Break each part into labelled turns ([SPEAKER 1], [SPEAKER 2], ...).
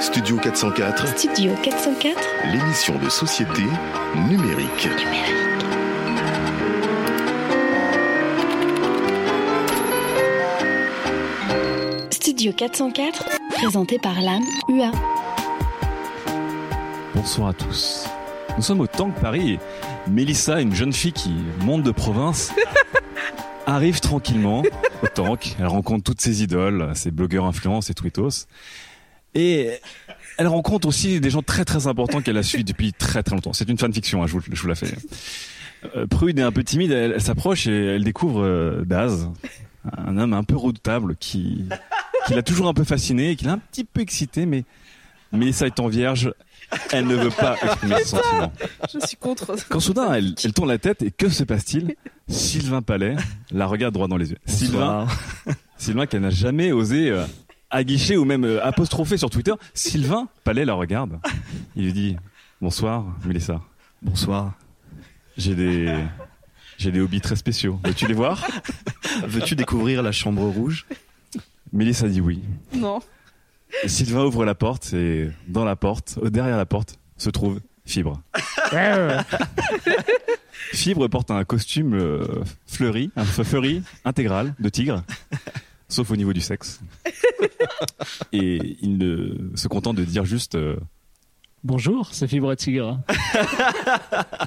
[SPEAKER 1] Studio 404,
[SPEAKER 2] Studio 404
[SPEAKER 1] l'émission de société numérique.
[SPEAKER 2] Studio 404 Présenté par l'âme UA
[SPEAKER 3] Bonsoir à tous. Nous sommes au Tank Paris. Mélissa, une jeune fille qui monte de province, arrive tranquillement au Tank. Elle rencontre toutes ses idoles, ses blogueurs influents, ses tweetos. Et elle rencontre aussi des gens très très importants qu'elle a suivis depuis très très longtemps. C'est une fanfiction, hein, je, vous, je vous la fais. Euh, Prude et un peu timide, elle, elle s'approche et elle découvre euh, Daz, un homme un peu redoutable qui, qui l'a toujours un peu fasciné et qui l'a un petit peu excité, mais Mélissa étant vierge, elle ne veut pas exprimer ses sentiments.
[SPEAKER 4] Je suis contre.
[SPEAKER 3] Quand soudain, elle, elle tourne la tête et que se passe-t-il Sylvain Palais la regarde droit dans les yeux. Sylvain, Sylvain qu'elle n'a jamais osé euh, aguicher ou même euh, apostropher sur Twitter. Sylvain Palais la regarde. Il lui dit Bonsoir, Mélissa.
[SPEAKER 5] Bonsoir.
[SPEAKER 3] J'ai des. J'ai des hobbies très spéciaux. Veux-tu les voir
[SPEAKER 5] Veux-tu découvrir la chambre rouge
[SPEAKER 3] Mélissa dit oui.
[SPEAKER 4] Non.
[SPEAKER 3] Et Sylvain ouvre la porte et dans la porte, euh, derrière la porte, se trouve Fibre. Fibre porte un costume euh, fleuri, un fe- fleuri intégral de tigre, sauf au niveau du sexe. Et il ne se contente de dire juste euh,
[SPEAKER 6] Bonjour, c'est Fibre Tigre.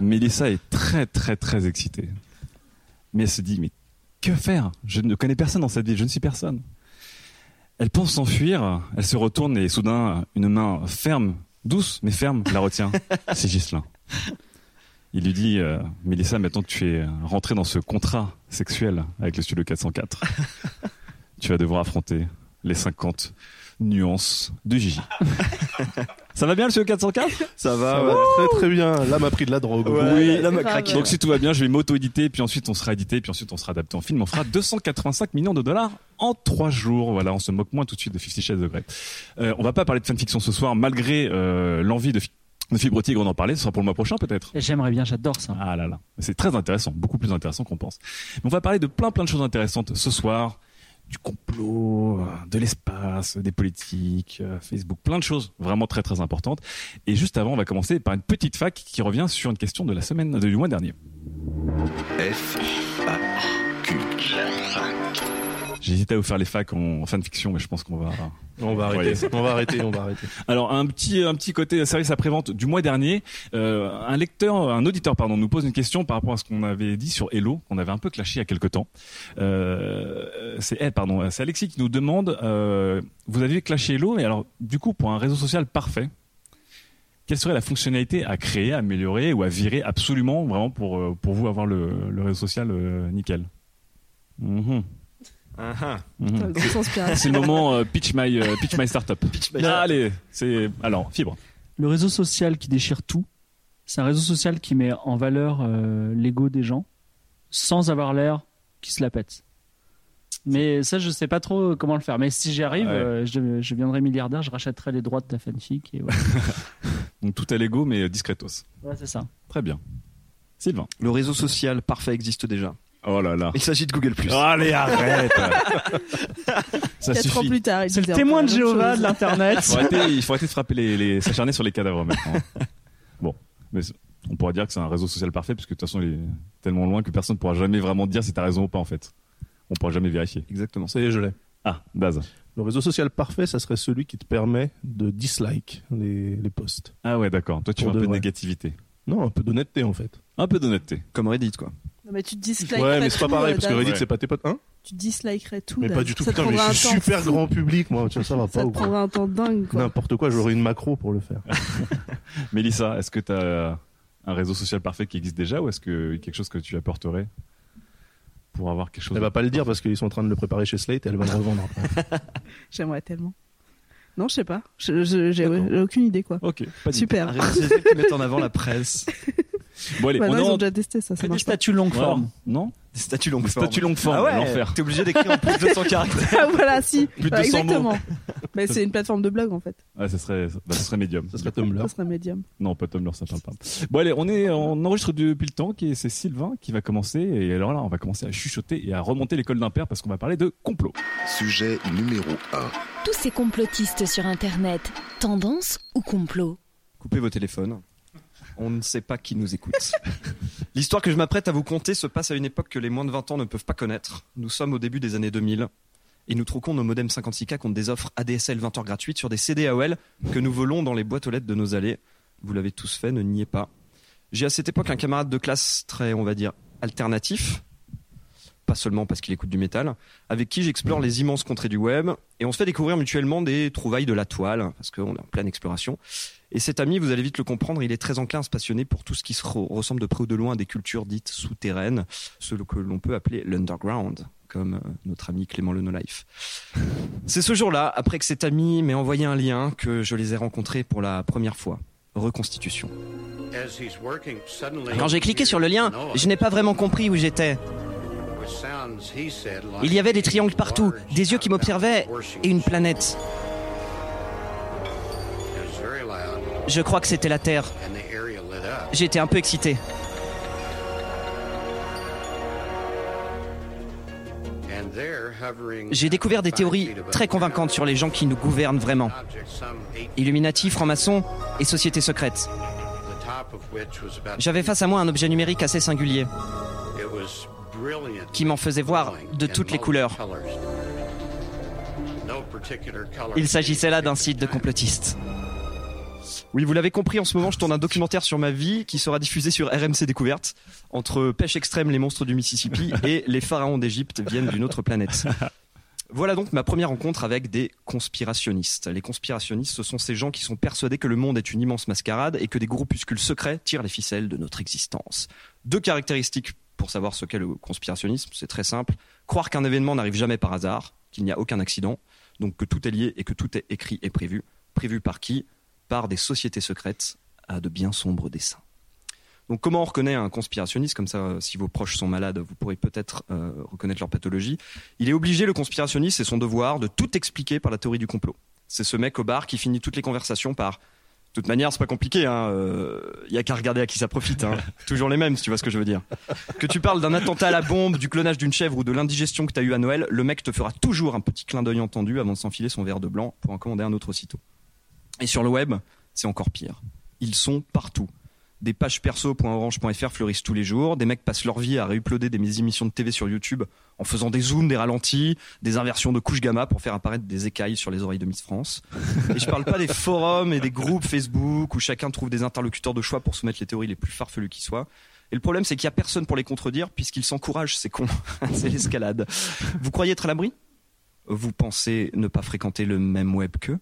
[SPEAKER 3] Mélissa est très très très excitée. Mais elle se dit, mais que faire Je ne connais personne dans cette ville, je ne suis personne. Elle pense s'enfuir, elle se retourne et soudain, une main ferme, douce mais ferme, la retient. C'est Ghislain. Il lui dit, euh, Mélissa, maintenant que tu es rentrée dans ce contrat sexuel avec le studio 404, tu vas devoir affronter les 50 nuances de Gigi. Ça va bien le studio 404
[SPEAKER 5] Ça
[SPEAKER 7] Ça
[SPEAKER 5] va,
[SPEAKER 7] va
[SPEAKER 5] ouais.
[SPEAKER 7] très très bien. Là m'a pris de la drogue.
[SPEAKER 5] Ouais,
[SPEAKER 3] Oui.
[SPEAKER 5] l'homme a
[SPEAKER 4] Grave.
[SPEAKER 5] craqué.
[SPEAKER 3] Donc si tout va bien, je vais m'auto-éditer, puis ensuite on sera édité, puis ensuite on sera adapté en film. On fera 285 millions de dollars en trois jours. Voilà, on se moque moins tout de suite de Fifty Shades of Grey. Euh, on va pas parler de fanfiction ce soir, malgré euh, l'envie de, fi- de Fibre Tigre d'en parler. Ce sera pour le mois prochain peut-être.
[SPEAKER 6] J'aimerais bien, j'adore ça.
[SPEAKER 3] Ah là là, c'est très intéressant, beaucoup plus intéressant qu'on pense. Mais on va parler de plein plein de choses intéressantes ce soir. Du complot, euh, de l'espace, des politiques, euh, Facebook, plein de choses vraiment très très importantes. Et juste avant, on va commencer par une petite fac qui revient sur une question de la semaine, de- du mois dernier.
[SPEAKER 1] F A Q.
[SPEAKER 3] J'hésitais à vous faire les facs en fanfiction, mais je pense qu'on va.
[SPEAKER 7] On va arrêter. On va arrêter. On va arrêter.
[SPEAKER 3] Alors un petit un petit côté service après-vente du mois dernier, euh, un lecteur, un auditeur pardon, nous pose une question par rapport à ce qu'on avait dit sur Hello, qu'on avait un peu clashé il y a quelque temps. Euh, c'est eh, pardon, c'est Alexis qui nous demande, euh, vous avez clashé Hello, mais alors du coup pour un réseau social parfait, quelle serait la fonctionnalité à créer, à améliorer ou à virer absolument vraiment pour euh, pour vous avoir le, le réseau social euh, nickel. Mhm.
[SPEAKER 7] Uh-huh.
[SPEAKER 3] Mhm.
[SPEAKER 4] Dans le sens pirate.
[SPEAKER 3] C'est le moment euh, pitch my euh, pitch my startup.
[SPEAKER 5] my
[SPEAKER 3] Ah,
[SPEAKER 5] startup.
[SPEAKER 3] allez, c'est alors fibre.
[SPEAKER 6] Le réseau social qui déchire tout, c'est un réseau social qui met en valeur euh, l'ego des gens sans avoir l'air qui se la pète. Mais ça, je sais pas trop comment le faire. Mais si j'y arrive,
[SPEAKER 3] Ouais.
[SPEAKER 6] euh, je, je viendrai milliardaire, je rachèterai les droits de ta fanfic. Et voilà.
[SPEAKER 3] Donc tout à l'ego mais discretos.
[SPEAKER 6] Ouais, c'est ça.
[SPEAKER 3] Très bien. Sylvain.
[SPEAKER 5] Le réseau social parfait existe déjà.
[SPEAKER 3] Oh là là.
[SPEAKER 5] Il s'agit de Google+.
[SPEAKER 3] Allez, arrête. Ça
[SPEAKER 4] Quatre ans
[SPEAKER 3] suffit.
[SPEAKER 4] plus tard, il
[SPEAKER 6] C'est le
[SPEAKER 4] disait
[SPEAKER 6] témoin de
[SPEAKER 4] encore la même
[SPEAKER 6] Jéhovah
[SPEAKER 4] chose.
[SPEAKER 6] de l'Internet.
[SPEAKER 3] Faut arrêter- il faut arrêter de frapper les, les s'acharner sur les cadavres maintenant. Bon, mais c'est- on pourra dire que c'est un réseau social parfait parce que de toute façon il est tellement loin que personne ne pourra jamais vraiment dire si t'as raison ou pas en fait. On pourra jamais vérifier.
[SPEAKER 5] Exactement.
[SPEAKER 7] Ça y est, je l'ai.
[SPEAKER 3] Ah, Daz.
[SPEAKER 7] Le réseau social parfait, ça serait celui qui te permet de dislike les, les posts.
[SPEAKER 3] Ah ouais, d'accord. Toi tu veux un
[SPEAKER 7] Pour de
[SPEAKER 3] peu de
[SPEAKER 7] vrai.
[SPEAKER 3] négativité,
[SPEAKER 7] Non, un peu d'honnêteté en fait.
[SPEAKER 3] un peu d'honnêteté.
[SPEAKER 5] Comme Reddit, quoi.
[SPEAKER 4] Non, mais tu dislikes.
[SPEAKER 7] ouais, mais c'est pas pareil parce que Reddit
[SPEAKER 3] Ouais.
[SPEAKER 7] c'est pas tes potes. Hein
[SPEAKER 4] Tu dislikerais tout.
[SPEAKER 7] mais
[SPEAKER 4] Dan.
[SPEAKER 7] pas du tout.
[SPEAKER 4] euh, Ça te
[SPEAKER 7] Putain, mais
[SPEAKER 4] prendrait
[SPEAKER 7] je suis
[SPEAKER 4] un temps
[SPEAKER 7] super
[SPEAKER 4] fou.
[SPEAKER 7] grand public moi. Tu vois, ça va
[SPEAKER 4] Ça
[SPEAKER 7] pas
[SPEAKER 4] te
[SPEAKER 7] ou quoi
[SPEAKER 4] prendrait un temps dingue, quoi.
[SPEAKER 7] N'importe quoi, j'aurais une macro pour le faire.
[SPEAKER 3] Mélissa, est-ce que t'as un réseau social parfait qui existe déjà ou est-ce que quelque chose que tu apporterais pour avoir quelque chose
[SPEAKER 7] Elle va pas le dire parce qu'ils sont en train de le préparer chez Slate et elle va le revendre. après.
[SPEAKER 4] J'aimerais tellement. Non, je sais pas. Je- je- J'ai ouais, j'ai aucune idée, quoi.
[SPEAKER 3] Ok, pas dit.
[SPEAKER 4] Super.
[SPEAKER 5] Arrête, Ah, c'est ceux qui mettent en avant la presse.
[SPEAKER 3] Bon allez,
[SPEAKER 4] Bah
[SPEAKER 3] on
[SPEAKER 4] non,
[SPEAKER 3] est
[SPEAKER 4] ils
[SPEAKER 3] en...
[SPEAKER 4] ont déjà testé ça, ça
[SPEAKER 6] Fais des
[SPEAKER 4] marche pas.
[SPEAKER 6] statues longue
[SPEAKER 3] Ouais,
[SPEAKER 6] forme.
[SPEAKER 3] Non
[SPEAKER 5] Des statues longues
[SPEAKER 3] Des
[SPEAKER 5] formes.
[SPEAKER 3] statues longue forme,
[SPEAKER 5] Ah ouais,
[SPEAKER 3] l'enfer.
[SPEAKER 5] T'es obligé d'écrire en plus de 100 caractères.
[SPEAKER 4] Ah, voilà, si.
[SPEAKER 3] Plus de
[SPEAKER 4] Bah,
[SPEAKER 3] 200 mots.
[SPEAKER 4] exactement. Mais c'est une plateforme de blog, en fait.
[SPEAKER 3] Ah, ça serait, bah, ça serait médium.
[SPEAKER 7] Ça serait Tumblr.
[SPEAKER 4] Ça serait médium.
[SPEAKER 3] Non, pas Tumblr, ça parle pas. Bon, allez, on est, on enregistre depuis le temps, et c'est Sylvain qui va commencer. Et alors là, on va commencer à chuchoter et à remonter l'école d'un père parce qu'on va parler de complot.
[SPEAKER 1] Sujet numéro 1.
[SPEAKER 8] Tous ces complotistes sur Internet, tendance ou complot
[SPEAKER 5] Coupez vos téléphones. On ne sait pas qui nous écoute. L'histoire que je m'apprête à vous conter se passe à une époque que les moins de 20 ans ne peuvent pas connaître. Nous sommes au début des années 2000 et nous troquons nos modems 56K contre des offres ADSL 20h gratuites sur des CD AOL que nous volons dans les boîtes aux lettres de nos allées. Vous l'avez tous fait, ne niez pas. J'ai à cette époque un camarade de classe très, on va dire, alternatif, pas seulement parce qu'il écoute du métal, avec qui j'explore les immenses contrées du web et on se fait découvrir mutuellement des trouvailles de la toile parce qu'on est en pleine exploration. Et cet ami, vous allez vite le comprendre, il est très enclin à se passionner pour tout ce qui se re- ressemble de près ou de loin à des cultures dites souterraines, ce que l'on peut appeler l'underground, comme euh, notre ami Clément Le No Life. C'est ce jour-là, après que cet ami m'ait envoyé un lien, que je les ai rencontrés pour la première fois. Reconstitution.
[SPEAKER 9] Quand j'ai cliqué sur le lien, je n'ai pas vraiment compris.
[SPEAKER 5] où j'étais.
[SPEAKER 9] Il y avait des triangles partout, des yeux qui m'observaient et une planète.
[SPEAKER 5] Je crois que c'était la Terre. J'étais un peu excité. J'ai découvert des théories très convaincantes sur les gens qui nous gouvernent vraiment. Illuminati, francs-maçons et sociétés secrètes. J'avais face à moi un objet numérique assez singulier qui m'en faisait voir de toutes les couleurs. Il s'agissait là d'un site de complotistes. Oui, vous l'avez compris, en ce moment, je tourne un documentaire sur ma vie qui sera diffusé sur RMC Découverte entre Pêche Extrême, les monstres du Mississippi et les pharaons d'Égypte viennent d'une autre planète. Voilà donc ma première rencontre avec des conspirationnistes. Les conspirationnistes, ce sont ces gens qui sont persuadés que le monde est une immense mascarade et que des groupuscules secrets tirent les ficelles de notre existence. Deux caractéristiques pour savoir ce qu'est le conspirationnisme, c'est très simple. Croire qu'un événement n'arrive jamais par hasard, qu'il n'y a aucun accident, donc que tout est lié et que tout est écrit et prévu. Prévu par qui Par des sociétés secrètes à de bien sombres desseins. Donc comment on reconnaît un conspirationniste Comme ça, euh, si vos proches sont malades, vous pourrez peut-être euh, reconnaître leur pathologie. Il est obligé, le conspirationniste, c'est son devoir, de tout expliquer par la théorie du complot. C'est ce mec au bar qui finit toutes les conversations par « De toute manière, c'est pas compliqué, hein, euh, y a qu'à regarder à qui ça profite. hein. Toujours les mêmes, si tu vois ce que je veux dire. » Que tu parles d'un attentat à la bombe, du clonage d'une chèvre ou de l'indigestion que t'as eu à Noël, le mec te fera toujours un petit clin d'œil entendu avant de s'enfiler son verre de blanc pour en commander un autre aussitôt. Et sur le web, c'est encore pire. Ils sont partout. Des pages perso.orange.fr fleurissent tous les jours, des mecs passent leur vie à réuploader des émissions de TV sur YouTube en faisant des zooms, des ralentis, des inversions de couches gamma pour faire apparaître des écailles sur les oreilles de Miss France. Et je parle pas des forums et des groupes Facebook où chacun trouve des interlocuteurs de choix pour soumettre les théories les plus farfelues qui soient. Et le problème, c'est qu'il y a personne pour les contredire puisqu'ils s'encouragent, ces cons. c'est l'escalade. Vous croyez être à l'abri Vous pensez ne pas fréquenter le même web qu'eux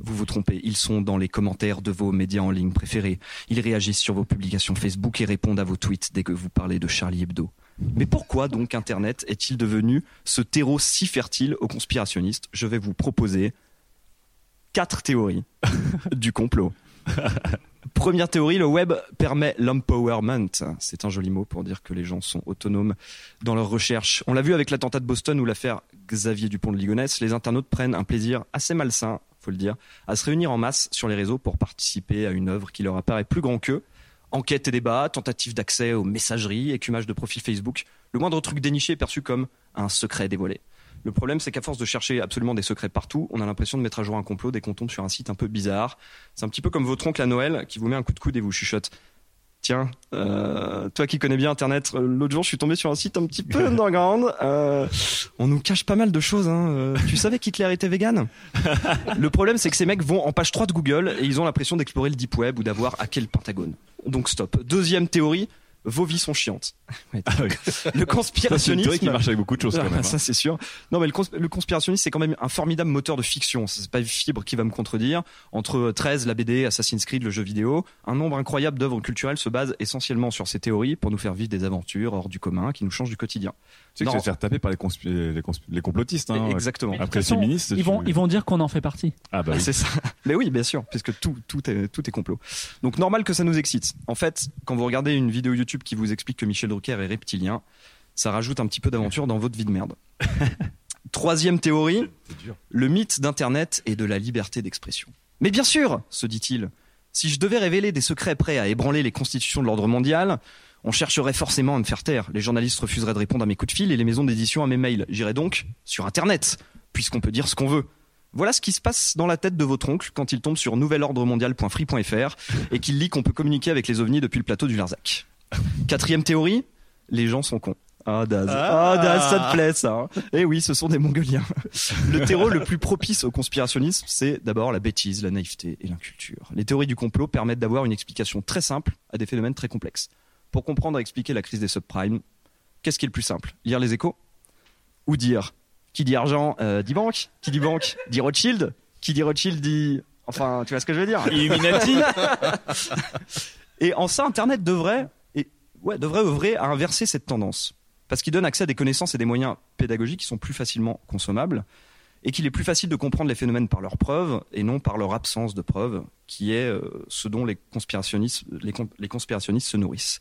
[SPEAKER 5] vous vous trompez, ils sont dans les commentaires de vos médias en ligne préférés. Ils réagissent sur vos publications Facebook et répondent à vos tweets dès que vous parlez de Charlie Hebdo. Mais pourquoi donc Internet est-il devenu ce terreau si fertile aux conspirationnistes Je vais vous proposer quatre théories du complot. Première théorie, le web permet l'empowerment. C'est un joli mot pour dire que les gens sont autonomes dans leurs recherches. On l'a vu avec l'attentat de Boston ou l'affaire Xavier Dupont de Ligonnès, les internautes prennent un plaisir assez malsain, faut le dire, à se réunir en masse sur les réseaux pour participer à une œuvre qui leur apparaît plus grand qu'eux. Enquête et débat, tentative d'accès aux messageries, écumage de profils Facebook, le moindre truc déniché est perçu comme un secret dévoilé. Le problème, c'est qu'à force de chercher absolument des secrets partout, on a l'impression de mettre à jour un complot dès qu'on tombe sur un site un peu bizarre. C'est un petit peu comme votre oncle à Noël qui vous met un coup de coude et vous chuchote. Tiens, euh, toi qui connais bien Internet, euh, l'autre jour je suis tombé sur un site un petit peu underground. Euh, on nous cache pas mal de choses. Hein. Euh, tu savais qu'Hitler était vegan Le problème c'est que ces mecs vont en page 3 de Google et ils ont l'impression d'explorer le deep web ou d'avoir hacké le Pentagone. Donc stop. Deuxième théorie, vos vies sont chiantes. Ouais,
[SPEAKER 3] Ah oui.
[SPEAKER 5] le conspirationnisme.
[SPEAKER 3] Ça, c'est une théorie qui marche avec beaucoup de choses, quand
[SPEAKER 5] Ah,
[SPEAKER 3] même, hein.
[SPEAKER 5] Ça, c'est sûr. Non, mais le, cons- le conspirationniste, c'est quand même un formidable moteur de fiction. Ça, C'est pas Fibre qui va me contredire. Entre euh, 13, la BD, Assassin's Creed, le jeu vidéo, un nombre incroyable d'œuvres culturelles se basent essentiellement sur ces théories pour nous faire vivre des aventures hors du commun qui nous changent du quotidien.
[SPEAKER 3] Tu sais que
[SPEAKER 5] Non.
[SPEAKER 3] tu vas te faire taper par les, conspi- les, conspi- les complotistes. Hein.
[SPEAKER 5] Exactement. Mais de
[SPEAKER 3] Après
[SPEAKER 5] toute
[SPEAKER 3] les
[SPEAKER 5] façon,
[SPEAKER 3] féministes.
[SPEAKER 6] Ils vont, ils vont dire qu'on en fait partie.
[SPEAKER 3] Ah bah oui.
[SPEAKER 5] C'est ça. Mais oui, bien sûr, puisque tout, tout, est, tout est complot. Donc normal que ça nous excite. En fait, quand vous regardez une vidéo YouTube qui vous explique que Michel Drucker est reptilien, ça rajoute un petit peu d'aventure dans votre vie de merde. Troisième théorie, le mythe d'Internet et de la liberté d'expression. Mais bien sûr, se dit-il, si je devais révéler des secrets prêts à ébranler les constitutions de l'ordre mondial, on chercherait forcément à me faire taire. Les journalistes refuseraient de répondre à mes coups de fil et les maisons d'édition à mes mails. J'irais donc sur Internet, puisqu'on peut dire ce qu'on veut. Voilà ce qui se passe dans la tête de votre oncle quand il tombe sur nouvelordremondial.free.fr et qu'il lit qu'on peut communiquer avec les ovnis depuis le plateau du Larzac. Quatrième théorie, les gens sont cons. Ah Daz, ah, Daz, ça te plaît ça. Et oui, ce sont des Mongoliens. Le terreau le plus propice au conspirationnisme, c'est d'abord la bêtise, la naïveté et l'inculture. Les théories du complot permettent d'avoir une explication très simple à des phénomènes très complexes. Pour comprendre et expliquer la crise des subprimes, qu'est-ce qui est le plus simple Lire les échos ou dire qui dit argent euh, dit banque, qui dit banque dit Rothschild, qui dit Rothschild dit enfin tu vois ce que je veux dire
[SPEAKER 10] Illuminati.
[SPEAKER 5] Et en ça internet devrait et ouais, devrait œuvrer à inverser cette tendance parce qu'il donne accès à des connaissances et des moyens pédagogiques qui sont plus facilement consommables et qu'il est plus facile de comprendre les phénomènes par leurs preuves et non par leur absence de preuves, qui est euh, ce dont les conspirationnistes, les, com- les conspirationnistes se nourrissent.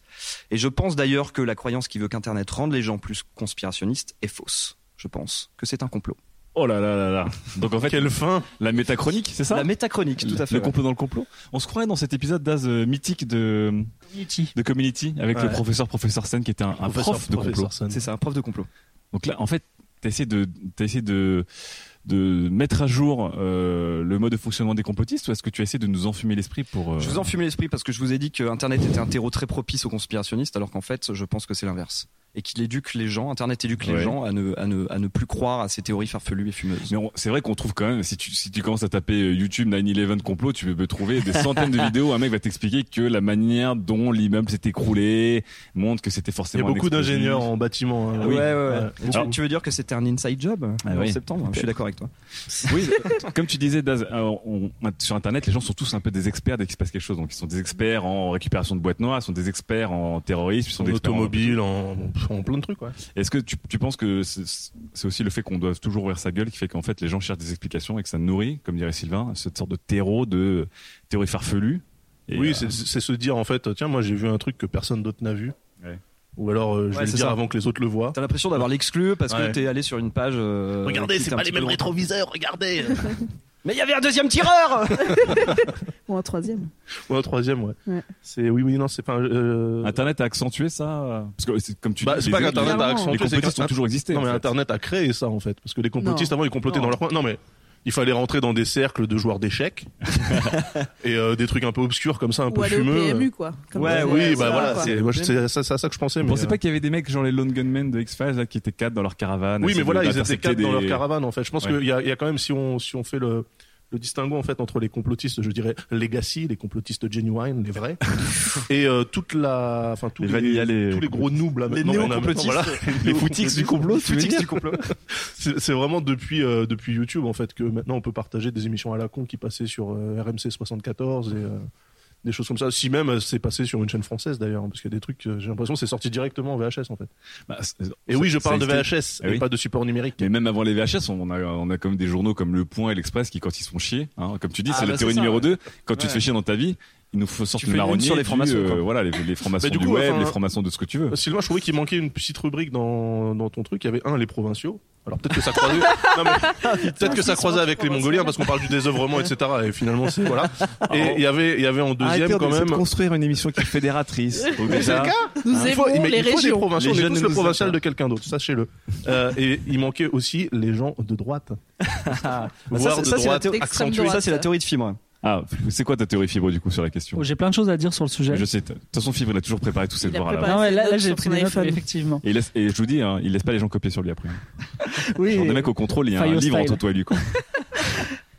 [SPEAKER 5] Et je pense d'ailleurs que la croyance qui veut qu'Internet rende les gens plus conspirationnistes est fausse. Je pense que c'est un complot.
[SPEAKER 3] Oh là là là là. Donc en fait, quelle fin La métachronique, c'est ça La
[SPEAKER 5] métachronique,
[SPEAKER 3] tout à
[SPEAKER 5] fait,
[SPEAKER 3] Le
[SPEAKER 5] ouais.
[SPEAKER 3] complot dans le complot. On se croirait dans cet épisode d'Az euh, mythique de
[SPEAKER 6] Community,
[SPEAKER 3] de Community avec le
[SPEAKER 5] Ouais.
[SPEAKER 3] professeur professeur Sen qui était un, un
[SPEAKER 5] Professeur,
[SPEAKER 3] prof de
[SPEAKER 5] professeur
[SPEAKER 3] complot.
[SPEAKER 5] Sen. C'est ça, un prof de complot.
[SPEAKER 3] Donc là, en fait, t'essaies de t'essaies de de mettre à jour euh, le mode de fonctionnement des complotistes ou est-ce que tu essaies de nous enfumer l'esprit pour euh,
[SPEAKER 5] Je vous enfume l'esprit parce que je vous ai dit que Internet était un terreau très propice aux conspirationnistes, alors qu'en fait, je pense que c'est l'inverse. Et qu'il éduque les gens, Internet éduque les
[SPEAKER 3] Ouais.
[SPEAKER 5] gens à ne, à, ne, à ne plus croire à ces théories farfelues et fumeuses.
[SPEAKER 3] Mais on- c'est vrai qu'on trouve quand même, si tu, si tu commences à taper euh, YouTube 9-11 complot, tu peux trouver des centaines de vidéos. Un mec va t'expliquer que la manière dont l'immeuble s'est écroulé montre que c'était
[SPEAKER 7] Il y a
[SPEAKER 3] forcément. un
[SPEAKER 7] beaucoup
[SPEAKER 3] explosif.
[SPEAKER 7] d'ingénieurs en bâtiment. hein.
[SPEAKER 3] Ah oui.
[SPEAKER 5] Ouais, ouais, ouais.
[SPEAKER 3] Ouais.
[SPEAKER 5] Tu,
[SPEAKER 3] Alors-
[SPEAKER 5] tu veux dire que c'était un inside job euh,
[SPEAKER 3] Ah
[SPEAKER 5] en
[SPEAKER 3] oui.
[SPEAKER 5] septembre hein, Je suis d'accord avec toi.
[SPEAKER 3] Oui, comme tu disais, Daz, alors, on- sur Internet, les gens sont tous un peu des experts dès qu'il se passe quelque chose. Donc, ils sont des experts en récupération de boîtes noires, ils sont des experts en terrorisme, ils sont
[SPEAKER 7] En
[SPEAKER 3] des experts
[SPEAKER 7] automobile, en, en plein de trucs. Ouais.
[SPEAKER 3] Est-ce que tu, tu penses que c'est c'est aussi le fait qu'on doit toujours ouvrir sa gueule qui fait qu'en fait les gens cherchent des explications et que ça nourrit, comme dirait Sylvain, cette sorte de terreau de théorie farfelue Et,
[SPEAKER 7] oui,
[SPEAKER 3] euh,
[SPEAKER 7] c'est- c'est se dire en fait, tiens, moi j'ai vu un truc que personne d'autre n'a vu.
[SPEAKER 3] Ouais.
[SPEAKER 7] Ou alors euh,
[SPEAKER 5] Ouais,
[SPEAKER 7] je vais le
[SPEAKER 5] c'est
[SPEAKER 7] dire
[SPEAKER 5] ça.
[SPEAKER 7] avant que les autres le voient.
[SPEAKER 5] T'as l'impression d'avoir l'exclu parce que
[SPEAKER 7] Ouais.
[SPEAKER 5] t'es allé sur une page. euh, qui était un petit peu loin.
[SPEAKER 7] rétroviseurs, regardez
[SPEAKER 5] Mais il y avait un deuxième tireur
[SPEAKER 4] Ou un troisième.
[SPEAKER 7] Ou un troisième, ouais.
[SPEAKER 4] Ouais.
[SPEAKER 7] C'est oui, oui, non, c'est pas. un- euh,
[SPEAKER 3] Internet a accentué ça Parce que c'est- comme tu
[SPEAKER 7] Bah,
[SPEAKER 3] dis,
[SPEAKER 7] c'est
[SPEAKER 3] les-
[SPEAKER 7] pas
[SPEAKER 3] les-
[SPEAKER 7] qu'Internet a
[SPEAKER 4] les
[SPEAKER 7] accentué.
[SPEAKER 3] les
[SPEAKER 7] c'est
[SPEAKER 3] complotistes
[SPEAKER 7] qu'Inter-
[SPEAKER 3] ont toujours existé.
[SPEAKER 7] Non,
[SPEAKER 3] en
[SPEAKER 7] mais
[SPEAKER 3] fait.
[SPEAKER 7] Internet a créé ça, en fait. Parce que les complotistes,
[SPEAKER 4] Non.
[SPEAKER 7] avant, ils complotaient
[SPEAKER 4] Non.
[SPEAKER 7] dans leur coin. Non, mais il fallait rentrer dans des cercles de joueurs d'échecs. et euh, des trucs un peu obscurs comme ça, un
[SPEAKER 4] Ou
[SPEAKER 7] peu
[SPEAKER 4] aller
[SPEAKER 7] fumeux. euh.
[SPEAKER 4] au PMU, quoi. Comme
[SPEAKER 7] Ouais,
[SPEAKER 4] ça,
[SPEAKER 7] oui,
[SPEAKER 4] c'est
[SPEAKER 7] bah
[SPEAKER 4] ça,
[SPEAKER 7] voilà.
[SPEAKER 4] quoi.
[SPEAKER 7] C'est moi, je- c'est ça, ça, ça que je pensais.
[SPEAKER 3] Vous
[SPEAKER 7] mais,
[SPEAKER 3] pensez
[SPEAKER 7] euh,
[SPEAKER 3] pas qu'il y avait des mecs, genre les Lone Gunmen de X-Files, là, qui étaient quatre dans leur caravane
[SPEAKER 7] Oui,
[SPEAKER 3] à
[SPEAKER 7] mais
[SPEAKER 3] essayer
[SPEAKER 7] voilà,
[SPEAKER 3] de-
[SPEAKER 7] ils étaient
[SPEAKER 3] d'intercepter
[SPEAKER 7] quatre dans
[SPEAKER 3] des-
[SPEAKER 7] leur caravane, en fait. Je pense
[SPEAKER 3] Ouais.
[SPEAKER 7] qu'il y, a- il y a quand même, si on, si on fait le, le distinguo, en fait, entre les complotistes, je dirais, legacy, les complotistes genuine, les vrais, et euh, toute la, enfin, tous
[SPEAKER 3] Les
[SPEAKER 7] les,
[SPEAKER 3] vanilla, les
[SPEAKER 7] tous les gros noobs, là,
[SPEAKER 5] Les
[SPEAKER 7] maintenant, on a-
[SPEAKER 5] néo-complotistes.
[SPEAKER 7] voilà.
[SPEAKER 3] Les footix du complot,
[SPEAKER 5] Les
[SPEAKER 3] tu veux
[SPEAKER 5] footix
[SPEAKER 3] dire
[SPEAKER 5] du complot.
[SPEAKER 7] C'est c'est vraiment depuis, euh, depuis YouTube, en fait, que maintenant on peut partager des émissions à la con qui passaient sur euh, RMC 74 et euh, des choses comme ça. Si même euh, c'est passé sur une chaîne française, d'ailleurs, parce qu'il y a des trucs, euh, j'ai l'impression, que c'est sorti directement en VHS, en fait.
[SPEAKER 3] Bah, c'est-
[SPEAKER 7] Et oui, je
[SPEAKER 3] ça
[SPEAKER 7] parle de
[SPEAKER 3] existait.
[SPEAKER 7] VHS,
[SPEAKER 3] Ah
[SPEAKER 7] et
[SPEAKER 3] oui.
[SPEAKER 7] pas de support numérique.
[SPEAKER 3] Mais même avant les VHS, on a, on a comme des journaux comme Le Point et l'Express qui, quand ils se font chier, hein, comme tu dis,
[SPEAKER 5] Ah,
[SPEAKER 3] c'est
[SPEAKER 5] bah,
[SPEAKER 3] la théorie
[SPEAKER 5] c'est ça,
[SPEAKER 3] numéro
[SPEAKER 5] ouais.
[SPEAKER 3] 2, quand tu
[SPEAKER 5] Ouais.
[SPEAKER 3] te fais chier dans ta vie, il nous faut sortir
[SPEAKER 5] fais
[SPEAKER 3] une
[SPEAKER 5] une
[SPEAKER 3] marronnier.
[SPEAKER 5] sur les
[SPEAKER 3] du,
[SPEAKER 5] francs-maçons,
[SPEAKER 3] euh,
[SPEAKER 5] quoi.
[SPEAKER 3] Voilà, les, les francs-maçons
[SPEAKER 7] Bah,
[SPEAKER 3] du,
[SPEAKER 7] du coup,
[SPEAKER 3] web,
[SPEAKER 7] enfin,
[SPEAKER 3] les francs-maçons de ce que tu veux.
[SPEAKER 7] Euh, Sylvain, je trouvais qu'il manquait une petite rubrique dans, dans ton truc. Il y avait un, les provinciaux. Alors peut-être que ça croisait, Non,
[SPEAKER 3] Ah,
[SPEAKER 7] mais peut-être que ça croisait avec les Mongoliens parce qu'on parle du désœuvrement, etc. Et finalement, c'est voilà.
[SPEAKER 3] Ah,
[SPEAKER 7] Et il y avait, il y avait en deuxième quand même.
[SPEAKER 3] construire une émission qui est fédératrice.
[SPEAKER 4] Nous
[SPEAKER 7] Il faut-
[SPEAKER 4] aimons
[SPEAKER 7] mais
[SPEAKER 4] les
[SPEAKER 7] il faut des
[SPEAKER 4] régions.
[SPEAKER 7] provinciaux,
[SPEAKER 3] Les
[SPEAKER 7] on est
[SPEAKER 3] jeunes
[SPEAKER 7] tous
[SPEAKER 3] ne
[SPEAKER 7] le
[SPEAKER 3] nous
[SPEAKER 7] provincial
[SPEAKER 3] aiment
[SPEAKER 7] de quelqu'un d'autre, sachez-le. Euh, et il manquait aussi les gens de droite,
[SPEAKER 5] Ah,
[SPEAKER 7] voire
[SPEAKER 5] ça,
[SPEAKER 7] de
[SPEAKER 5] c'est- ça, c'est la
[SPEAKER 7] droite
[SPEAKER 5] théorie-
[SPEAKER 4] Extrême
[SPEAKER 7] accentuée.
[SPEAKER 4] droite.
[SPEAKER 5] Ça, c'est la théorie de Fibre.
[SPEAKER 3] Ah, c'est quoi ta théorie fibre du coup sur la question
[SPEAKER 6] Oh, J'ai plein de choses à dire sur le sujet.
[SPEAKER 3] Je sais, de toute façon, Fibre, il a toujours préparé tous ses
[SPEAKER 4] Il a
[SPEAKER 3] devoirs à
[SPEAKER 4] préparé.
[SPEAKER 3] l'avance.
[SPEAKER 6] Non, ouais, là,
[SPEAKER 4] Notes
[SPEAKER 6] là, j'ai
[SPEAKER 4] sur
[SPEAKER 6] pris
[SPEAKER 4] son
[SPEAKER 6] des notes,
[SPEAKER 4] iPhone.
[SPEAKER 6] effectivement.
[SPEAKER 3] Et, il laisse- et je vous dis, hein, il laisse pas les gens copier sur lui après.
[SPEAKER 6] Oui.
[SPEAKER 3] Genre des mecs au contrôle, il y a un
[SPEAKER 6] Fire
[SPEAKER 3] livre
[SPEAKER 6] style.
[SPEAKER 3] entre toi et lui. Quoi.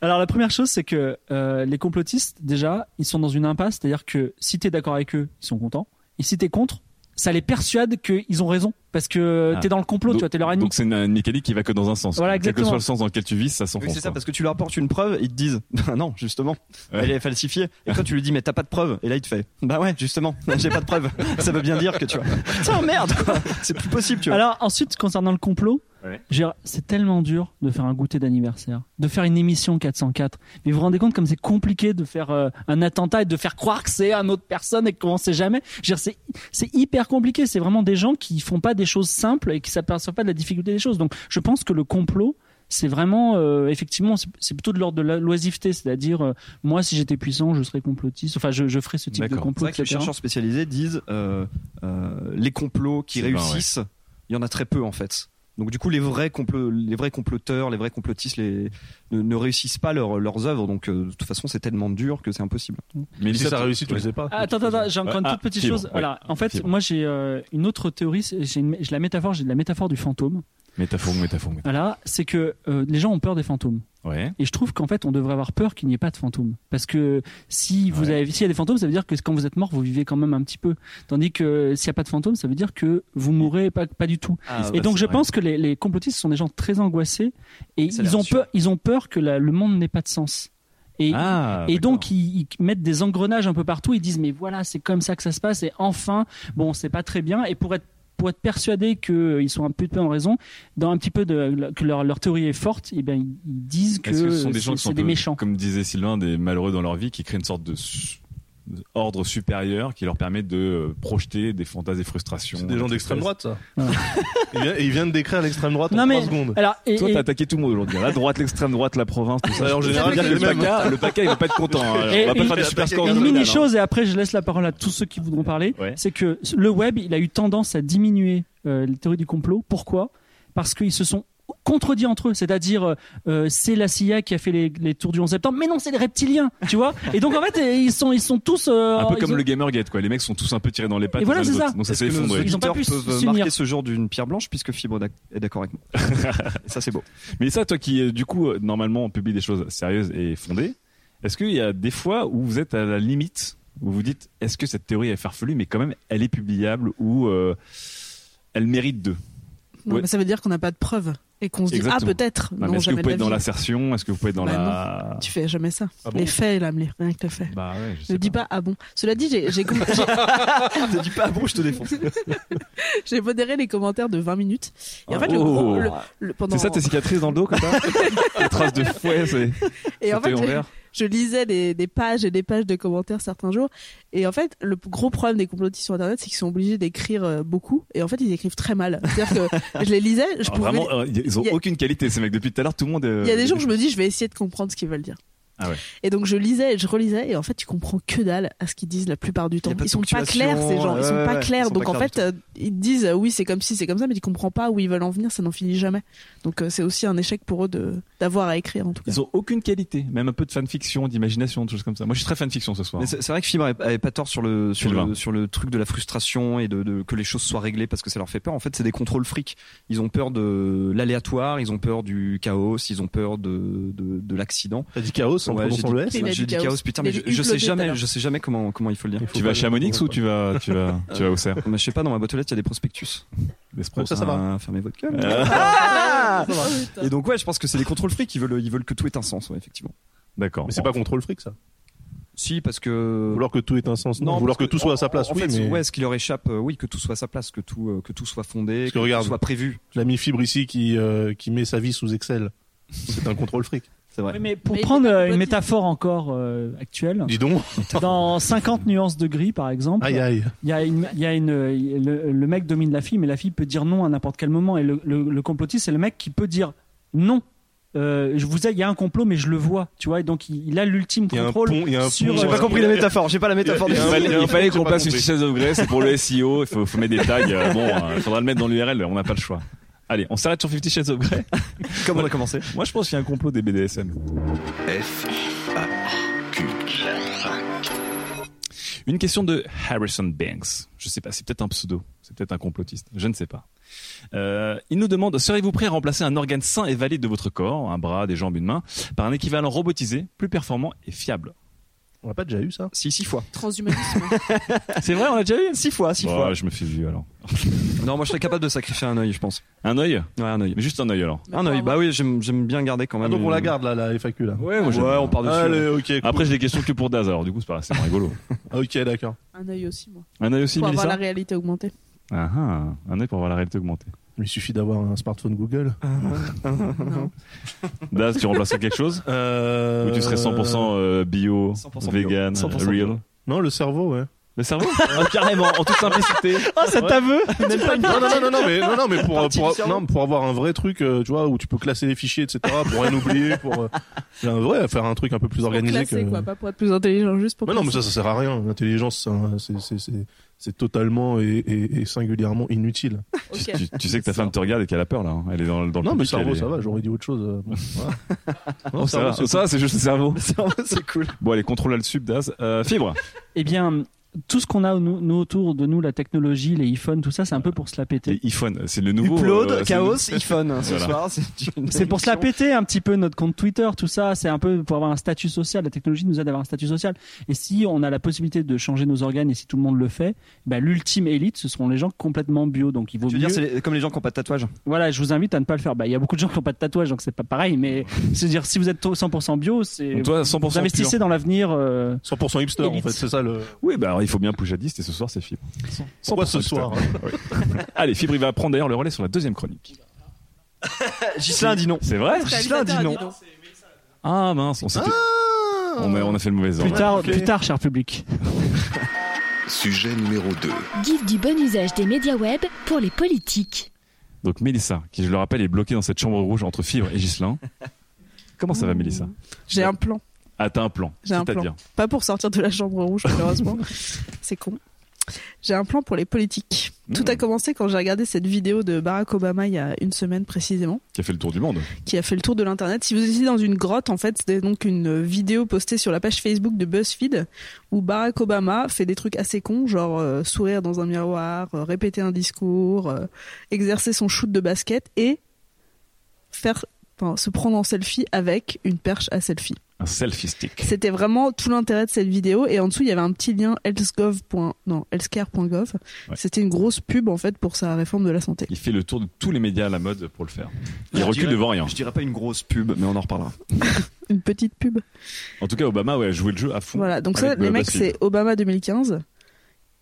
[SPEAKER 6] Alors la première chose, c'est que euh, les complotistes, déjà, ils sont dans une impasse, c'est-à-dire que si t'es d'accord avec eux, ils sont contents, et si t'es contre, ça les persuade qu'ils ont raison parce que
[SPEAKER 3] Ah.
[SPEAKER 6] t'es dans le complot,
[SPEAKER 3] Donc-
[SPEAKER 6] tu vois, t'es leur ennemi.
[SPEAKER 3] Donc c'est une, une mécanique qui va que dans un sens.
[SPEAKER 6] Voilà,
[SPEAKER 3] Quel que
[SPEAKER 6] exactement.
[SPEAKER 3] soit le sens dans lequel tu vis, ça
[SPEAKER 5] Oui,
[SPEAKER 3] s'enfonce.
[SPEAKER 5] c'est ça,
[SPEAKER 3] quoi.
[SPEAKER 5] parce que tu leur apportes une preuve, ils te disent, bah non, justement, elle est falsifiée. Et toi, tu lui dis, mais t'as pas de preuve. Et là, il te fait, bah ouais, justement, j'ai pas de preuve. Ça veut bien dire que tu vois. Putain, merde, quoi. C'est plus possible, tu vois.
[SPEAKER 6] Alors ensuite, concernant le complot,
[SPEAKER 5] Ouais.
[SPEAKER 6] j'ai- c'est tellement dur de faire un goûter d'anniversaire, de faire une émission 404. Mais vous vous rendez compte comme c'est compliqué de faire euh, un attentat et de faire croire que c'est une autre personne et qu'on ne sait jamais. Je veux dire, C'est c'est hyper compliqué. C'est vraiment des gens qui font pas des choses simples et qui s'aperçoivent pas de la difficulté des choses. Donc je pense que le complot, c'est vraiment euh, effectivement c'est c'est plutôt de l'ordre de la loisiveté, c'est-à-dire euh, moi si j'étais puissant, je serais complotiste. Enfin, je, je ferais ce type de
[SPEAKER 5] D'accord. C'est
[SPEAKER 6] complot.
[SPEAKER 5] vrai que les
[SPEAKER 6] etc.
[SPEAKER 5] chercheurs spécialisés disent euh, euh, les complots qui
[SPEAKER 3] C'est vrai,
[SPEAKER 5] réussissent, il y en a très peu en fait. Donc du coup, les vrais, complo- les vrais comploteurs, les vrais complotistes les, ne, ne réussissent pas leur- leurs œuvres. Donc euh, de toute façon, c'est tellement dur que c'est impossible.
[SPEAKER 3] Mais
[SPEAKER 7] Si ça réussit, tu le sais pas.
[SPEAKER 6] Ah, Attends, attends, attends, j'ai encore une
[SPEAKER 3] Ah,
[SPEAKER 6] toute petite
[SPEAKER 3] fibre,
[SPEAKER 6] chose.
[SPEAKER 3] ouais.
[SPEAKER 6] Voilà. En fait,
[SPEAKER 3] Fibre.
[SPEAKER 6] moi, j'ai euh, une autre théorie. c'est- J'ai une- j'ai la métaphore, j'ai de la métaphore du fantôme.
[SPEAKER 3] Métaphore, métaphore, métaphore.
[SPEAKER 6] Voilà, c'est que euh, les gens ont peur des fantômes.
[SPEAKER 3] Ouais.
[SPEAKER 6] Et je trouve qu'en fait, on devrait avoir peur qu'il n'y ait pas de fantômes. Parce que si vous
[SPEAKER 3] Ouais.
[SPEAKER 6] avez, s'il y a des fantômes, ça veut dire que quand vous êtes mort, vous vivez quand même un petit peu. Tandis que s'il n'y a pas de fantômes, ça veut dire que vous mourrez pas, pas du tout.
[SPEAKER 5] Ah,
[SPEAKER 6] et
[SPEAKER 3] bah,
[SPEAKER 6] donc,
[SPEAKER 3] c'est
[SPEAKER 6] je
[SPEAKER 3] vrai.
[SPEAKER 6] pense que les, les complotistes sont des gens très angoissés et
[SPEAKER 5] Ça
[SPEAKER 6] ils
[SPEAKER 5] les
[SPEAKER 6] ont
[SPEAKER 5] rassure.
[SPEAKER 6] peur, ils ont peur que la- le monde n'ait pas de sens. Et
[SPEAKER 3] Ah,
[SPEAKER 6] et
[SPEAKER 3] d'accord.
[SPEAKER 6] donc ils, ils mettent des engrenages un peu partout. Ils disent mais voilà c'est comme ça que ça se passe et enfin bon c'est pas très bien et pour être pour être persuadé qu'ils sont un petit peu en raison, dans un petit peu de, que leur, leur théorie est forte, et bien ils ils disent que,
[SPEAKER 3] Est-ce que ce sont des gens
[SPEAKER 6] euh,
[SPEAKER 3] qui sont
[SPEAKER 6] c'est c'est
[SPEAKER 3] un
[SPEAKER 6] des
[SPEAKER 3] peu,
[SPEAKER 6] méchants.
[SPEAKER 3] Comme disait Sylvain, des malheureux dans leur vie qui créent une sorte de su- de ordre supérieur qui leur permet de euh, projeter des fantasmes et frustrations.
[SPEAKER 7] C'est des gens
[SPEAKER 3] tristesse.
[SPEAKER 7] d'extrême droite, ça.
[SPEAKER 6] Ouais.
[SPEAKER 7] il, vient, il vient de décrire l'extrême droite
[SPEAKER 6] Non,
[SPEAKER 7] en
[SPEAKER 6] mais-
[SPEAKER 7] 3 secondes.
[SPEAKER 6] Alors, et-
[SPEAKER 3] Toi,
[SPEAKER 6] et-
[SPEAKER 3] t'as attaqué tout le monde aujourd'hui. hein. La droite, l'extrême droite, la province, tout ça.
[SPEAKER 7] Ouais, en général,
[SPEAKER 3] dire que
[SPEAKER 7] c'est
[SPEAKER 3] le
[SPEAKER 7] le même.
[SPEAKER 3] PACA, le PACA, il va pas être content. hein.
[SPEAKER 6] Et
[SPEAKER 3] On va pas
[SPEAKER 6] une-
[SPEAKER 3] faire des super scores.
[SPEAKER 6] une
[SPEAKER 3] nationaux,
[SPEAKER 6] mini
[SPEAKER 3] là,
[SPEAKER 6] chose et après je laisse la parole à tous ceux qui voudront parler
[SPEAKER 3] Ouais.
[SPEAKER 6] c'est que le web il a eu tendance à diminuer euh, les théories du complot pourquoi parce qu'ils se sont contredits entre eux c'est-à-dire euh, euh, c'est la CIA qui a fait les, les tours du 11 septembre mais non c'est les reptiliens tu vois et donc en fait euh, ils sont ils sont tous euh,
[SPEAKER 3] Un peu
[SPEAKER 6] ils
[SPEAKER 3] comme
[SPEAKER 6] ont-
[SPEAKER 3] le Gamergate, quoi. Les mecs sont tous un peu tirés dans les pattes.
[SPEAKER 6] Et voilà,
[SPEAKER 3] les uns
[SPEAKER 6] c'est
[SPEAKER 3] les
[SPEAKER 6] ça.
[SPEAKER 3] autres. Donc ça
[SPEAKER 5] Est-ce
[SPEAKER 3] s'est
[SPEAKER 5] que nos
[SPEAKER 3] effondré.
[SPEAKER 6] Ils ont pas
[SPEAKER 5] auditeurs
[SPEAKER 6] pu
[SPEAKER 5] peuvent
[SPEAKER 6] s'unir.
[SPEAKER 5] marquer ce jour d'une pierre blanche puisque Fibre d'ac- est d'accord avec moi. Et ça, c'est beau.
[SPEAKER 3] Mais ça, toi qui, euh, du coup, euh, normalement, on publie des choses sérieuses et fondées, est-ce qu'il y a des fois où vous êtes à la limite, où vous dites, est-ce que cette théorie est farfelue, mais quand même, elle est publiable ou euh, elle mérite d'eux
[SPEAKER 4] Non,
[SPEAKER 3] Ouais.
[SPEAKER 4] mais ça veut dire qu'on n'a pas de preuves et qu'on se dit ah
[SPEAKER 3] Exactement.
[SPEAKER 4] peut-être.
[SPEAKER 3] Non,
[SPEAKER 4] Non,
[SPEAKER 3] mais Est-ce que
[SPEAKER 4] jamais
[SPEAKER 3] vous
[SPEAKER 4] de
[SPEAKER 3] pouvez
[SPEAKER 4] la
[SPEAKER 3] être dans
[SPEAKER 4] vie.
[SPEAKER 3] l'assertion Est-ce que vous pouvez être dans
[SPEAKER 4] Bah
[SPEAKER 3] la.
[SPEAKER 4] Tu fais jamais ça.
[SPEAKER 3] Ah bon
[SPEAKER 4] les faits, là, mais rien que les faits.
[SPEAKER 3] Bah ouais, je
[SPEAKER 4] Ne
[SPEAKER 3] sais
[SPEAKER 4] dis
[SPEAKER 3] pas.
[SPEAKER 4] pas ah bon. Cela dit, j'ai- j'ai compris.
[SPEAKER 5] Ne dis pas, ah bon, je te défonce.
[SPEAKER 4] J'ai modéré les commentaires de 20 minutes. Et en fait, le
[SPEAKER 3] Oh.
[SPEAKER 4] gros- le- le- pendant...
[SPEAKER 3] C'est ça tes cicatrices dans le dos, comme ça Les traces de fouet, c'est.
[SPEAKER 4] et en
[SPEAKER 3] c'était
[SPEAKER 4] fait,
[SPEAKER 3] en
[SPEAKER 4] je,
[SPEAKER 3] vert.
[SPEAKER 4] je lisais des, des pages et des pages de commentaires certains jours. Et en fait, le p- gros problème des complotistes sur Internet, c'est qu'ils sont obligés d'écrire euh, beaucoup. Et en fait, ils écrivent très mal. C'est-à-dire que je les lisais, je
[SPEAKER 3] Alors,
[SPEAKER 4] pouvais...
[SPEAKER 3] Vraiment, euh, ils ont
[SPEAKER 4] il y a-
[SPEAKER 3] aucune qualité, ces mecs. Depuis tout à l'heure, tout le monde. euh,
[SPEAKER 4] Il y a des jours, où je me dis, je vais essayer de comprendre ce qu'ils veulent dire.
[SPEAKER 3] Ah ouais.
[SPEAKER 4] Et donc, je lisais et je relisais, et en fait, tu comprends que dalle à ce qu'ils disent la plupart du temps.
[SPEAKER 5] a pas de
[SPEAKER 4] Ils sont pas
[SPEAKER 5] ponctuation,
[SPEAKER 4] clairs, ces gens.
[SPEAKER 5] ouais,
[SPEAKER 4] ils sont
[SPEAKER 5] ouais,
[SPEAKER 4] pas
[SPEAKER 5] ouais, ils
[SPEAKER 4] clairs.
[SPEAKER 5] sont
[SPEAKER 4] Donc,
[SPEAKER 5] pas
[SPEAKER 4] en
[SPEAKER 5] clairs
[SPEAKER 4] fait, euh, ils disent, euh, oui, c'est comme ci, c'est comme ça, mais tu comprends pas où ils veulent en venir, ça n'en finit jamais. Donc, euh, c'est aussi un échec pour eux de, d'avoir à écrire, en tout cas.
[SPEAKER 3] Ils ont aucune qualité, même un peu de fanfiction, d'imagination, de choses comme ça. Moi, je suis très fanfiction ce soir.
[SPEAKER 5] Mais c'est c'est vrai que Fibre avait- avait pas tort sur le sur
[SPEAKER 3] Sylvain.
[SPEAKER 5] le, sur le truc de la frustration et de, de- que les choses soient réglées parce que ça leur fait peur. En fait, c'est des contrôles fric. Ils ont peur de l'aléatoire, ils ont peur du chaos, ils ont peur de de, de l'accident.
[SPEAKER 7] T'as dit chaos en
[SPEAKER 5] Ouais, j'ai
[SPEAKER 7] prononçant
[SPEAKER 5] dit-
[SPEAKER 7] le S
[SPEAKER 4] Il
[SPEAKER 5] J'ai
[SPEAKER 4] a dit
[SPEAKER 5] dit chaos,
[SPEAKER 4] chaos.
[SPEAKER 5] putain,
[SPEAKER 4] Il
[SPEAKER 5] mais
[SPEAKER 4] a
[SPEAKER 5] je,
[SPEAKER 4] dit
[SPEAKER 5] je sais
[SPEAKER 4] uploader tout à
[SPEAKER 5] jamais,
[SPEAKER 4] l'heure.
[SPEAKER 5] je sais jamais comment comment il faut le dire.
[SPEAKER 3] Tu vas à Chamonix ou tu vas, tu vas, tu vas au cerf
[SPEAKER 5] Je sais pas, dans ma boîte aux lettres, il y a des prospectus.
[SPEAKER 3] Despros.
[SPEAKER 7] Ça, ça va.
[SPEAKER 5] Ah, Fermez votre gueule.
[SPEAKER 3] Euh,
[SPEAKER 5] Et donc ouais, je pense que c'est des contrôles fric. Ils veulent ils veulent que tout ait un sens, ouais, effectivement.
[SPEAKER 3] D'accord.
[SPEAKER 7] Mais c'est pas contre le fric, ça.
[SPEAKER 5] Si parce que
[SPEAKER 7] Vouloir que tout ait un sens, Euh. non.
[SPEAKER 5] parce
[SPEAKER 7] Vouloir que, tout soit à
[SPEAKER 5] en-
[SPEAKER 7] sa place,
[SPEAKER 5] en
[SPEAKER 7] oui,
[SPEAKER 5] fait,
[SPEAKER 7] mais
[SPEAKER 5] ouais, ce qui leur échappe, euh, oui, que tout soit à sa place, que tout euh, que tout soit fondé,
[SPEAKER 7] Parce
[SPEAKER 5] que
[SPEAKER 7] que regarde.
[SPEAKER 5] tout soit prévu.
[SPEAKER 7] l'ami Fibre ici qui, euh, qui met sa vie sous Excel, c'est un contrôle fric.
[SPEAKER 5] C'est vrai.
[SPEAKER 6] Oui, mais pour
[SPEAKER 4] Mais il
[SPEAKER 6] prendre
[SPEAKER 4] est pas
[SPEAKER 6] euh, une
[SPEAKER 4] complotiste.
[SPEAKER 6] métaphore encore euh, actuelle
[SPEAKER 7] Dis donc,
[SPEAKER 6] dans 50 nuances de gris par exemple
[SPEAKER 7] aïe aïe.
[SPEAKER 6] Il y a une, il y a une, le, le mec domine la fille, mais la fille peut dire non à n'importe quel moment. Et le, le, le complotiste, c'est le mec qui peut dire non. Euh, je vous ai, il y a un complot, mais je le vois, tu vois. Et donc il, il a l'ultime
[SPEAKER 7] Il y a un
[SPEAKER 6] contrôle.
[SPEAKER 7] pont, il y a un
[SPEAKER 6] sur- euh,
[SPEAKER 7] pont,
[SPEAKER 6] J'ai
[SPEAKER 5] J'ai
[SPEAKER 7] ouais.
[SPEAKER 5] pas compris la métaphore. J'ai pas la métaphore.
[SPEAKER 7] Il y a-
[SPEAKER 5] du-
[SPEAKER 3] Il
[SPEAKER 7] Ouais,
[SPEAKER 3] fallait, il fallait qu'on
[SPEAKER 7] j'ai pas
[SPEAKER 3] passe une
[SPEAKER 7] compris.
[SPEAKER 3] système de grès, c'est pour le SEO, il faut, faut mettre des tags. euh, Bon, il faudra le mettre dans l'URL, on n'a pas le choix. Allez, on s'arrête sur 50 Shades of Grey.
[SPEAKER 5] Comme on a commencé.
[SPEAKER 3] Moi, je pense qu'il y a un complot des BDSM.
[SPEAKER 1] F, A, Q.
[SPEAKER 3] Une question de Harrison Banks. Je sais pas, c'est peut-être un pseudo, c'est peut-être un complotiste, je ne sais pas. Euh, il nous demande serez-vous prêt à remplacer un organe sain et valide de votre corps, un bras, des jambes, une main, par un équivalent robotisé, plus performant et fiable
[SPEAKER 7] On l'a pas déjà eu ça
[SPEAKER 5] Si, six fois.
[SPEAKER 4] Transhumanisme.
[SPEAKER 5] C'est vrai, on l'a déjà eu Six fois, six
[SPEAKER 3] Bon,
[SPEAKER 5] fois.
[SPEAKER 3] Bah, je me fais vieux alors.
[SPEAKER 5] Non, moi je serais capable de sacrifier un œil, je pense.
[SPEAKER 3] Un œil
[SPEAKER 5] Ouais, un œil.
[SPEAKER 3] Mais juste un œil alors.
[SPEAKER 4] Mais
[SPEAKER 5] Un
[SPEAKER 4] pour
[SPEAKER 5] œil,
[SPEAKER 4] avoir-
[SPEAKER 5] bah oui, j'aime j'aime bien garder quand
[SPEAKER 7] Ah,
[SPEAKER 5] même.
[SPEAKER 7] donc on la
[SPEAKER 5] une-
[SPEAKER 7] garde là, la FAQ là.
[SPEAKER 3] Ouais, moi, j'aime
[SPEAKER 5] Ouais,
[SPEAKER 3] bien.
[SPEAKER 5] on part dessus. ouais.
[SPEAKER 7] Allez, ok. cool. Ah,
[SPEAKER 3] Après, j'ai des questions que pour Daz alors du coup, c'est pas c'est pas rigolo.
[SPEAKER 7] ok, d'accord.
[SPEAKER 5] bah
[SPEAKER 4] Un œil aussi, moi.
[SPEAKER 3] Un œil aussi,
[SPEAKER 4] Pour avoir
[SPEAKER 3] Mélissa
[SPEAKER 4] la réalité augmentée.
[SPEAKER 3] Ah, ah, Un œil pour voir la réalité augmentée.
[SPEAKER 7] Il suffit d'avoir un smartphone Google.
[SPEAKER 4] Non.
[SPEAKER 3] Daz, tu remplacerais quelque chose
[SPEAKER 7] Euh...
[SPEAKER 3] Ou tu serais 100% euh, bio,
[SPEAKER 5] 100% bio.
[SPEAKER 3] vegan, euh,
[SPEAKER 5] 100% bio.
[SPEAKER 3] real
[SPEAKER 7] Non, le cerveau, ouais.
[SPEAKER 3] Le cerveau Carrément, en toute simplicité.
[SPEAKER 5] Oh, cet aveu
[SPEAKER 7] Non, non, non, non, non, mais, non, non, mais pour, euh,
[SPEAKER 5] Partie
[SPEAKER 7] pour,
[SPEAKER 5] du cerveau.
[SPEAKER 7] non, pour avoir un vrai truc, euh, tu vois, où tu peux classer les fichiers, etc., pour rien oublier, pour euh, un vrai, faire un truc un peu plus
[SPEAKER 4] Pour
[SPEAKER 7] organisé.
[SPEAKER 4] classer,
[SPEAKER 7] que...
[SPEAKER 4] quoi. Pas pour être plus intelligent, juste pour.
[SPEAKER 7] Mais non, mais
[SPEAKER 4] classer.
[SPEAKER 7] ça, ça sert à rien. L'intelligence, c'est un- c'est- c'est- c'est c'est totalement et, et- et singulièrement inutile.
[SPEAKER 4] Ok.
[SPEAKER 3] Tu, tu sais que ta femme te regarde et qu'elle a peur là. hein. Elle est dans, le- dans le
[SPEAKER 7] Non, mais
[SPEAKER 3] public,
[SPEAKER 7] cerveau,
[SPEAKER 3] elle est-
[SPEAKER 7] ça va. J'aurais dit autre chose. euh, bon, voilà. Non,
[SPEAKER 3] Oh, ça,
[SPEAKER 7] cerveau,
[SPEAKER 3] va,
[SPEAKER 7] c'est
[SPEAKER 3] ça, c'est juste le cerveau.
[SPEAKER 5] C'est cool.
[SPEAKER 3] Bon, allez, contrôle le sub, Daz. Euh, fibre.
[SPEAKER 6] Eh bien, tout ce qu'on a au- nous, nous autour de nous, la technologie, les iPhones, tout ça, c'est un peu pour se la péter.
[SPEAKER 3] Et iPhone, c'est le nouveau.
[SPEAKER 5] Upload,
[SPEAKER 3] euh, c'est-
[SPEAKER 5] chaos, iPhone. hein, Ce
[SPEAKER 3] Voilà.
[SPEAKER 5] soir, c'est une-
[SPEAKER 6] C'est pour se la péter un petit peu notre compte Twitter, tout ça. C'est un peu pour avoir un statut social. La technologie nous aide à avoir un statut social. Et si on a la possibilité de changer nos organes et si tout le monde le fait, bah, l'ultime élite, ce seront les gens complètement bio. Donc il vaut
[SPEAKER 5] Tu veux
[SPEAKER 6] mieux.
[SPEAKER 5] dire, c'est les- comme les gens qui n'ont pas de tatouage
[SPEAKER 6] Voilà, je vous invite à ne pas le faire. Bah, il y a beaucoup de gens qui n'ont pas de tatouage, donc c'est pas pareil. Mais c'est-à-dire, si vous êtes 100% bio, c'est
[SPEAKER 3] Donc, toi, 100%
[SPEAKER 6] vous
[SPEAKER 3] pur.
[SPEAKER 6] investissez dans l'avenir. euh,
[SPEAKER 7] 100% hipster, en
[SPEAKER 6] Élite.
[SPEAKER 7] fait. C'est ça le.
[SPEAKER 3] Oui, bah alors il faut bien plus jadiste et ce soir c'est Fibre.
[SPEAKER 7] Pourquoi ce
[SPEAKER 3] 100%
[SPEAKER 7] soir
[SPEAKER 3] Oui. Allez, Fibre, il va prendre d'ailleurs le relais sur la deuxième chronique.
[SPEAKER 5] Gislain dit non.
[SPEAKER 3] C'est vrai
[SPEAKER 4] Réalisateur,
[SPEAKER 5] dis non.
[SPEAKER 4] dis donc.
[SPEAKER 3] Ah mince, on, s'était- on, a, on a fait le mauvais
[SPEAKER 6] Plus
[SPEAKER 3] ordre.
[SPEAKER 6] tard, plus tard, cher public.
[SPEAKER 1] Sujet numéro 2.
[SPEAKER 8] Guide du bon usage des médias web pour les politiques.
[SPEAKER 3] Donc Mélissa, qui je le rappelle est bloquée dans cette chambre rouge entre Fibre et Gislin. Comment ça va Mélissa
[SPEAKER 4] J'ai un plan.
[SPEAKER 3] Ah t'as un plan.
[SPEAKER 4] J'ai un
[SPEAKER 3] C'est-à-dire
[SPEAKER 4] Pas pour sortir de la chambre rouge, malheureusement. C'est con. J'ai un plan pour les politiques. Tout a commencé quand j'ai regardé cette vidéo de Barack Obama il y a une semaine précisément,
[SPEAKER 3] qui a fait le tour du monde.
[SPEAKER 4] qui a fait le tour de l'internet. Si vous étiez dans une grotte, en fait, c'était donc une vidéo postée sur la page Facebook de BuzzFeed où Barack Obama fait des trucs assez cons, genre euh, sourire dans un miroir, euh, répéter un discours, euh, exercer son shoot de basket et faire, enfin, se prendre en selfie avec une perche à selfie.
[SPEAKER 3] Un selfie stick.
[SPEAKER 4] C'était vraiment tout l'intérêt de cette vidéo. Et en dessous, il y avait un petit lien healthgov. Non, healthcare.gov.
[SPEAKER 3] Ouais.
[SPEAKER 4] C'était une grosse pub, en fait, pour sa réforme de la santé.
[SPEAKER 3] Il fait le tour de tous les médias à la mode pour le faire. Il
[SPEAKER 5] Je
[SPEAKER 3] recule
[SPEAKER 5] dirais-
[SPEAKER 3] devant rien.
[SPEAKER 5] Je dirais pas une grosse pub, mais on en reparlera.
[SPEAKER 4] Une petite pub.
[SPEAKER 3] En tout cas, Obama ouais, a joué le jeu à fond.
[SPEAKER 4] Voilà. Donc ça,
[SPEAKER 3] Avec
[SPEAKER 4] les
[SPEAKER 3] le
[SPEAKER 4] mecs,
[SPEAKER 3] BuzzFeed.
[SPEAKER 4] c'est Obama 2015.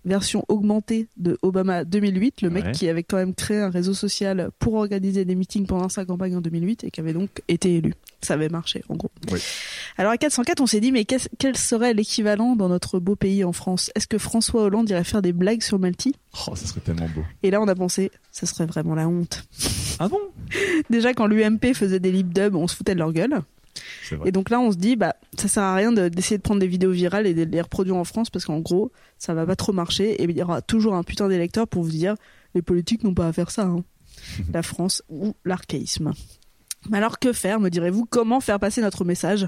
[SPEAKER 4] Version augmentée de Obama 2008, le mec
[SPEAKER 3] Ouais.
[SPEAKER 4] qui avait quand même créé un réseau social pour organiser des meetings pendant sa campagne en 2008 et qui avait donc été élu. Ça avait marché, en gros.
[SPEAKER 3] Oui.
[SPEAKER 4] Alors à 404, on s'est dit, mais qu'est-ce- quel serait l'équivalent dans notre beau pays en France Est-ce que François Hollande irait faire des blagues sur Malti
[SPEAKER 3] Oh, ça serait tellement beau.
[SPEAKER 4] Et là, on a pensé, ça serait vraiment la honte.
[SPEAKER 5] Ah bon
[SPEAKER 4] Déjà, quand l'UMP faisait des lip dubs, on se foutait de leur gueule.
[SPEAKER 3] C'est vrai.
[SPEAKER 4] Et donc là, on se dit, bah, ça sert à rien de- d'essayer de, prendre des vidéos virales et de les reproduire en France parce qu'en gros, ça va pas trop marcher et il y aura toujours un putain d'électeur pour vous dire, les politiques n'ont pas à faire ça. hein. La France ou l'archaïsme. Mais alors, que faire, me direz-vous Comment faire passer notre message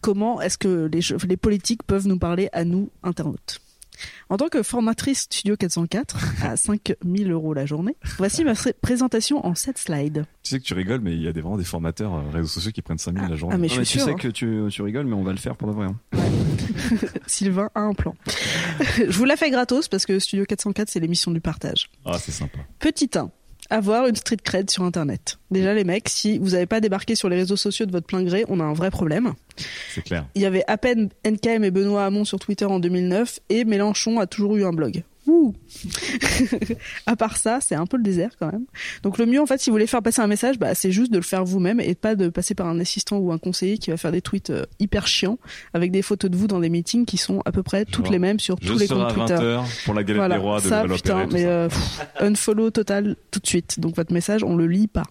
[SPEAKER 4] Comment est-ce que les, che- les politiques peuvent nous parler à nous, internautes en tant que formatrice Studio 404, à 5000 euros la journée, voici ma pré- présentation en 7 slides.
[SPEAKER 3] Tu sais que tu rigoles, mais il y a des, vraiment des formateurs euh, réseaux sociaux qui prennent 5000 la journée.
[SPEAKER 4] Ah, mais
[SPEAKER 5] Non,
[SPEAKER 4] je
[SPEAKER 5] mais
[SPEAKER 4] suis
[SPEAKER 5] tu
[SPEAKER 4] sûre,
[SPEAKER 5] sais
[SPEAKER 4] hein.
[SPEAKER 5] que tu, tu rigoles, mais on va le faire pour de vrai. hein.
[SPEAKER 4] Sylvain a un plan. je vous la fais gratos parce que Studio 404, c'est l'émission du partage.
[SPEAKER 3] Ah, c'est sympa.
[SPEAKER 4] Petit 1. Avoir une street cred sur Internet. Déjà, les mecs, si vous n'avez pas débarqué sur les réseaux sociaux de votre plein gré, on a un vrai problème.
[SPEAKER 3] C'est clair.
[SPEAKER 4] Il y avait à peine NKM et Benoît Hamon sur Twitter en 2009 et Mélenchon a toujours eu un blog. Ouh. à part ça, c'est un peu le désert quand même. Donc le mieux en fait, si vous voulez faire passer un message, bah, c'est juste de le faire vous-même et pas de passer par un assistant ou un conseiller qui va faire des tweets euh, hyper chiants avec des photos de vous dans des meetings qui sont à peu près toutes
[SPEAKER 3] Genre,
[SPEAKER 4] les mêmes sur
[SPEAKER 3] Je
[SPEAKER 4] tous les
[SPEAKER 3] serai
[SPEAKER 4] comptes
[SPEAKER 3] à
[SPEAKER 4] Twitter.
[SPEAKER 3] 20h pour la galette
[SPEAKER 4] Voilà,
[SPEAKER 3] des rois de
[SPEAKER 4] ça,
[SPEAKER 3] Levallois
[SPEAKER 4] putain,
[SPEAKER 3] Perret, tout
[SPEAKER 4] mais
[SPEAKER 3] ça.
[SPEAKER 4] euh, pff, unfollow total tout de suite. Donc votre message, on le lit pas.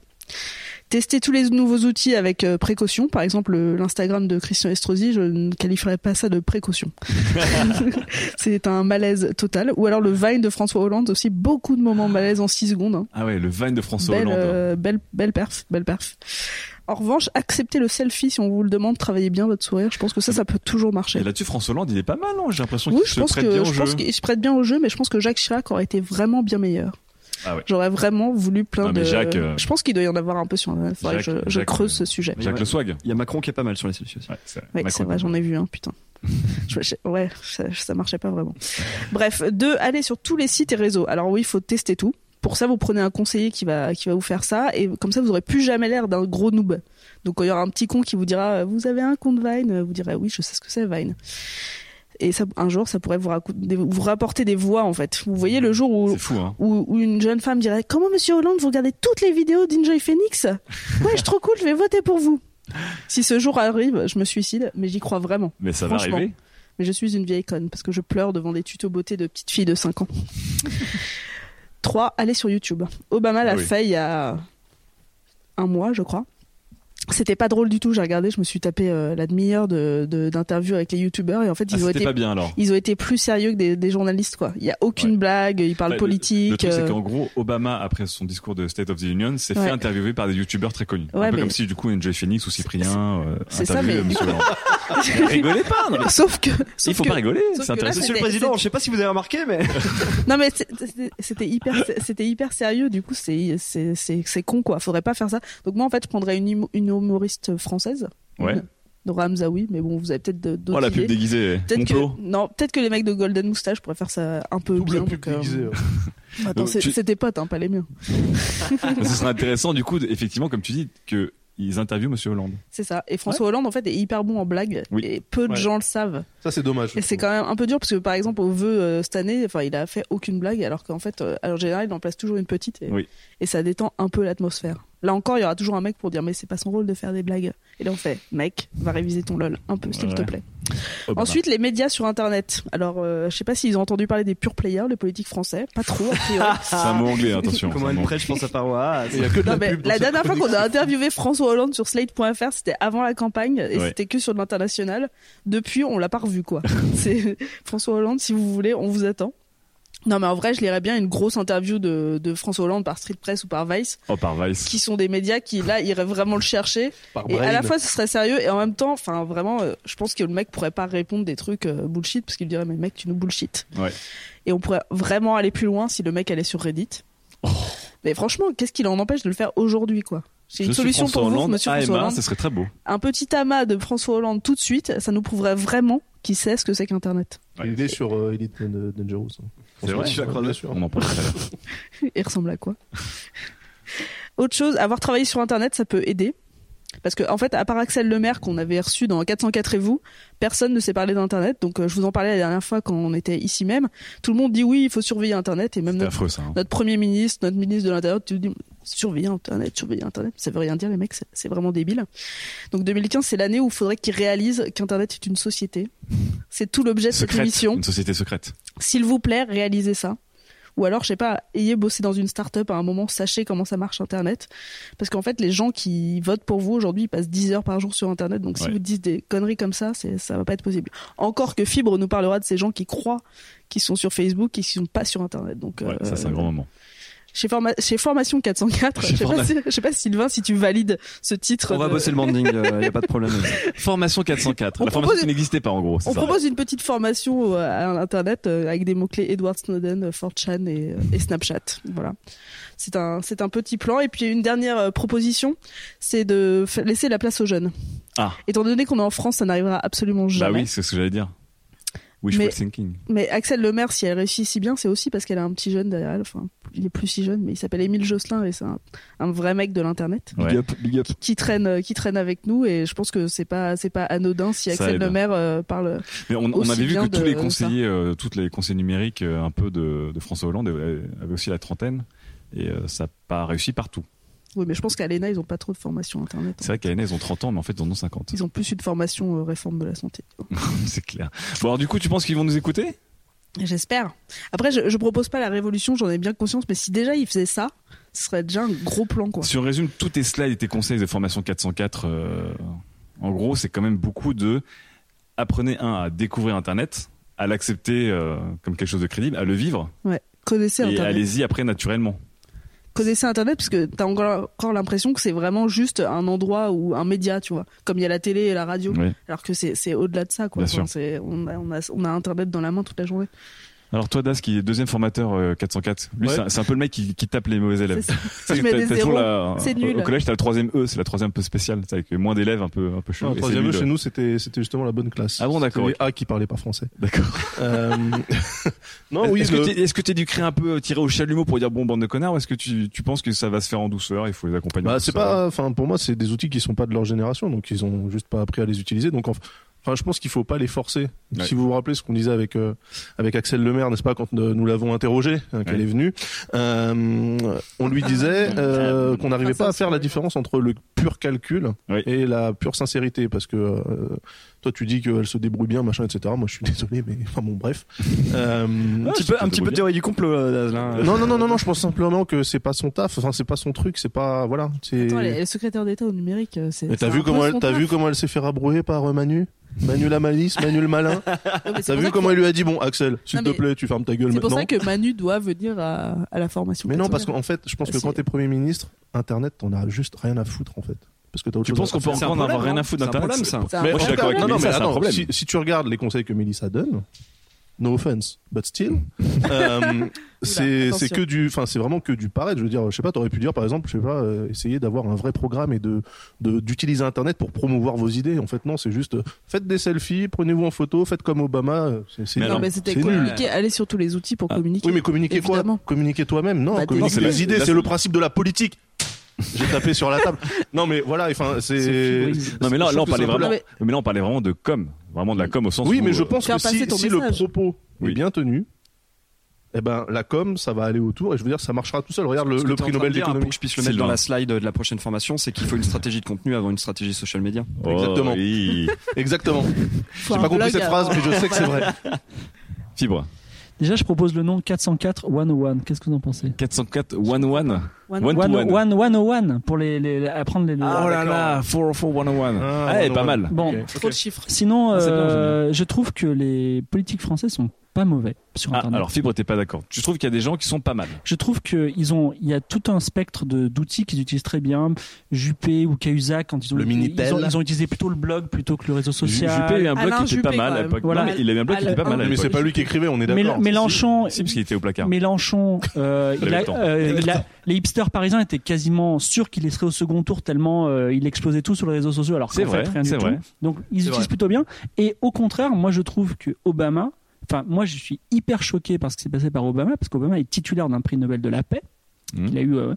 [SPEAKER 4] Testez tous les nouveaux outils avec euh, précaution. Par exemple, euh, l'Instagram de Christian Estrosi, je ne qualifierais pas ça de précaution. C'est un malaise total. Ou alors le Vine de François Hollande, aussi beaucoup de moments malaises en 6 secondes. hein.
[SPEAKER 3] Ah ouais, le Vine de François
[SPEAKER 4] Belle,
[SPEAKER 3] Hollande.
[SPEAKER 4] euh, belle, belle perf, belle perf. En revanche, acceptez le selfie si on vous le demande. Travaillez bien votre sourire. Je pense que ça, ça peut toujours marcher.
[SPEAKER 3] Et là-dessus, François Hollande, il est pas mal, non J'ai l'impression
[SPEAKER 4] Oui,
[SPEAKER 3] qu'il
[SPEAKER 4] je
[SPEAKER 3] se
[SPEAKER 4] pense
[SPEAKER 3] prête bien
[SPEAKER 4] que
[SPEAKER 3] au
[SPEAKER 4] je
[SPEAKER 3] jeu.
[SPEAKER 4] pense qu'il se prête bien au jeu, mais je pense que Jacques Chirac aurait été vraiment bien meilleur.
[SPEAKER 3] Ah ouais.
[SPEAKER 4] J'aurais vraiment voulu plein
[SPEAKER 3] Ah, mais
[SPEAKER 4] de.
[SPEAKER 3] Jacques, euh,
[SPEAKER 4] Je pense qu'il doit y en avoir un peu sur Internet. Faudrait que
[SPEAKER 3] Jacques-
[SPEAKER 4] je, je
[SPEAKER 3] Jacques,
[SPEAKER 4] creuse
[SPEAKER 3] euh,
[SPEAKER 4] ce sujet.
[SPEAKER 3] Jacques Le Swag.
[SPEAKER 5] Il y a Macron qui est pas mal sur les selfies aussi.
[SPEAKER 3] Ouais, c'est vrai.
[SPEAKER 4] Oui,
[SPEAKER 3] Macron.
[SPEAKER 4] c'est vrai, j'en ai vu un, putain. Je- je- ouais, ça, ça marchait pas vraiment. Bref, deux, allez sur tous les sites et réseaux. Alors oui, il faut tester tout. Pour ça, vous prenez un conseiller qui va, qui va vous faire ça, et comme ça, vous aurez plus jamais l'air d'un gros noob. Donc, quand il y aura un petit con qui vous dira, euh, vous avez un compte Vine, vous direz, oui, je sais ce que c'est Vine. Et ça, un jour, ça pourrait vous, racou- des- vous rapporter des voix, en fait. Vous voyez le jour où,
[SPEAKER 3] C'est fou, hein.
[SPEAKER 4] où, où une jeune femme dirait Comment, monsieur Hollande, vous regardez toutes les vidéos d'Enjoy Phoenix Ouais, je trop cool, je vais voter pour vous. Si ce jour arrive, je me suicide, mais j'y crois vraiment.
[SPEAKER 3] Mais ça va
[SPEAKER 4] Franchement.
[SPEAKER 3] arriver.
[SPEAKER 4] Mais je suis une vieille conne parce que je pleure devant des tutos beauté de petites filles de 5 ans. 3. Aller sur YouTube. Obama l'a
[SPEAKER 3] Ah oui.
[SPEAKER 4] fait il y a un mois, je crois. C'était pas drôle du tout. J'ai regardé, je me suis tapé euh, la demi-heure de- de- d'interview avec les youtubeurs et en fait
[SPEAKER 3] Ah,
[SPEAKER 4] ils ont
[SPEAKER 3] c'était
[SPEAKER 4] été
[SPEAKER 3] pas bien alors.
[SPEAKER 4] ils ont été plus sérieux que des, des journalistes quoi. Il y a aucune
[SPEAKER 3] Ouais.
[SPEAKER 4] blague, ils parlent
[SPEAKER 3] Bah, le-
[SPEAKER 4] politique.
[SPEAKER 3] Le truc, c'est
[SPEAKER 4] euh,
[SPEAKER 3] qu'en gros, Obama, après son discours de State of the Union, s'est
[SPEAKER 4] Ouais.
[SPEAKER 3] fait interviewer par des youtubeurs très connus.
[SPEAKER 4] Ouais,
[SPEAKER 3] un peu
[SPEAKER 4] mais-
[SPEAKER 3] comme si, du coup, NJ Phoenix ou Cyprien euh,
[SPEAKER 4] c'est ça,
[SPEAKER 3] interviewait
[SPEAKER 4] mais-
[SPEAKER 3] Monsieur Hollande. Rigolez pas non, mais
[SPEAKER 4] Ah, Sauf que
[SPEAKER 3] Il
[SPEAKER 4] sauf
[SPEAKER 3] faut
[SPEAKER 4] que-
[SPEAKER 3] pas rigoler,
[SPEAKER 4] sauf
[SPEAKER 3] c'est
[SPEAKER 4] que là,
[SPEAKER 3] intéressant.
[SPEAKER 5] Monsieur
[SPEAKER 4] c'était-
[SPEAKER 5] le Président, je sais pas si vous avez remarqué, mais.
[SPEAKER 4] Non mais c'est- c'était- c'était hyper, c'était hyper sérieux. Du coup, c'est c'est c'est c'est con quoi. Faudrait pas faire ça. Donc moi en fait, je prendrais une, humo- une humoriste française.
[SPEAKER 3] Ouais.
[SPEAKER 4] Une- Nora Hamzaoui, mais bon, vous avez peut-être de-
[SPEAKER 3] Oh,
[SPEAKER 4] d'autres
[SPEAKER 3] la
[SPEAKER 4] idées.
[SPEAKER 3] pub déguisée.
[SPEAKER 4] Peut-être que
[SPEAKER 3] Complot.
[SPEAKER 4] non, peut-être que les mecs de Golden Moustache pourraient faire ça un peu bien.
[SPEAKER 7] Double pub
[SPEAKER 4] donc,
[SPEAKER 3] hein.
[SPEAKER 4] euh,
[SPEAKER 7] déguisé. ouais.
[SPEAKER 4] Attends,
[SPEAKER 3] Donc,
[SPEAKER 4] c'est
[SPEAKER 3] Euh, tu-
[SPEAKER 4] c'est tes potes, hein, pas les miens.
[SPEAKER 3] Ce serait intéressant, du coup, de- effectivement, comme tu dis, que ils interviewent Monsieur Hollande.
[SPEAKER 4] C'est ça. Et François Hollande en fait est hyper bon en blague
[SPEAKER 3] Oui.
[SPEAKER 4] et peu de
[SPEAKER 7] Ouais.
[SPEAKER 4] gens le savent.
[SPEAKER 7] Ça, c'est dommage.
[SPEAKER 4] Et c'est quand même un peu dur parce que par exemple au vœu euh, cette année, enfin il a fait aucune blague alors qu'en fait euh, en général il en place toujours une petite et,
[SPEAKER 3] Oui.
[SPEAKER 4] et ça détend un peu l'atmosphère. Là encore il y aura toujours un mec pour dire mais c'est pas son rôle de faire des blagues. Et là on fait mec va réviser ton lol un peu s'il te
[SPEAKER 3] Ouais.
[SPEAKER 4] plaît.
[SPEAKER 3] Obama.
[SPEAKER 4] Ensuite les médias sur internet. Alors euh, je sais pas s'ils ont entendu parler des pure players, les politiques français, pas trop a priori.
[SPEAKER 3] C'est un
[SPEAKER 4] ah.
[SPEAKER 3] mot anglais, attention.
[SPEAKER 5] Comment
[SPEAKER 3] c'est un
[SPEAKER 5] elle
[SPEAKER 3] mot-
[SPEAKER 5] prêche pour sa paroisse
[SPEAKER 7] Il y a que de
[SPEAKER 4] Non,
[SPEAKER 7] la
[SPEAKER 4] mais
[SPEAKER 7] pub dans
[SPEAKER 4] la
[SPEAKER 7] cette
[SPEAKER 4] dernière fois
[SPEAKER 7] chronique.
[SPEAKER 4] qu'on a interviewé François Hollande sur Slate.fr, c'était avant la campagne et
[SPEAKER 3] Ouais.
[SPEAKER 4] c'était que sur de l'international. Depuis, on l'a pas revu quoi. C'est François Hollande, si vous voulez, on vous attend. Non, mais en vrai, je lirais bien une grosse interview de, de François Hollande par Street Press ou par Vice,
[SPEAKER 3] Oh, par Vice.
[SPEAKER 4] qui sont des médias qui là iraient vraiment le chercher.
[SPEAKER 7] Par
[SPEAKER 4] Et à la
[SPEAKER 7] Brain.
[SPEAKER 4] fois, ce serait sérieux et en même temps, enfin vraiment, euh, je pense que le mec pourrait pas répondre des trucs euh, bullshit parce qu'il dirait mais mec, tu nous bullshit.
[SPEAKER 3] Ouais.
[SPEAKER 4] Et on pourrait vraiment aller plus loin si le mec allait sur Reddit.
[SPEAKER 3] Oh.
[SPEAKER 4] Mais franchement, qu'est-ce qui en empêche de le faire aujourd'hui, quoi J'ai
[SPEAKER 3] Je
[SPEAKER 4] une
[SPEAKER 3] suis
[SPEAKER 4] solution
[SPEAKER 3] François
[SPEAKER 4] pour vous,
[SPEAKER 3] Hollande, Ah,
[SPEAKER 4] Monsieur
[SPEAKER 3] AMA,
[SPEAKER 4] François Hollande.
[SPEAKER 3] ce serait très beau.
[SPEAKER 4] Un petit amas de François Hollande tout de suite, ça nous prouverait vraiment qui sait ce que c'est qu'Internet.
[SPEAKER 7] Il est sur euh, Elite Dan- Dangerous. hein.
[SPEAKER 3] C'est vrai,
[SPEAKER 7] Ouais,
[SPEAKER 3] tu vas
[SPEAKER 7] bien sûr.
[SPEAKER 3] On en parle tout à l'heure.
[SPEAKER 4] Il ressemble à quoi Autre chose, avoir travaillé sur Internet, ça peut aider. Parce que, en fait, à part Axel Lemaire qu'on avait reçu dans 404 et vous, personne ne s'est parlé d'Internet. Donc, euh, je vous en parlais la dernière fois quand on était ici même. Tout le monde dit oui, il faut surveiller Internet. Et même
[SPEAKER 3] C'est
[SPEAKER 4] notre,
[SPEAKER 3] affreux, ça. hein.
[SPEAKER 4] notre premier ministre, notre ministre de l'Intérieur, tu dis surveiller Internet, surveiller Internet. Ça veut rien dire, les mecs, c'est- c'est vraiment débile. Donc, 2015, c'est l'année où il faudrait qu'ils réalisent qu'Internet est une société. C'est tout l'objet de cette
[SPEAKER 3] Secrète,
[SPEAKER 4] émission.
[SPEAKER 3] Une société secrète.
[SPEAKER 4] S'il vous plaît, réalisez ça. Ou alors, je sais pas, ayez bossé dans une start-up à un moment, sachez comment ça marche Internet. Parce qu'en fait, les gens qui votent pour vous aujourd'hui, ils passent 10 heures par jour sur Internet. Donc, si
[SPEAKER 3] Ouais.
[SPEAKER 4] vous dites des conneries comme ça, c'est, ça va pas être possible. Encore que Fibre nous parlera de ces gens qui croient qu'ils sont sur Facebook et qui sont pas sur Internet. Donc,
[SPEAKER 3] Ouais,
[SPEAKER 4] euh,
[SPEAKER 3] ça, c'est un grand moment.
[SPEAKER 4] chez, Forma- chez Formation 404, je
[SPEAKER 3] Chez
[SPEAKER 4] sais, pas
[SPEAKER 3] Forma-
[SPEAKER 4] si, je sais pas, Sylvain, si tu valides ce titre.
[SPEAKER 5] On va
[SPEAKER 4] de-
[SPEAKER 5] bosser le branding, il n'y a pas de problème.
[SPEAKER 3] Formation 404.
[SPEAKER 4] On
[SPEAKER 3] la
[SPEAKER 4] propose-
[SPEAKER 3] formation qui n'existait pas, en gros. c'est
[SPEAKER 4] On
[SPEAKER 3] ça.
[SPEAKER 4] propose une petite formation euh, à l'internet euh, avec des mots-clés Edward Snowden, euh, 4chan et, euh, et Snapchat. Voilà. C'est un, c'est un petit plan. Et puis une dernière euh, proposition, c'est de fa- laisser la place aux jeunes.
[SPEAKER 3] Ah.
[SPEAKER 4] Étant donné qu'on est en France, ça n'arrivera absolument
[SPEAKER 3] Bah
[SPEAKER 4] jamais.
[SPEAKER 3] oui, c'est ce que j'allais dire. Wishful
[SPEAKER 4] Mais-
[SPEAKER 3] thinking.
[SPEAKER 4] Mais Axel Lemaire, si elle réussit si bien, c'est aussi parce qu'elle a un petit jeune derrière elle. Enfin, il est plus si jeune, mais il s'appelle Émile Josselin et c'est un, un vrai mec de l'internet
[SPEAKER 3] Ouais.
[SPEAKER 5] up, big up.
[SPEAKER 4] qui traîne, euh, qui traîne avec nous. Et je pense que c'est pas, c'est pas anodin si
[SPEAKER 3] Ça
[SPEAKER 4] Axel
[SPEAKER 3] aide.
[SPEAKER 4] Lemaire euh, parle.
[SPEAKER 3] Mais on, on
[SPEAKER 4] Aussi
[SPEAKER 3] avait vu
[SPEAKER 4] bien
[SPEAKER 3] que
[SPEAKER 4] de-
[SPEAKER 3] tous les conseillers, euh, toutes les conseillers numériques euh, un peu de, de François Hollande euh, avaient aussi la trentaine. Et euh, ça n'a pas réussi partout.
[SPEAKER 4] Oui, mais je pense qu'à l'ENA, ils ont pas trop de formation internet. hein.
[SPEAKER 3] C'est vrai qu'à l'année, ils ont 30 ans, mais en fait, ils en ont 50.
[SPEAKER 4] Ils ont plus une formation euh, réforme de la santé.
[SPEAKER 3] c'est clair. Bon, alors du coup, tu penses qu'ils vont nous écouter
[SPEAKER 4] J'espère. Après, je, je propose pas la révolution, j'en ai bien conscience, mais si déjà ils faisaient ça, ce serait déjà un gros plan, quoi.
[SPEAKER 3] Si on résume tous tes slides et tes conseils de formation 404, euh, en gros, c'est quand même beaucoup de apprenez un à découvrir Internet, à l'accepter euh, comme quelque chose de crédible, à le vivre
[SPEAKER 4] Ouais. Connaissez
[SPEAKER 3] et
[SPEAKER 4] Internet.
[SPEAKER 3] allez-y après naturellement.
[SPEAKER 4] Connaissez Internet, parce que t'as encore, encore l'impression que c'est vraiment juste un endroit ou un média, tu vois. Comme il y a la télé et la radio.
[SPEAKER 3] Ouais.
[SPEAKER 4] Alors que c'est c'est au-delà de ça, quoi.
[SPEAKER 3] Bien sûr.
[SPEAKER 4] c'est- on, a, on, a, on a Internet dans la main toute la journée.
[SPEAKER 3] Alors toi, Das, qui est deuxième formateur euh, 404, lui,
[SPEAKER 7] Ouais.
[SPEAKER 3] c'est un- c'est un peu le mec qui, qui tape les mauvais élèves.
[SPEAKER 4] Je mets
[SPEAKER 3] T'as-
[SPEAKER 4] des
[SPEAKER 3] t'as toujours
[SPEAKER 4] zéros.
[SPEAKER 3] la-
[SPEAKER 4] C'est
[SPEAKER 3] au-
[SPEAKER 4] nul.
[SPEAKER 3] Au collège, t'as le troisième E, c'est la troisième un peu spéciale, c'est avec moins d'élèves, un peu un peu chaud.
[SPEAKER 7] Non,
[SPEAKER 3] Et c'est
[SPEAKER 7] troisième E,
[SPEAKER 3] nul.
[SPEAKER 7] chez nous, c'était c'était justement la bonne classe.
[SPEAKER 3] Ah bon, d'accord,
[SPEAKER 7] C'était les A qui parlaient pas français.
[SPEAKER 3] D'accord.
[SPEAKER 7] Euh, non, Ah oui,
[SPEAKER 3] Est-ce
[SPEAKER 7] le-
[SPEAKER 3] que t'es- est-ce que t'es du cri un peu euh, tiré au chalumeau pour dire bon bande de connards, ou est-ce que tu, tu penses que ça va se faire en douceur, il faut les accompagner
[SPEAKER 7] Bah,
[SPEAKER 3] en
[SPEAKER 7] c'est
[SPEAKER 3] douceur
[SPEAKER 7] pas, enfin, pour moi, c'est des outils qui sont pas de leur génération, donc ils ont juste pas appris à les utiliser. Donc, enf- enfin, je pense qu'il faut pas les forcer.
[SPEAKER 3] Ouais.
[SPEAKER 7] Si vous vous rappelez ce qu'on disait avec euh, avec Axel Lemaire, n'est-ce pas, quand euh, nous l'avons interrogé, hein, qu'elle
[SPEAKER 3] Ouais.
[SPEAKER 7] est venue, euh, on lui disait euh, qu'on n'arrivait pas à faire la différence entre le pur calcul
[SPEAKER 3] Oui.
[SPEAKER 7] et la pure sincérité, parce que euh, toi, tu dis qu'elle se débrouille bien, machin, etc. Moi, je suis désolé, mais enfin bon, bref. Euh,
[SPEAKER 5] Un petit peu, un petit peu de théorie du complot, euh, là.
[SPEAKER 7] non, non, non, non, non, je pense simplement que c'est pas son taf, enfin, c'est pas son truc, c'est pas, voilà, c'est.
[SPEAKER 4] Attends, elle est- elle est secrétaire d'État au numérique, euh, c'est.
[SPEAKER 7] Mais t'as
[SPEAKER 4] c'est un
[SPEAKER 7] vu
[SPEAKER 4] peu
[SPEAKER 7] comment elle,
[SPEAKER 4] son
[SPEAKER 7] t'as
[SPEAKER 4] taf.
[SPEAKER 7] vu comment elle s'est fait rabrouer par euh, Manu Manu la malice, Manu le malin.
[SPEAKER 4] Ouais, mais c'est
[SPEAKER 7] T'as
[SPEAKER 4] pour
[SPEAKER 7] vu
[SPEAKER 4] ça
[SPEAKER 7] comment
[SPEAKER 4] que-
[SPEAKER 7] il lui a dit bon Axel, s'il
[SPEAKER 4] Non,
[SPEAKER 7] te
[SPEAKER 4] mais
[SPEAKER 7] plaît, tu fermes ta gueule
[SPEAKER 4] C'est pour
[SPEAKER 7] maintenant.
[SPEAKER 4] ça que Manu doit venir à, à la formation.
[SPEAKER 7] Mais non, parce
[SPEAKER 4] personnelle.
[SPEAKER 7] qu'en fait, je pense que
[SPEAKER 4] C'est- Ah,
[SPEAKER 7] quand t'es premier ministre, Internet, t'en as juste rien à foutre en fait. Parce que t'as autre
[SPEAKER 3] Tu
[SPEAKER 7] chose
[SPEAKER 3] penses
[SPEAKER 7] à
[SPEAKER 3] qu'on peut
[SPEAKER 7] faire.
[SPEAKER 5] C'est un
[SPEAKER 3] encore en avoir
[SPEAKER 5] problème,
[SPEAKER 3] rien à
[SPEAKER 5] hein.
[SPEAKER 3] foutre
[SPEAKER 5] C'est un
[SPEAKER 3] d'internet
[SPEAKER 5] problème, ça.
[SPEAKER 4] C'est un
[SPEAKER 3] Moi, je suis
[SPEAKER 4] problème.
[SPEAKER 3] d'accord avec
[SPEAKER 7] Non, non, mais
[SPEAKER 3] Mélissa, c'est un
[SPEAKER 7] attends,
[SPEAKER 3] problème.
[SPEAKER 7] Si, si tu regardes les conseils que Mélissa donne, no offense, but still,
[SPEAKER 3] Mm.
[SPEAKER 7] euh, c'est
[SPEAKER 4] attention.
[SPEAKER 7] c'est que du, enfin c'est vraiment que du paraître. Je veux dire, je sais pas, t'aurais pu dire par exemple, je sais pas, euh, essayer d'avoir un vrai programme et de de- d'utiliser Internet pour promouvoir vos idées. En fait, non, c'est juste euh, faites des selfies, prenez-vous en photo, faites comme Obama. euh, c'est- C'est
[SPEAKER 3] Mais
[SPEAKER 4] Non,
[SPEAKER 7] nul.
[SPEAKER 4] mais c'était
[SPEAKER 7] C'est nul.
[SPEAKER 4] communiquer, aller sur tous les outils pour
[SPEAKER 3] Ah,
[SPEAKER 4] communiquer.
[SPEAKER 7] Oui, mais communiquer
[SPEAKER 4] Évidemment.
[SPEAKER 7] quoi Communiquer toi-même Non,
[SPEAKER 4] Bah,
[SPEAKER 7] communiquer
[SPEAKER 4] des-
[SPEAKER 7] des,
[SPEAKER 4] Non, c'est
[SPEAKER 3] la-
[SPEAKER 7] idées,
[SPEAKER 3] la-
[SPEAKER 7] c'est le principe de la politique. J'ai tapé sur la table. Non, mais voilà, enfin, c'est.
[SPEAKER 6] fibrise.
[SPEAKER 3] Non mais là,
[SPEAKER 7] je
[SPEAKER 3] là on
[SPEAKER 7] trouve que
[SPEAKER 3] parlait
[SPEAKER 7] c'est un
[SPEAKER 3] vraiment,
[SPEAKER 4] problème.
[SPEAKER 3] mais là on parlait vraiment de com, vraiment de la com au sens
[SPEAKER 7] Oui,
[SPEAKER 3] où,
[SPEAKER 7] mais je
[SPEAKER 3] euh,
[SPEAKER 7] pense
[SPEAKER 4] Faire
[SPEAKER 7] que
[SPEAKER 4] passer
[SPEAKER 7] si,
[SPEAKER 4] ton
[SPEAKER 7] si le
[SPEAKER 4] message.
[SPEAKER 7] propos
[SPEAKER 3] Oui.
[SPEAKER 7] est bien tenu, eh ben, la com, ça va aller autour et je veux dire, ça marchera tout seul. Regarde le,
[SPEAKER 5] Ce que
[SPEAKER 7] le
[SPEAKER 5] t'es en
[SPEAKER 7] prix
[SPEAKER 5] train
[SPEAKER 7] Nobel
[SPEAKER 5] de dire, hein,
[SPEAKER 7] d'économie.
[SPEAKER 5] Pour que je puisse le mettre dans
[SPEAKER 3] Sylvain.
[SPEAKER 5] la slide de la prochaine formation, c'est qu'il faut une stratégie de contenu avant une stratégie social media.
[SPEAKER 3] oh,
[SPEAKER 7] Exactement.
[SPEAKER 3] oui.
[SPEAKER 7] Exactement.
[SPEAKER 4] Faut
[SPEAKER 7] J'ai
[SPEAKER 4] un
[SPEAKER 7] pas compris
[SPEAKER 4] blog euh.
[SPEAKER 7] cette
[SPEAKER 4] à-
[SPEAKER 7] phrase, mais je sais que c'est vrai.
[SPEAKER 3] Fibre.
[SPEAKER 6] Déjà, je propose le nom 404 101. Qu'est-ce que vous en pensez
[SPEAKER 3] 404 11
[SPEAKER 4] One-
[SPEAKER 3] One to one.
[SPEAKER 6] 101 pour les, les- les- apprendre les. les-
[SPEAKER 3] Oh là là, 404
[SPEAKER 7] Ah,
[SPEAKER 3] Ah, elle est
[SPEAKER 7] ouais,
[SPEAKER 4] oh
[SPEAKER 3] pas
[SPEAKER 7] ouais.
[SPEAKER 3] mal.
[SPEAKER 6] Bon,
[SPEAKER 7] Ok.
[SPEAKER 4] Trop de chiffres.
[SPEAKER 6] sinon,
[SPEAKER 3] Ah, c'est bien,
[SPEAKER 6] euh, je trouve que les politiques français sont pas mauvais sur
[SPEAKER 3] Ah,
[SPEAKER 6] Internet.
[SPEAKER 3] alors Fibre, t'es pas d'accord. Je trouve qu'il y a des gens qui sont pas mal.
[SPEAKER 6] Je trouve que ils ont, il y a tout un spectre de d'outils qu'ils utilisent très bien. Juppé ou Cahuzac, quand ils ont,
[SPEAKER 7] Le Minitel.
[SPEAKER 6] ils ont, ils ont utilisé plutôt le blog plutôt que le réseau
[SPEAKER 3] Juppé
[SPEAKER 6] social. Ah
[SPEAKER 3] a eu un blog
[SPEAKER 4] Alain
[SPEAKER 3] qui était pas mal
[SPEAKER 4] Juppé, quand
[SPEAKER 3] à
[SPEAKER 4] même.
[SPEAKER 3] l'époque.
[SPEAKER 6] Voilà. Ah,
[SPEAKER 3] Non, mais il avait un blog qui était pas mal à
[SPEAKER 7] Mais c'est
[SPEAKER 3] l'époque.
[SPEAKER 7] pas lui qui écrivait, on est d'accord.
[SPEAKER 6] Mél- Mélenchon,
[SPEAKER 3] Si, parce qu'il était au placard.
[SPEAKER 6] Mélenchon, euh,
[SPEAKER 3] Il
[SPEAKER 6] il a-
[SPEAKER 3] avait le temps.
[SPEAKER 6] euh,
[SPEAKER 3] Il avait
[SPEAKER 6] il a- les hipsters parisiens étaient quasiment sûrs qu'il serait au second tour tellement euh, il explosait tout sur les réseaux sociaux alors
[SPEAKER 3] C'est
[SPEAKER 6] qu'en
[SPEAKER 3] vrai,
[SPEAKER 6] fait rien
[SPEAKER 3] c'est
[SPEAKER 6] du
[SPEAKER 3] vrai.
[SPEAKER 6] tout. Donc ils utilisent
[SPEAKER 7] vrai.
[SPEAKER 6] plutôt bien. Et au contraire, moi je trouve que Obama, enfin moi je suis hyper choqué par ce qui s'est passé par Obama parce qu'Obama est titulaire d'un prix Nobel de la paix.
[SPEAKER 3] Mhm.
[SPEAKER 6] Il a eu. euh,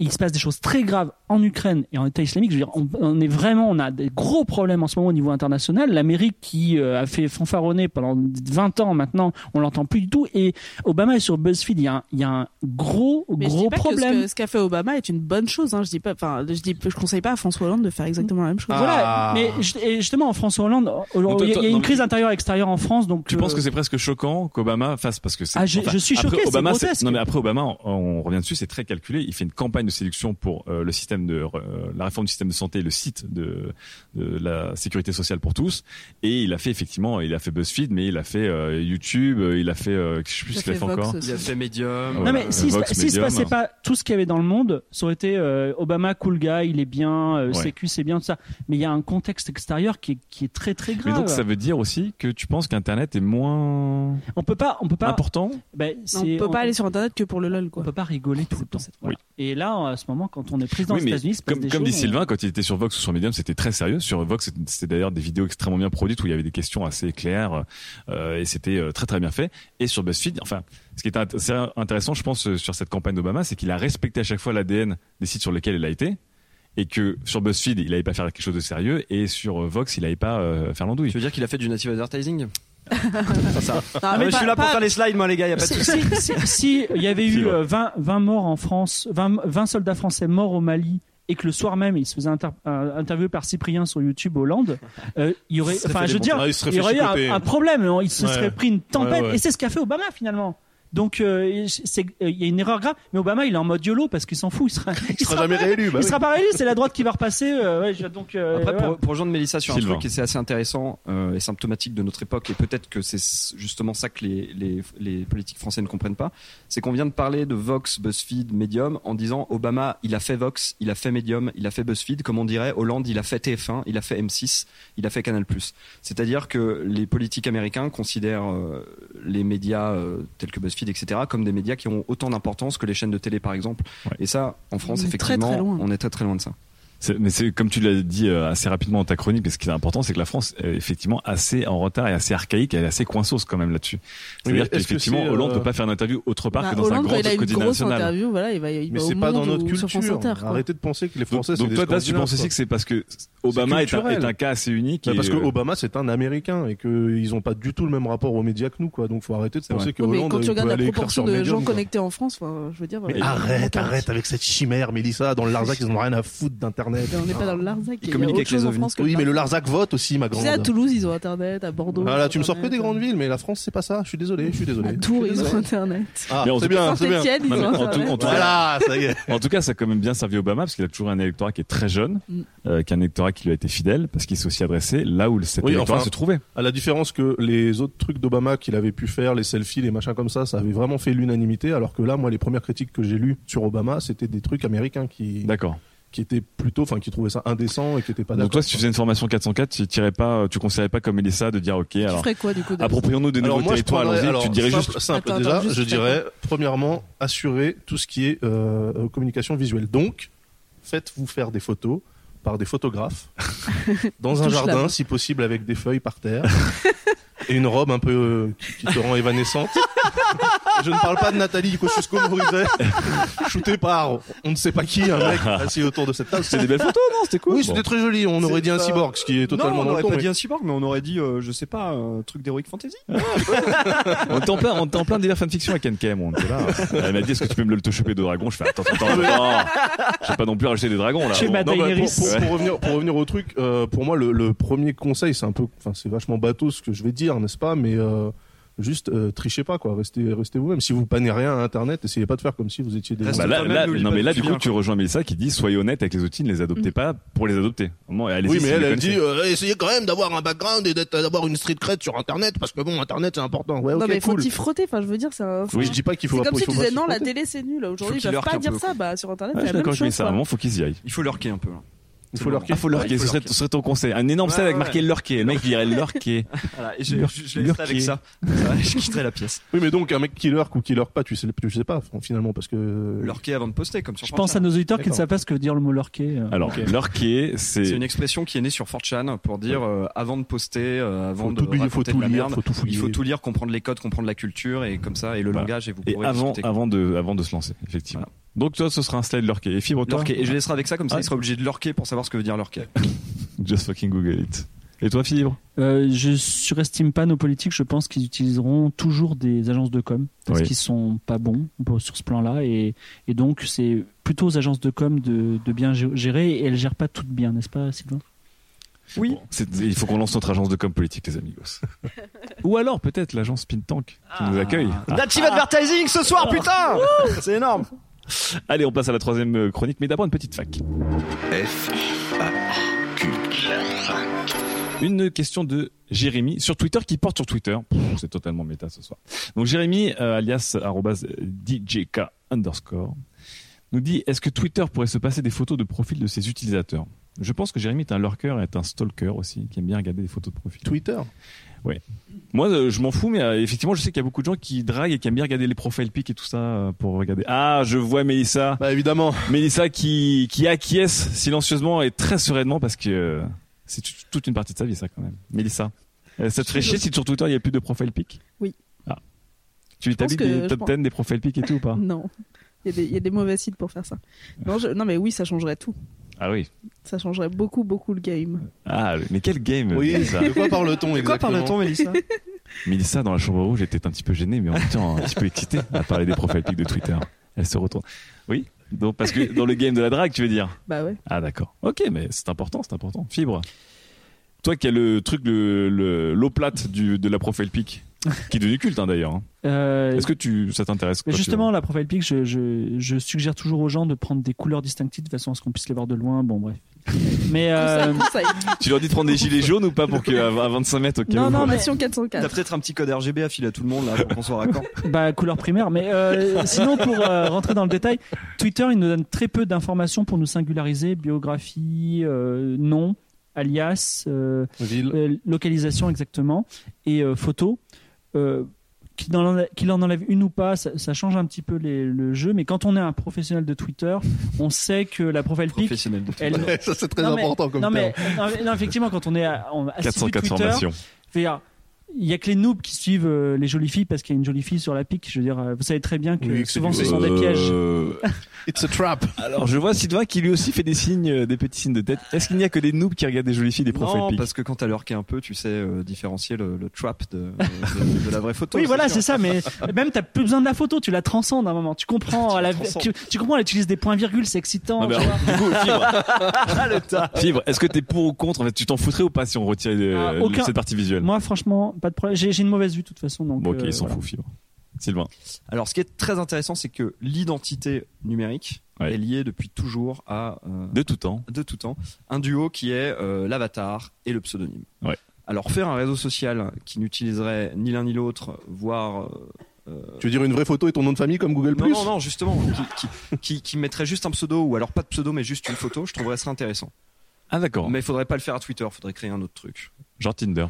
[SPEAKER 6] il se passe des choses très graves en Ukraine et en État islamique. Je veux dire, on, on est vraiment, on a des gros problèmes en ce moment au niveau international. L'Amérique qui euh, a fait fanfaronner pendant 20 ans maintenant, on l'entend plus du tout. Et Obama est sur BuzzFeed. Il y a un, il y a un gros,
[SPEAKER 4] Mais je dis
[SPEAKER 6] gros
[SPEAKER 4] pas
[SPEAKER 6] problème.
[SPEAKER 4] Que ce que- ce qu'a fait Obama est une bonne chose. Hein. Je dis pas, enfin, je dis, je conseille pas à François Hollande de faire exactement la même chose.
[SPEAKER 7] Ah.
[SPEAKER 6] Voilà, mais ju- et justement en France Hollande, il
[SPEAKER 3] toi,
[SPEAKER 6] y a-
[SPEAKER 3] toi,
[SPEAKER 6] il y a
[SPEAKER 3] non,
[SPEAKER 6] une
[SPEAKER 3] mais-
[SPEAKER 6] crise intérieure-extérieure en France, donc
[SPEAKER 3] Tu
[SPEAKER 6] euh,
[SPEAKER 3] penses que c'est presque choquant qu'Obama fasse parce que c'est.
[SPEAKER 6] Ah, je- je suis
[SPEAKER 3] après,
[SPEAKER 6] choqué, c'est
[SPEAKER 3] Obama,
[SPEAKER 6] grotesque.
[SPEAKER 3] Non mais après Obama, on, on revient dessus, c'est très calculé. Il fait une campagne de séduction pour euh, le système de euh, la réforme du système de santé, le site de, de la sécurité sociale pour tous. Et il a fait effectivement, il a fait BuzzFeed, mais il a fait euh, YouTube, euh, il a fait, euh, je sais plus
[SPEAKER 4] Il a
[SPEAKER 3] ce qu'il a
[SPEAKER 4] fait
[SPEAKER 3] fait
[SPEAKER 4] Vox
[SPEAKER 3] encore.
[SPEAKER 4] aussi.
[SPEAKER 5] Il a fait Medium.
[SPEAKER 3] Non,
[SPEAKER 6] Non
[SPEAKER 3] Voilà,
[SPEAKER 6] mais s'il
[SPEAKER 3] Vox,
[SPEAKER 6] se, s'il se
[SPEAKER 3] Medium.
[SPEAKER 6] passait pas tout ce qu'il y avait dans le monde, ça aurait été euh, Obama cool guy, il est bien, euh,
[SPEAKER 3] Ouais.
[SPEAKER 6] sécu c'est bien tout ça. Mais il y a un contexte extérieur qui est, qui est très très
[SPEAKER 3] Mais
[SPEAKER 6] grave.
[SPEAKER 3] donc ça veut dire aussi que tu penses qu'Internet est moins
[SPEAKER 6] On peut pas, on peut pas,
[SPEAKER 3] important
[SPEAKER 6] ben,
[SPEAKER 4] On
[SPEAKER 6] c'est-
[SPEAKER 4] peut pas aller sur internet que pour le lol
[SPEAKER 6] on
[SPEAKER 4] quoi.
[SPEAKER 6] peut pas rigoler tout le temps.
[SPEAKER 3] Oui.
[SPEAKER 6] Et là à ce moment quand on est président
[SPEAKER 3] Oui,
[SPEAKER 6] des
[SPEAKER 3] mais
[SPEAKER 6] États-Unis, il se passe
[SPEAKER 3] Comme,
[SPEAKER 6] des
[SPEAKER 3] comme dit
[SPEAKER 6] choses, on-
[SPEAKER 3] Sylvain, quand il était sur Vox ou sur Medium, c'était très sérieux. Sur Vox, c'était- c'était d'ailleurs des vidéos extrêmement bien produites où il y avait des questions assez claires euh, et c'était euh, très très bien fait. Et sur BuzzFeed, enfin, ce qui est int- c'est intéressant, je pense, euh, sur cette campagne d'Obama, c'est qu'il a respecté à chaque fois l'ADN des sites sur lesquels il a été. Et que sur BuzzFeed, il n'allait pas faire quelque chose de sérieux, et sur euh, Vox, il n'allait pas euh, faire l'andouille.
[SPEAKER 5] Tu veux dire qu'il a fait du native advertising
[SPEAKER 4] Non,
[SPEAKER 5] Ah,
[SPEAKER 4] mais
[SPEAKER 5] mais Je
[SPEAKER 4] pas-
[SPEAKER 5] suis là pour
[SPEAKER 4] pas-
[SPEAKER 5] faire les slides, moi, les gars, y a pas de
[SPEAKER 6] Si-
[SPEAKER 5] souci.
[SPEAKER 6] si- si- si il y avait
[SPEAKER 3] Si,
[SPEAKER 6] eu
[SPEAKER 3] ouais.
[SPEAKER 6] euh, 20, 20 morts en France, 20, 20 soldats français morts au Mali, et que le soir même ils se faisaient inter- euh, interviewer par Cyprien sur YouTube Hollande, euh, il y aurait,
[SPEAKER 5] Ça
[SPEAKER 6] enfin,
[SPEAKER 5] fait
[SPEAKER 6] je
[SPEAKER 5] des
[SPEAKER 6] veux dire,
[SPEAKER 7] bons. Ah, il se serait
[SPEAKER 6] il y
[SPEAKER 7] fait
[SPEAKER 6] aurait eu
[SPEAKER 7] chicoter.
[SPEAKER 6] un, un problème. hein. Il se
[SPEAKER 7] Ouais.
[SPEAKER 6] serait pris une tempête,
[SPEAKER 7] Ouais, ouais.
[SPEAKER 6] et c'est ce qu'a fait Obama finalement. Donc euh, c'est- euh, il y a une erreur grave, mais Obama il est en mode YOLO parce qu'il s'en fout, il sera, il
[SPEAKER 7] sera jamais
[SPEAKER 6] pas-
[SPEAKER 7] réélu,
[SPEAKER 6] il
[SPEAKER 7] bah oui.
[SPEAKER 6] sera pas réélu, c'est la droite qui va repasser. euh, ouais, je- donc euh,
[SPEAKER 5] Après,
[SPEAKER 6] voilà.
[SPEAKER 5] pour, pour rejoindre Mélissa sur
[SPEAKER 3] Sylvain.
[SPEAKER 5] un truc, et c'est assez intéressant euh, et symptomatique de notre époque, et peut-être que c'est s- justement ça que les, les, les politiques français ne comprennent pas, c'est qu'on vient de parler de Vox, BuzzFeed, Medium, en disant Obama, il a fait Vox, il a fait Medium, il a fait BuzzFeed, comme on dirait, Hollande, il a fait TF1, il a fait M6, il a fait Canal+. C'est-à-dire que les politiques américains considèrent euh, les médias euh, tels que BuzzFeed, etc., comme des médias qui ont autant d'importance que les chaînes de télé, par exemple. Et ça, en France,
[SPEAKER 4] On est très, très
[SPEAKER 5] effectivement,
[SPEAKER 4] loin.
[SPEAKER 5] on est très très loin de ça.
[SPEAKER 3] C'est- Mais c'est comme tu l'as dit euh, assez rapidement dans ta chronique, mais ce qui est important, c'est que la France est effectivement assez en retard et assez archaïque, et elle est assez coinceuse quand même là-dessus.
[SPEAKER 7] mais
[SPEAKER 3] C'est-à-dire
[SPEAKER 7] est-ce que
[SPEAKER 3] qu'effectivement,
[SPEAKER 7] c'est, euh,
[SPEAKER 3] Hollande peut pas faire une interview autre part
[SPEAKER 4] Bah,
[SPEAKER 3] que dans
[SPEAKER 4] Hollande,
[SPEAKER 3] un
[SPEAKER 4] quand
[SPEAKER 3] grand
[SPEAKER 4] il a une
[SPEAKER 3] quotidien
[SPEAKER 4] grosse
[SPEAKER 3] national.
[SPEAKER 4] interview, voilà, il va, il
[SPEAKER 7] Mais
[SPEAKER 4] va au
[SPEAKER 7] c'est pas dans
[SPEAKER 4] Monde
[SPEAKER 7] notre
[SPEAKER 4] ou sur France
[SPEAKER 7] culture.
[SPEAKER 4] Inter. quoi.
[SPEAKER 7] Arrêtez de penser que les
[SPEAKER 3] Donc,
[SPEAKER 7] Français c'est
[SPEAKER 3] donc
[SPEAKER 7] des
[SPEAKER 3] toi, là, tu
[SPEAKER 7] scandinats,
[SPEAKER 3] penses aussi
[SPEAKER 7] quoi.
[SPEAKER 3] que c'est parce que Obama est, un,
[SPEAKER 7] culturel.
[SPEAKER 3] est un cas assez unique.
[SPEAKER 7] Bah,
[SPEAKER 3] et,
[SPEAKER 7] parce que
[SPEAKER 3] euh,
[SPEAKER 7] Obama c'est un Américain et qu'ils n'ont pas du tout le même rapport aux médias que nous quoi. Donc faut arrêter de
[SPEAKER 3] C'est vrai.
[SPEAKER 7] penser que
[SPEAKER 4] Ouais, mais
[SPEAKER 7] Hollande
[SPEAKER 4] quand tu
[SPEAKER 7] il peut
[SPEAKER 4] regardes la
[SPEAKER 7] aller écrire
[SPEAKER 4] proportion
[SPEAKER 7] sur
[SPEAKER 4] de
[SPEAKER 7] Medium,
[SPEAKER 4] gens
[SPEAKER 7] quoi.
[SPEAKER 4] connectés en France, enfin, je veux dire.
[SPEAKER 7] Mais
[SPEAKER 4] voilà.
[SPEAKER 7] arrête, arrête avec cette chimère, Mélissa. Dans le Larzac, ils en ont rien à foutre d'internet.
[SPEAKER 4] On n'est pas dans le Larzac. Il y a
[SPEAKER 5] communiquent
[SPEAKER 4] autre
[SPEAKER 5] avec
[SPEAKER 4] chose
[SPEAKER 5] les
[SPEAKER 4] en
[SPEAKER 5] ovnis.
[SPEAKER 4] France que
[SPEAKER 7] Oui, mais le
[SPEAKER 4] Larzac.
[SPEAKER 7] Larzac vote aussi, ma
[SPEAKER 4] Tu sais, à
[SPEAKER 7] grande.
[SPEAKER 4] Toulouse, ils ont Internet, à Bordeaux.
[SPEAKER 7] Voilà,
[SPEAKER 4] ils
[SPEAKER 7] Ah tu
[SPEAKER 4] ont
[SPEAKER 7] me sors que des
[SPEAKER 4] Internet.
[SPEAKER 7] grandes villes, mais la France, c'est pas ça. Je suis désolé, je suis désolé.
[SPEAKER 4] À
[SPEAKER 7] Je suis
[SPEAKER 4] Tours, ils
[SPEAKER 7] désolé.
[SPEAKER 4] ont Internet.
[SPEAKER 7] Ah,
[SPEAKER 3] Mais on
[SPEAKER 7] c'est
[SPEAKER 3] se-
[SPEAKER 7] bien, c'est bien.
[SPEAKER 4] Saint-Etienne, ils
[SPEAKER 3] Non, mais
[SPEAKER 4] ont
[SPEAKER 3] en tout- en
[SPEAKER 4] Internet.
[SPEAKER 3] tout-
[SPEAKER 7] Voilà, ça y est.
[SPEAKER 3] En tout cas, ça a quand même bien servi Obama, parce qu'il a toujours un électorat qui est très jeune,
[SPEAKER 4] Mm.
[SPEAKER 3] euh, qui est un électorat qui lui a été fidèle, parce qu'il s'est aussi adressé là où cet
[SPEAKER 7] Oui,
[SPEAKER 3] électorat
[SPEAKER 7] enfin-
[SPEAKER 3] se trouvait.
[SPEAKER 7] À la différence que les autres trucs d'Obama qu'il avait pu faire, les selfies, les machins comme ça, ça avait vraiment fait l'unanimité. Alors que là, moi, les premières critiques que j'ai lues sur Obama, c'était des trucs américains qui,
[SPEAKER 3] D'accord.
[SPEAKER 7] qui étaient plutôt, enfin, qui trouvaient ça indécent et qui étaient pas
[SPEAKER 3] Donc
[SPEAKER 7] d'accord.
[SPEAKER 3] toi, si tu faisais une formation 404, tu tirais pas, tu conseillais pas comme Melissa de dire, OK,
[SPEAKER 4] Tu
[SPEAKER 3] alors,
[SPEAKER 4] ferais quoi du coup de-
[SPEAKER 3] approprions-nous des nouveaux
[SPEAKER 7] alors moi, je
[SPEAKER 3] territoires,
[SPEAKER 7] prendrais-
[SPEAKER 3] allons-y,
[SPEAKER 7] alors,
[SPEAKER 3] tu te dirais
[SPEAKER 7] simple,
[SPEAKER 3] juste,
[SPEAKER 7] simple.
[SPEAKER 4] Attends, attends,
[SPEAKER 7] déjà,
[SPEAKER 4] juste
[SPEAKER 7] je
[SPEAKER 4] très
[SPEAKER 7] dirais, premièrement, assurer tout ce qui est euh, euh, communication visuelle. Donc, faites-vous faire des photos par des photographes dans un
[SPEAKER 4] Touche
[SPEAKER 7] jardin,
[SPEAKER 4] la-
[SPEAKER 7] si possible avec des feuilles par terre et une robe un peu euh, qui, qui te rend évanescente. je ne parle pas de Nathalie Kosciusko-Morizet, shootée par on ne sait pas qui, un mec assis autour de cette table.
[SPEAKER 3] c'est des belles photos, non? C'était cool.
[SPEAKER 7] Oui,
[SPEAKER 3] Bon.
[SPEAKER 7] c'était très joli. On aurait
[SPEAKER 5] C'est
[SPEAKER 7] dit un
[SPEAKER 5] pas-
[SPEAKER 7] cyborg, ce qui est totalement
[SPEAKER 5] non, on
[SPEAKER 7] dans
[SPEAKER 5] aurait
[SPEAKER 7] le ton.
[SPEAKER 5] pas
[SPEAKER 7] mais-
[SPEAKER 5] dit un cyborg, mais on aurait dit, euh, je sais pas, un truc d'heroic fantasy.
[SPEAKER 3] On était en plein, on était en plein délire fanfiction avec Ken on était là. Elle m'a dit, est-ce que tu peux me le choper de dragon? Je fais, attends, attends, attends. Je vais pas non plus rajouter des dragons, là.
[SPEAKER 6] Chez
[SPEAKER 3] Bon,
[SPEAKER 6] Matt
[SPEAKER 3] non,
[SPEAKER 7] Non,
[SPEAKER 3] bah,
[SPEAKER 7] bah,
[SPEAKER 6] Daenerys.
[SPEAKER 7] pour, pour-
[SPEAKER 3] Ouais.
[SPEAKER 7] pour revenir, pour revenir au truc, euh, pour moi, le, le premier conseil, c'est un peu, enfin, c'est vachement bateau ce que je vais dire, n'est-ce pas Mais euh, juste, euh, trichez pas, quoi. Restez, restez vous-même. Si vous panez rien à Internet, essayez pas de faire comme si vous étiez des.
[SPEAKER 5] Reste-
[SPEAKER 3] Bah,
[SPEAKER 5] Parce
[SPEAKER 3] là,
[SPEAKER 5] que toi-même,
[SPEAKER 3] là-
[SPEAKER 5] n'oublie
[SPEAKER 3] non,
[SPEAKER 5] pas
[SPEAKER 3] mais
[SPEAKER 5] de
[SPEAKER 3] là,
[SPEAKER 5] te
[SPEAKER 3] du coup,
[SPEAKER 5] dire.
[SPEAKER 3] tu rejoins Mélissa qui dit, soyez honnête avec les outils, ne les adoptez pas pour les adopter. Vraiment, et allez-y
[SPEAKER 7] oui,
[SPEAKER 3] si
[SPEAKER 7] mais
[SPEAKER 3] vous
[SPEAKER 7] elle,
[SPEAKER 3] les
[SPEAKER 7] elle
[SPEAKER 3] connaissez.
[SPEAKER 7] dit, euh, essayez quand même d'avoir un background et d'être- d'avoir une street cred sur Internet, parce que bon, Internet c'est important. Ouais,
[SPEAKER 4] Non,
[SPEAKER 7] Ah, ok,
[SPEAKER 4] mais
[SPEAKER 7] cool.
[SPEAKER 4] faut-y frotter, enfin, je veux dire, c'est un.
[SPEAKER 7] Oui, je dis pas qu'il faut.
[SPEAKER 4] C'est comme
[SPEAKER 7] il
[SPEAKER 4] si
[SPEAKER 7] faut
[SPEAKER 4] tu
[SPEAKER 7] pas
[SPEAKER 4] disais
[SPEAKER 7] se
[SPEAKER 4] non, la
[SPEAKER 7] frotter.
[SPEAKER 4] télé c'est nul. Aujourd'hui,
[SPEAKER 5] Faut
[SPEAKER 4] ils
[SPEAKER 5] qu'il
[SPEAKER 4] peuvent
[SPEAKER 5] leur
[SPEAKER 4] pas
[SPEAKER 5] qu'il un
[SPEAKER 4] dire
[SPEAKER 5] peu,
[SPEAKER 4] ça. Bah, sur internet,
[SPEAKER 3] Ouais, je
[SPEAKER 4] c'est
[SPEAKER 3] suis
[SPEAKER 4] la
[SPEAKER 3] d'accord
[SPEAKER 4] même
[SPEAKER 3] avec
[SPEAKER 4] chose.
[SPEAKER 3] Mélissa, à un
[SPEAKER 4] quoi.
[SPEAKER 3] moment, faut qu'ils y aillent.
[SPEAKER 5] Il faut lurker un peu. là.
[SPEAKER 7] Il
[SPEAKER 5] C'est
[SPEAKER 7] faut
[SPEAKER 5] bon.
[SPEAKER 7] leur
[SPEAKER 3] Ah, faut lurker,
[SPEAKER 5] Ouais,
[SPEAKER 3] ce
[SPEAKER 5] faut
[SPEAKER 3] serait,
[SPEAKER 5] lurker.
[SPEAKER 3] ce serait ton conseil. Un énorme
[SPEAKER 5] Ouais,
[SPEAKER 3] sel avec
[SPEAKER 5] ouais.
[SPEAKER 3] marqué lurker. Le mec, il dirait lurker.
[SPEAKER 5] Voilà, et je, je, je les laisserai avec
[SPEAKER 3] Lurker.
[SPEAKER 5] ça. Ça, je quitterai la pièce.
[SPEAKER 7] Oui, mais donc un mec qui lurk ou qui lurk pas, tu sais, tu sais pas finalement, parce que.
[SPEAKER 5] Lurker avant de poster, comme sur
[SPEAKER 6] Je pense à
[SPEAKER 5] 4chan.
[SPEAKER 6] nos auditeurs qui ne
[SPEAKER 7] D'accord.
[SPEAKER 6] savent pas ce que veut dire le mot lurker. euh.
[SPEAKER 3] Alors, lurker,
[SPEAKER 5] C'est
[SPEAKER 3] c'est
[SPEAKER 5] une expression qui est née sur 4chan pour dire euh, avant de poster, euh, avant
[SPEAKER 7] Faut
[SPEAKER 5] de
[SPEAKER 7] tout, lire, faut
[SPEAKER 5] raconter
[SPEAKER 7] tout
[SPEAKER 5] de la
[SPEAKER 7] lire,
[SPEAKER 5] merde,
[SPEAKER 7] faut tout fouiller.
[SPEAKER 5] il faut tout lire, comprendre les codes, comprendre la culture et comme ça et le
[SPEAKER 3] Voilà.
[SPEAKER 5] langage et vous
[SPEAKER 3] et
[SPEAKER 5] pourrez
[SPEAKER 3] avant,
[SPEAKER 5] discuter.
[SPEAKER 3] avant de, avant de se lancer, effectivement. Donc, toi, ce sera un slide lurker. Et fibre, toi?
[SPEAKER 5] Lurker. Et je les laisserai avec ça, comme ça
[SPEAKER 3] Ah.
[SPEAKER 5] il sera obligé de lurker pour savoir ce que veut dire lurker.
[SPEAKER 3] Just fucking Google it. Et toi, fibre?
[SPEAKER 6] Euh, je surestime pas nos politiques. Je pense qu'ils utiliseront toujours des agences de com parce
[SPEAKER 3] Oui.
[SPEAKER 6] qu'ils sont pas bons pour- sur ce plan-là et, et donc c'est plutôt aux agences de com de, de bien gé- gérer et elles gèrent pas toutes bien, n'est-ce pas, Sylvain
[SPEAKER 5] Oui.
[SPEAKER 3] Bon, c'est- il faut qu'on lance notre agence de com politique, les amigos. Ah. Ou alors, peut-être, l'agence Pintank qui nous accueille.
[SPEAKER 5] Native Advertising ce soir, putain C'est énorme
[SPEAKER 3] Allez, on passe à la troisième euh, chronique, mais d'abord une petite fac.
[SPEAKER 1] F, A, Q.
[SPEAKER 3] Une question de Jérémy sur Twitter qui porte sur Twitter. Pff, C'est totalement méta ce soir. Donc Jérémy, euh, alias arrobase DJK underscore, nous dit est-ce que Twitter pourrait se passer des photos de profil de ses utilisateurs Je pense que Jérémy est un lurker et est un stalker aussi, qui aime bien regarder des photos de profil.
[SPEAKER 7] Twitter.
[SPEAKER 3] Moi, euh, je m'en fous, mais euh, effectivement, je sais qu'il y a beaucoup de gens qui draguent et qui aiment bien regarder les profils pics et tout ça euh, pour regarder. Ah, je vois Mélissa.
[SPEAKER 7] Bah évidemment.
[SPEAKER 3] Mélissa qui, qui acquiesce silencieusement et très sereinement parce que euh, c'est tout- toute une partie de sa vie, ça, quand même. Mélissa, euh, ça te ferait chier si sur Twitter il n'y a plus de profile pic
[SPEAKER 4] Oui.
[SPEAKER 3] Ah. Tu établis
[SPEAKER 4] pense que-
[SPEAKER 3] des
[SPEAKER 4] je
[SPEAKER 3] top
[SPEAKER 4] pense-
[SPEAKER 3] 10 des profils pics et tout ou pas
[SPEAKER 4] Non. Il y, a des, il y a des mauvais sites pour faire ça. Non, je- non, mais oui, ça changerait tout.
[SPEAKER 3] Ah oui.
[SPEAKER 4] Ça changerait beaucoup, beaucoup le game.
[SPEAKER 3] Ah, mais quel game,
[SPEAKER 7] Oui.
[SPEAKER 3] Mélissa.
[SPEAKER 7] De quoi parle-t-on
[SPEAKER 5] De quoi
[SPEAKER 7] exactement
[SPEAKER 5] parle-t-on, Mélissa
[SPEAKER 3] Mélissa, dans la chambre rouge, était un petit peu gênée, mais en même temps un petit peu excitée à parler des profils pics de Twitter. Elle se retourne. Oui donc, Parce que dans le game de la drague, tu veux dire
[SPEAKER 4] Bah ouais.
[SPEAKER 3] Ah d'accord. Ok, mais c'est important, c'est important. Fibre. Toi qui as le truc, le, le- l'eau plate du, de la profile pic, Qui est devenu culte, hein, d'ailleurs. hein.
[SPEAKER 6] Euh,
[SPEAKER 3] Est-ce que tu, ça t'intéresse
[SPEAKER 6] mais
[SPEAKER 3] quoi, tu
[SPEAKER 6] justement, la profile pic, je, je, je suggère toujours aux gens de prendre des couleurs distinctives de façon à ce qu'on puisse les voir de loin. Bon, bref. Mais euh,
[SPEAKER 4] Ça y est.
[SPEAKER 3] vois Tu leur dis de prendre des gilets jaunes ou pas pour que à 25 mètres, au cas
[SPEAKER 4] Non,
[SPEAKER 3] où-
[SPEAKER 4] non, mission
[SPEAKER 5] T'as
[SPEAKER 4] 404.
[SPEAKER 5] peut-être un petit code RGB à filer à tout le monde là pour qu'on soit raccord.
[SPEAKER 6] bah, couleur primaire. Mais euh, sinon, pour euh, rentrer dans le détail, Twitter, il nous donne très peu d'informations pour nous singulariser biographie, euh, nom, alias, euh,
[SPEAKER 7] Ville.
[SPEAKER 6] euh, localisation exactement et euh, photo. Euh, qu'il en, enlève- qu'il en enlève une ou pas, ça, ça change un petit peu les- le jeu. Mais quand on est un professionnel de Twitter, on sait que la profile pic,
[SPEAKER 5] Professionnel. de-
[SPEAKER 6] elle,
[SPEAKER 7] ça, c'est très
[SPEAKER 6] Non, mais-
[SPEAKER 7] important comme
[SPEAKER 6] non, mais,
[SPEAKER 7] terme.
[SPEAKER 6] non, mais- non, effectivement, quand on est à, en-
[SPEAKER 3] 404
[SPEAKER 6] assidu Twitter,
[SPEAKER 3] formations.
[SPEAKER 6] je veux dire, il y a que les noobs qui suivent euh, les jolies filles parce qu'il y a une jolie fille sur la pique. Je veux dire, euh, vous savez très bien que
[SPEAKER 7] Oui, que c'est
[SPEAKER 6] souvent
[SPEAKER 7] du-
[SPEAKER 6] ce sont des pièges.
[SPEAKER 3] Euh,
[SPEAKER 7] It's a trap.
[SPEAKER 3] Alors, je vois Sylvain qui lui aussi fait des signes, euh, des petits signes de tête. Est-ce qu'il n'y a que des noobs qui regardent des jolies filles, des profils
[SPEAKER 5] Non,
[SPEAKER 3] pics
[SPEAKER 5] parce que quand t'as leur qui est un peu, tu sais euh, différencier le, le trap de, de- de la vraie photo.
[SPEAKER 6] Oui, voilà,
[SPEAKER 5] sûr.
[SPEAKER 6] c'est ça. Mais même t'as plus besoin de la photo, tu la transcendes à un moment. Tu comprends,
[SPEAKER 5] Tu
[SPEAKER 6] la,
[SPEAKER 5] transcendes.
[SPEAKER 6] tu, tu comprends, elle utilise des points virgules, c'est excitant.
[SPEAKER 3] Non, mais
[SPEAKER 6] tu
[SPEAKER 3] alors,
[SPEAKER 6] vois.
[SPEAKER 3] du coup, fibre. Fibre, est-ce que t'es pour ou contre En fait, tu t'en foutrais ou pas si on retirait euh,
[SPEAKER 6] Ah, aucun.
[SPEAKER 3] cette partie visuelle
[SPEAKER 6] Moi, franchement, pas de problème. J'ai j'ai une mauvaise vue de toute façon. Donc,
[SPEAKER 3] Bon, ok,
[SPEAKER 6] euh,
[SPEAKER 3] il s'en
[SPEAKER 6] voilà.
[SPEAKER 3] fout, Fibre. Sylvain.
[SPEAKER 5] Alors, ce qui est très intéressant, c'est que l'identité numérique
[SPEAKER 3] Ouais.
[SPEAKER 5] est liée depuis toujours à euh,
[SPEAKER 3] De tout temps.
[SPEAKER 5] de tout temps, un duo qui est euh, l'avatar et le pseudonyme.
[SPEAKER 3] Ouais.
[SPEAKER 5] Alors faire un réseau social qui n'utiliserait ni l'un ni l'autre, voire euh,
[SPEAKER 7] Tu veux dire une vraie photo et ton nom de famille comme Google
[SPEAKER 5] non non non justement qui, qui, qui- qui mettrait juste un pseudo ou alors pas de pseudo mais juste une photo, je trouverais ça intéressant.
[SPEAKER 3] Ah, d'accord.
[SPEAKER 5] Mais il faudrait pas le faire à Twitter, faudrait créer un autre truc.
[SPEAKER 3] Genre Tinder.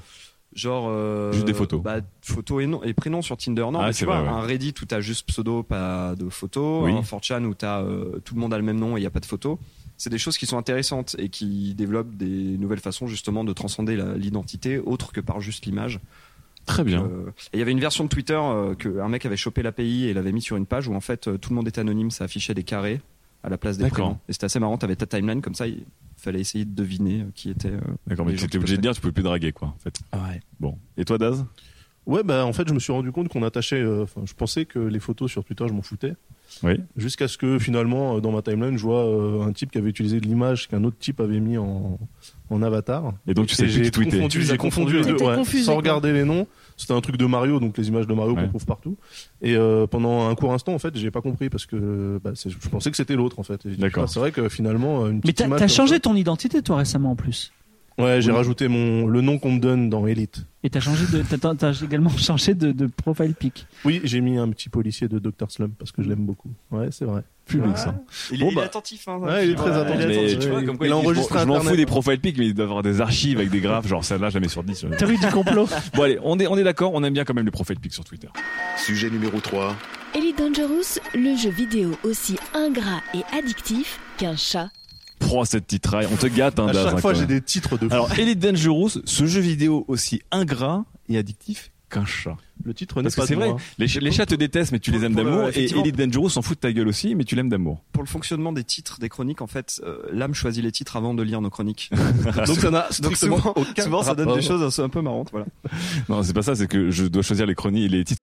[SPEAKER 5] Genre euh,
[SPEAKER 3] Juste des photos.
[SPEAKER 5] Bah, photos et, nom- et prénoms sur Tinder. Non,
[SPEAKER 3] Ah,
[SPEAKER 5] mais
[SPEAKER 3] c'est
[SPEAKER 5] tu vois,
[SPEAKER 3] vrai, ouais.
[SPEAKER 5] un Reddit où t'as juste pseudo, pas de photo.
[SPEAKER 3] Oui.
[SPEAKER 5] Un 4chan où t'as euh, tout le monde a le même nom et il y a pas de photo. C'est des choses qui sont intéressantes et qui développent des nouvelles façons justement de transcender la- l'identité autre que par juste l'image.
[SPEAKER 3] Très bien.
[SPEAKER 5] Euh, et il y avait une version de Twitter euh, que un mec avait chopé l'API et l'avait mis sur une page où en fait euh, tout le monde était anonyme, ça affichait des carrés à la place des
[SPEAKER 3] D'accord.
[SPEAKER 5] prénoms. Et c'était assez marrant, t'avais ta timeline comme ça, il fallait essayer de deviner euh, qui était. euh,
[SPEAKER 3] D'accord, mais
[SPEAKER 5] les
[SPEAKER 3] tu
[SPEAKER 5] gens
[SPEAKER 3] étais
[SPEAKER 5] qui
[SPEAKER 3] obligé de
[SPEAKER 5] postaient.
[SPEAKER 3] dire, tu pouvais plus draguer, quoi, en fait. Bon. Et toi, Daz
[SPEAKER 7] Ouais, bah en fait, je me suis rendu compte qu'on attachait. euh, Enfin, je pensais que les photos sur Twitter, je m'en foutais.
[SPEAKER 3] Oui.
[SPEAKER 7] Jusqu'à ce que finalement, euh, dans ma timeline, je vois euh, un type qui avait utilisé de l'image qu'un autre type avait mis en, en avatar.
[SPEAKER 3] Et donc, tu sais
[SPEAKER 7] Et
[SPEAKER 3] plus
[SPEAKER 7] j'ai
[SPEAKER 3] qui tweeter.
[SPEAKER 7] confondu, j'ai confondu les
[SPEAKER 4] T'étais
[SPEAKER 7] deux, ouais,
[SPEAKER 4] confusé,
[SPEAKER 7] sans
[SPEAKER 4] quoi.
[SPEAKER 7] regarder les noms. C'était un truc de Mario, donc les images de Mario
[SPEAKER 3] Ouais.
[SPEAKER 7] qu'on trouve partout. Et euh, pendant un court instant, en fait, j'ai pas compris parce que bah, c'est- je pensais que c'était l'autre, en fait. Et j'ai dit,
[SPEAKER 3] D'accord.
[SPEAKER 7] putain, C'est vrai que finalement, euh, une
[SPEAKER 6] Mais
[SPEAKER 7] petite
[SPEAKER 6] t'as
[SPEAKER 7] image
[SPEAKER 6] t'as
[SPEAKER 7] comme
[SPEAKER 6] changé ton identité, toi, récemment en plus.
[SPEAKER 7] ça. Ouais, j'ai rajouté mon le nom qu'on me donne dans Elite.
[SPEAKER 6] Et t'as changé de, t'as- t'as également changé de, de profile pic.
[SPEAKER 7] Oui, j'ai mis un petit policier de Dr Slump parce que je l'aime beaucoup. Ouais, c'est vrai.
[SPEAKER 3] Plus long que ça.
[SPEAKER 5] Il, est-
[SPEAKER 3] Bon,
[SPEAKER 5] il est
[SPEAKER 3] bah.
[SPEAKER 5] attentif. Hein,
[SPEAKER 7] Ouais, il est très
[SPEAKER 5] Voilà,
[SPEAKER 7] attentif.
[SPEAKER 5] il est
[SPEAKER 7] Mais
[SPEAKER 5] attentif,
[SPEAKER 7] tu
[SPEAKER 5] tu vois,
[SPEAKER 7] vois,
[SPEAKER 5] comme quoi
[SPEAKER 7] il
[SPEAKER 5] il
[SPEAKER 7] a
[SPEAKER 5] dit,
[SPEAKER 7] enregistré-
[SPEAKER 3] Je m'en fous
[SPEAKER 7] Internet.
[SPEAKER 3] des profils pics, mais il doit avoir des archives avec des graphes. Genre, celle-là, je la mets sur 10.
[SPEAKER 6] Théorie du complot.
[SPEAKER 3] Bon, allez, on est, on est d'accord, on aime bien quand même les profils pics sur Twitter.
[SPEAKER 1] Sujet numéro 3.
[SPEAKER 8] Elite Dangerous, le jeu vidéo aussi ingrat et addictif qu'un chat.
[SPEAKER 3] Pro cette titraille. On te gâte, hein,
[SPEAKER 7] À
[SPEAKER 3] Daz. hein,
[SPEAKER 7] chaque fois,
[SPEAKER 3] quand
[SPEAKER 7] j'ai
[SPEAKER 3] même.
[SPEAKER 7] des titres de. fou.
[SPEAKER 3] Alors, Elite Dangerous, ce jeu vidéo aussi ingrat et addictif qu'un chat.
[SPEAKER 7] le titre n'est
[SPEAKER 3] Parce
[SPEAKER 7] pas
[SPEAKER 3] que c'est
[SPEAKER 7] de
[SPEAKER 3] vrai,
[SPEAKER 7] moi. hein.
[SPEAKER 3] les, ch- les chats te détestent, mais tu les aimes
[SPEAKER 5] Pour le-
[SPEAKER 3] d'amour. Et
[SPEAKER 5] effectivement.
[SPEAKER 3] Elite Dangerous s'en fout de ta gueule aussi, mais tu l'aimes d'amour.
[SPEAKER 5] Pour le fonctionnement des titres, des chroniques, en fait, euh, l'âme choisit les titres avant de lire nos chroniques.
[SPEAKER 7] Donc ça n'a
[SPEAKER 5] Donc
[SPEAKER 7] strictement
[SPEAKER 5] souvent,
[SPEAKER 7] aucun
[SPEAKER 5] souvent, ça donne des
[SPEAKER 7] rapport.
[SPEAKER 5] choses un- un peu marrantes. Voilà.
[SPEAKER 3] Non, c'est pas ça, c'est que je dois choisir les chroniques et les titres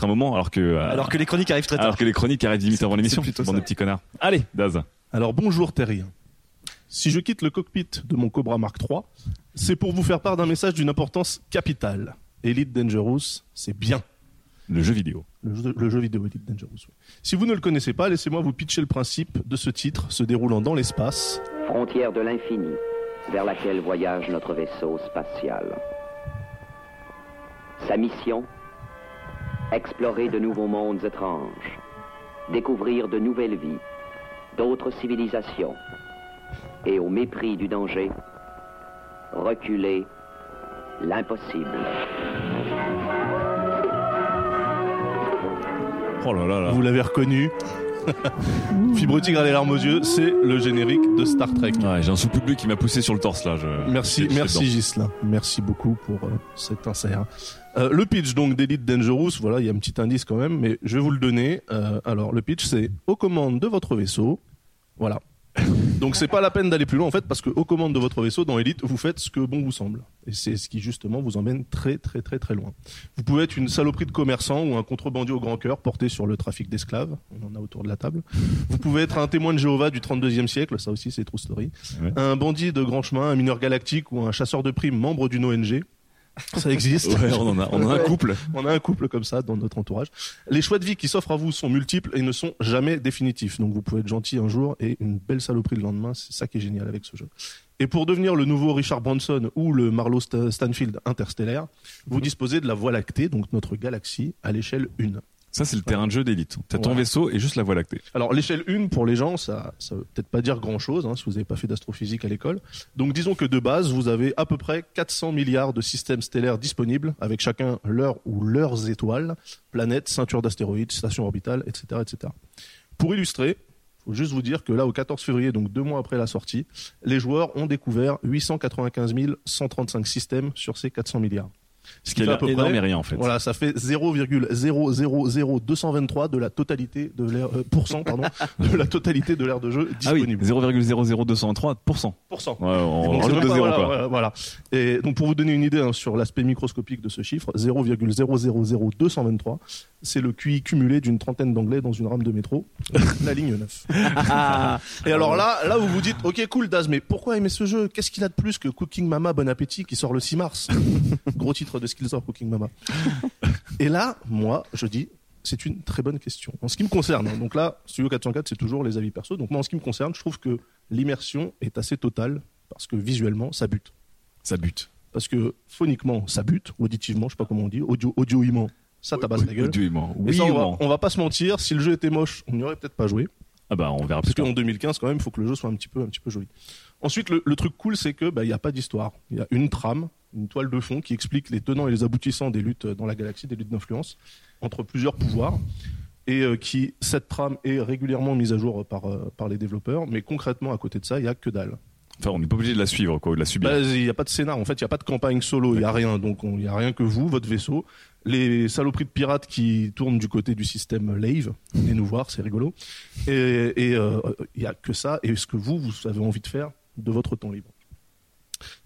[SPEAKER 3] à un moment, alors que, euh,
[SPEAKER 5] Alors que les chroniques arrivent très
[SPEAKER 3] alors
[SPEAKER 5] tard.
[SPEAKER 3] que les chroniques arrivent 10 minutes avant l'émission.
[SPEAKER 5] plutôt
[SPEAKER 3] Bande
[SPEAKER 5] ça.
[SPEAKER 3] de petits connards. Allez, Daz.
[SPEAKER 7] Alors bonjour Terrien. Si je quitte le cockpit de mon Cobra Mark III, c'est pour vous faire part d'un message d'une importance capitale. Elite Dangerous, c'est bien.
[SPEAKER 3] Le jeu vidéo.
[SPEAKER 7] Le jeu, le jeu vidéo Elite Dangerous. oui. Si vous ne le connaissez pas, laissez-moi vous pitcher le principe de ce titre se déroulant dans l'espace.
[SPEAKER 10] frontière de l'infini, vers laquelle voyage notre vaisseau spatial. Sa mission Explorer de nouveaux mondes étranges, découvrir de nouvelles vies, d'autres civilisations, et au mépris du danger, reculer l'impossible.
[SPEAKER 3] Oh là là là. Ah.
[SPEAKER 7] Vous l'avez reconnu, Fibre tigre a les larmes aux yeux, c'est le générique de Star Trek.
[SPEAKER 3] Ouais, j'ai un sous-public qui m'a poussé sur le torse là. je-
[SPEAKER 7] Merci,
[SPEAKER 3] je- je-
[SPEAKER 7] merci
[SPEAKER 3] dedans.
[SPEAKER 7] Gisela. Merci beaucoup pour euh, cet insert. Euh, le pitch donc d'Elite Dangerous, voilà, il y a un petit indice quand même, mais je vais vous le donner. Euh, alors le pitch, c'est aux commandes de votre vaisseau, voilà. Donc c'est pas la peine d'aller plus loin en fait, parce que aux commandes de votre vaisseau dans Elite, vous faites ce que bon vous semble, et c'est ce qui justement vous emmène très très très très loin. Vous pouvez être une saloperie de commerçant ou un contrebandier au grand cœur porté sur le trafic d'esclaves, on en a autour de la table. Vous pouvez être un témoin de Jéhovah du 32e siècle, ça aussi c'est true story.
[SPEAKER 3] Ouais.
[SPEAKER 7] Un bandit de grand chemin, un mineur galactique ou un chasseur de primes membre d'une ONG. Ça existe.
[SPEAKER 3] Ouais, on en a- on en a un couple.
[SPEAKER 7] On a un couple comme ça dans notre entourage. Les choix de vie qui s'offrent à vous sont multiples et ne sont jamais définitifs. Donc vous pouvez être gentil un jour et une belle saloperie le lendemain. C'est ça qui est génial avec ce jeu. Et pour devenir le nouveau Richard Branson ou le Marlowe Sta- Stanfield interstellaire,
[SPEAKER 3] Mhm.
[SPEAKER 7] vous disposez de la Voie lactée, donc notre galaxie, à l'échelle 1.
[SPEAKER 3] Ça, c'est le terrain de jeu d'élite. T'as ton
[SPEAKER 7] Ouais.
[SPEAKER 3] vaisseau et juste la voie lactée.
[SPEAKER 7] Alors l'échelle 1 pour les gens, ça ça veut peut-être pas dire grand-chose hein, si vous n'avez pas fait d'astrophysique à l'école. Donc disons que de base, vous avez à peu près 400 milliards de systèmes stellaires disponibles avec chacun leur ou leurs étoiles, planètes, ceintures d'astéroïdes, stations orbitales, etc., etc. Pour illustrer, faut juste vous dire que là, au 14 février, donc deux mois après la sortie, les joueurs ont découvert 895 135 systèmes sur ces 400 milliards.
[SPEAKER 3] Ce qui est énorme et rien, en fait.
[SPEAKER 7] Voilà, ça fait 0,000223 de la totalité de l'air euh, pourcent, pardon, de la totalité de l'aire de jeu
[SPEAKER 3] Ah oui,
[SPEAKER 7] disponible.
[SPEAKER 3] 0,00203%.
[SPEAKER 7] Pourcent.
[SPEAKER 3] Ouais, on
[SPEAKER 7] Donc, c'est
[SPEAKER 3] rajoute
[SPEAKER 7] même
[SPEAKER 3] de
[SPEAKER 7] pas-
[SPEAKER 3] zéro,
[SPEAKER 7] voilà,
[SPEAKER 3] quoi.
[SPEAKER 7] voilà, voilà. Et donc pour vous donner une idée hein, sur l'aspect microscopique de ce chiffre, 0,000223, c'est le QI cumulé d'une trentaine d'anglais dans une rame de métro, la ligne 9. Et alors là, là vous vous dites, ok cool Daz, mais pourquoi aimer ce jeu Qu'est-ce qu'il a de plus que Cooking Mama Bon Appétit qui sort le 6 mars Gros titre de ce qu'il sort Cooking Mama. Et là, moi, je dis, c'est une très bonne question. En ce qui me concerne, hein, donc là, Studio 404, c'est toujours les avis perso. Donc moi, en ce qui me concerne, je trouve que l'immersion est assez totale parce que visuellement, ça bute.
[SPEAKER 3] Ça bute.
[SPEAKER 7] Parce que phoniquement, ça bute. Auditivement, je sais pas comment on dit. Audio, audioïment, ça tabasse Bah, la gueule.
[SPEAKER 3] Audioïment.
[SPEAKER 7] Et ça, on, va,
[SPEAKER 3] Ouïement.
[SPEAKER 7] on va pas se mentir, si le jeu était moche, on n'y aurait peut-être pas joué.
[SPEAKER 3] Ah bah, on verra plus
[SPEAKER 7] Parce
[SPEAKER 3] tard.
[SPEAKER 7] qu'en 2015, quand même, il faut que le jeu soit un petit peu, un petit peu joli. Ensuite, le, le truc cool, c'est que bah, il n'y a pas d'histoire. Il y a une trame, une toile de fond qui explique les tenants et les aboutissants des luttes euh, dans la galaxie, des luttes d'influence entre plusieurs pouvoirs, et euh, qui cette trame est régulièrement mise à jour par euh, par les développeurs. Mais concrètement, à côté de ça, il y a que dalle.
[SPEAKER 3] Enfin, on n'est pas obligé de la suivre, quoi, ou de la subir.
[SPEAKER 7] Bah, Il n'y a pas de scénar, en fait, il n'y a pas de campagne solo, il n'y a rien. Donc, on- il n'y a rien que vous, votre vaisseau, les saloperies de pirates qui tournent du côté du système Lave, venez nous voir, c'est rigolo. Et et, euh, il n'y a que ça, et ce que vous, vous avez envie de faire de votre temps libre.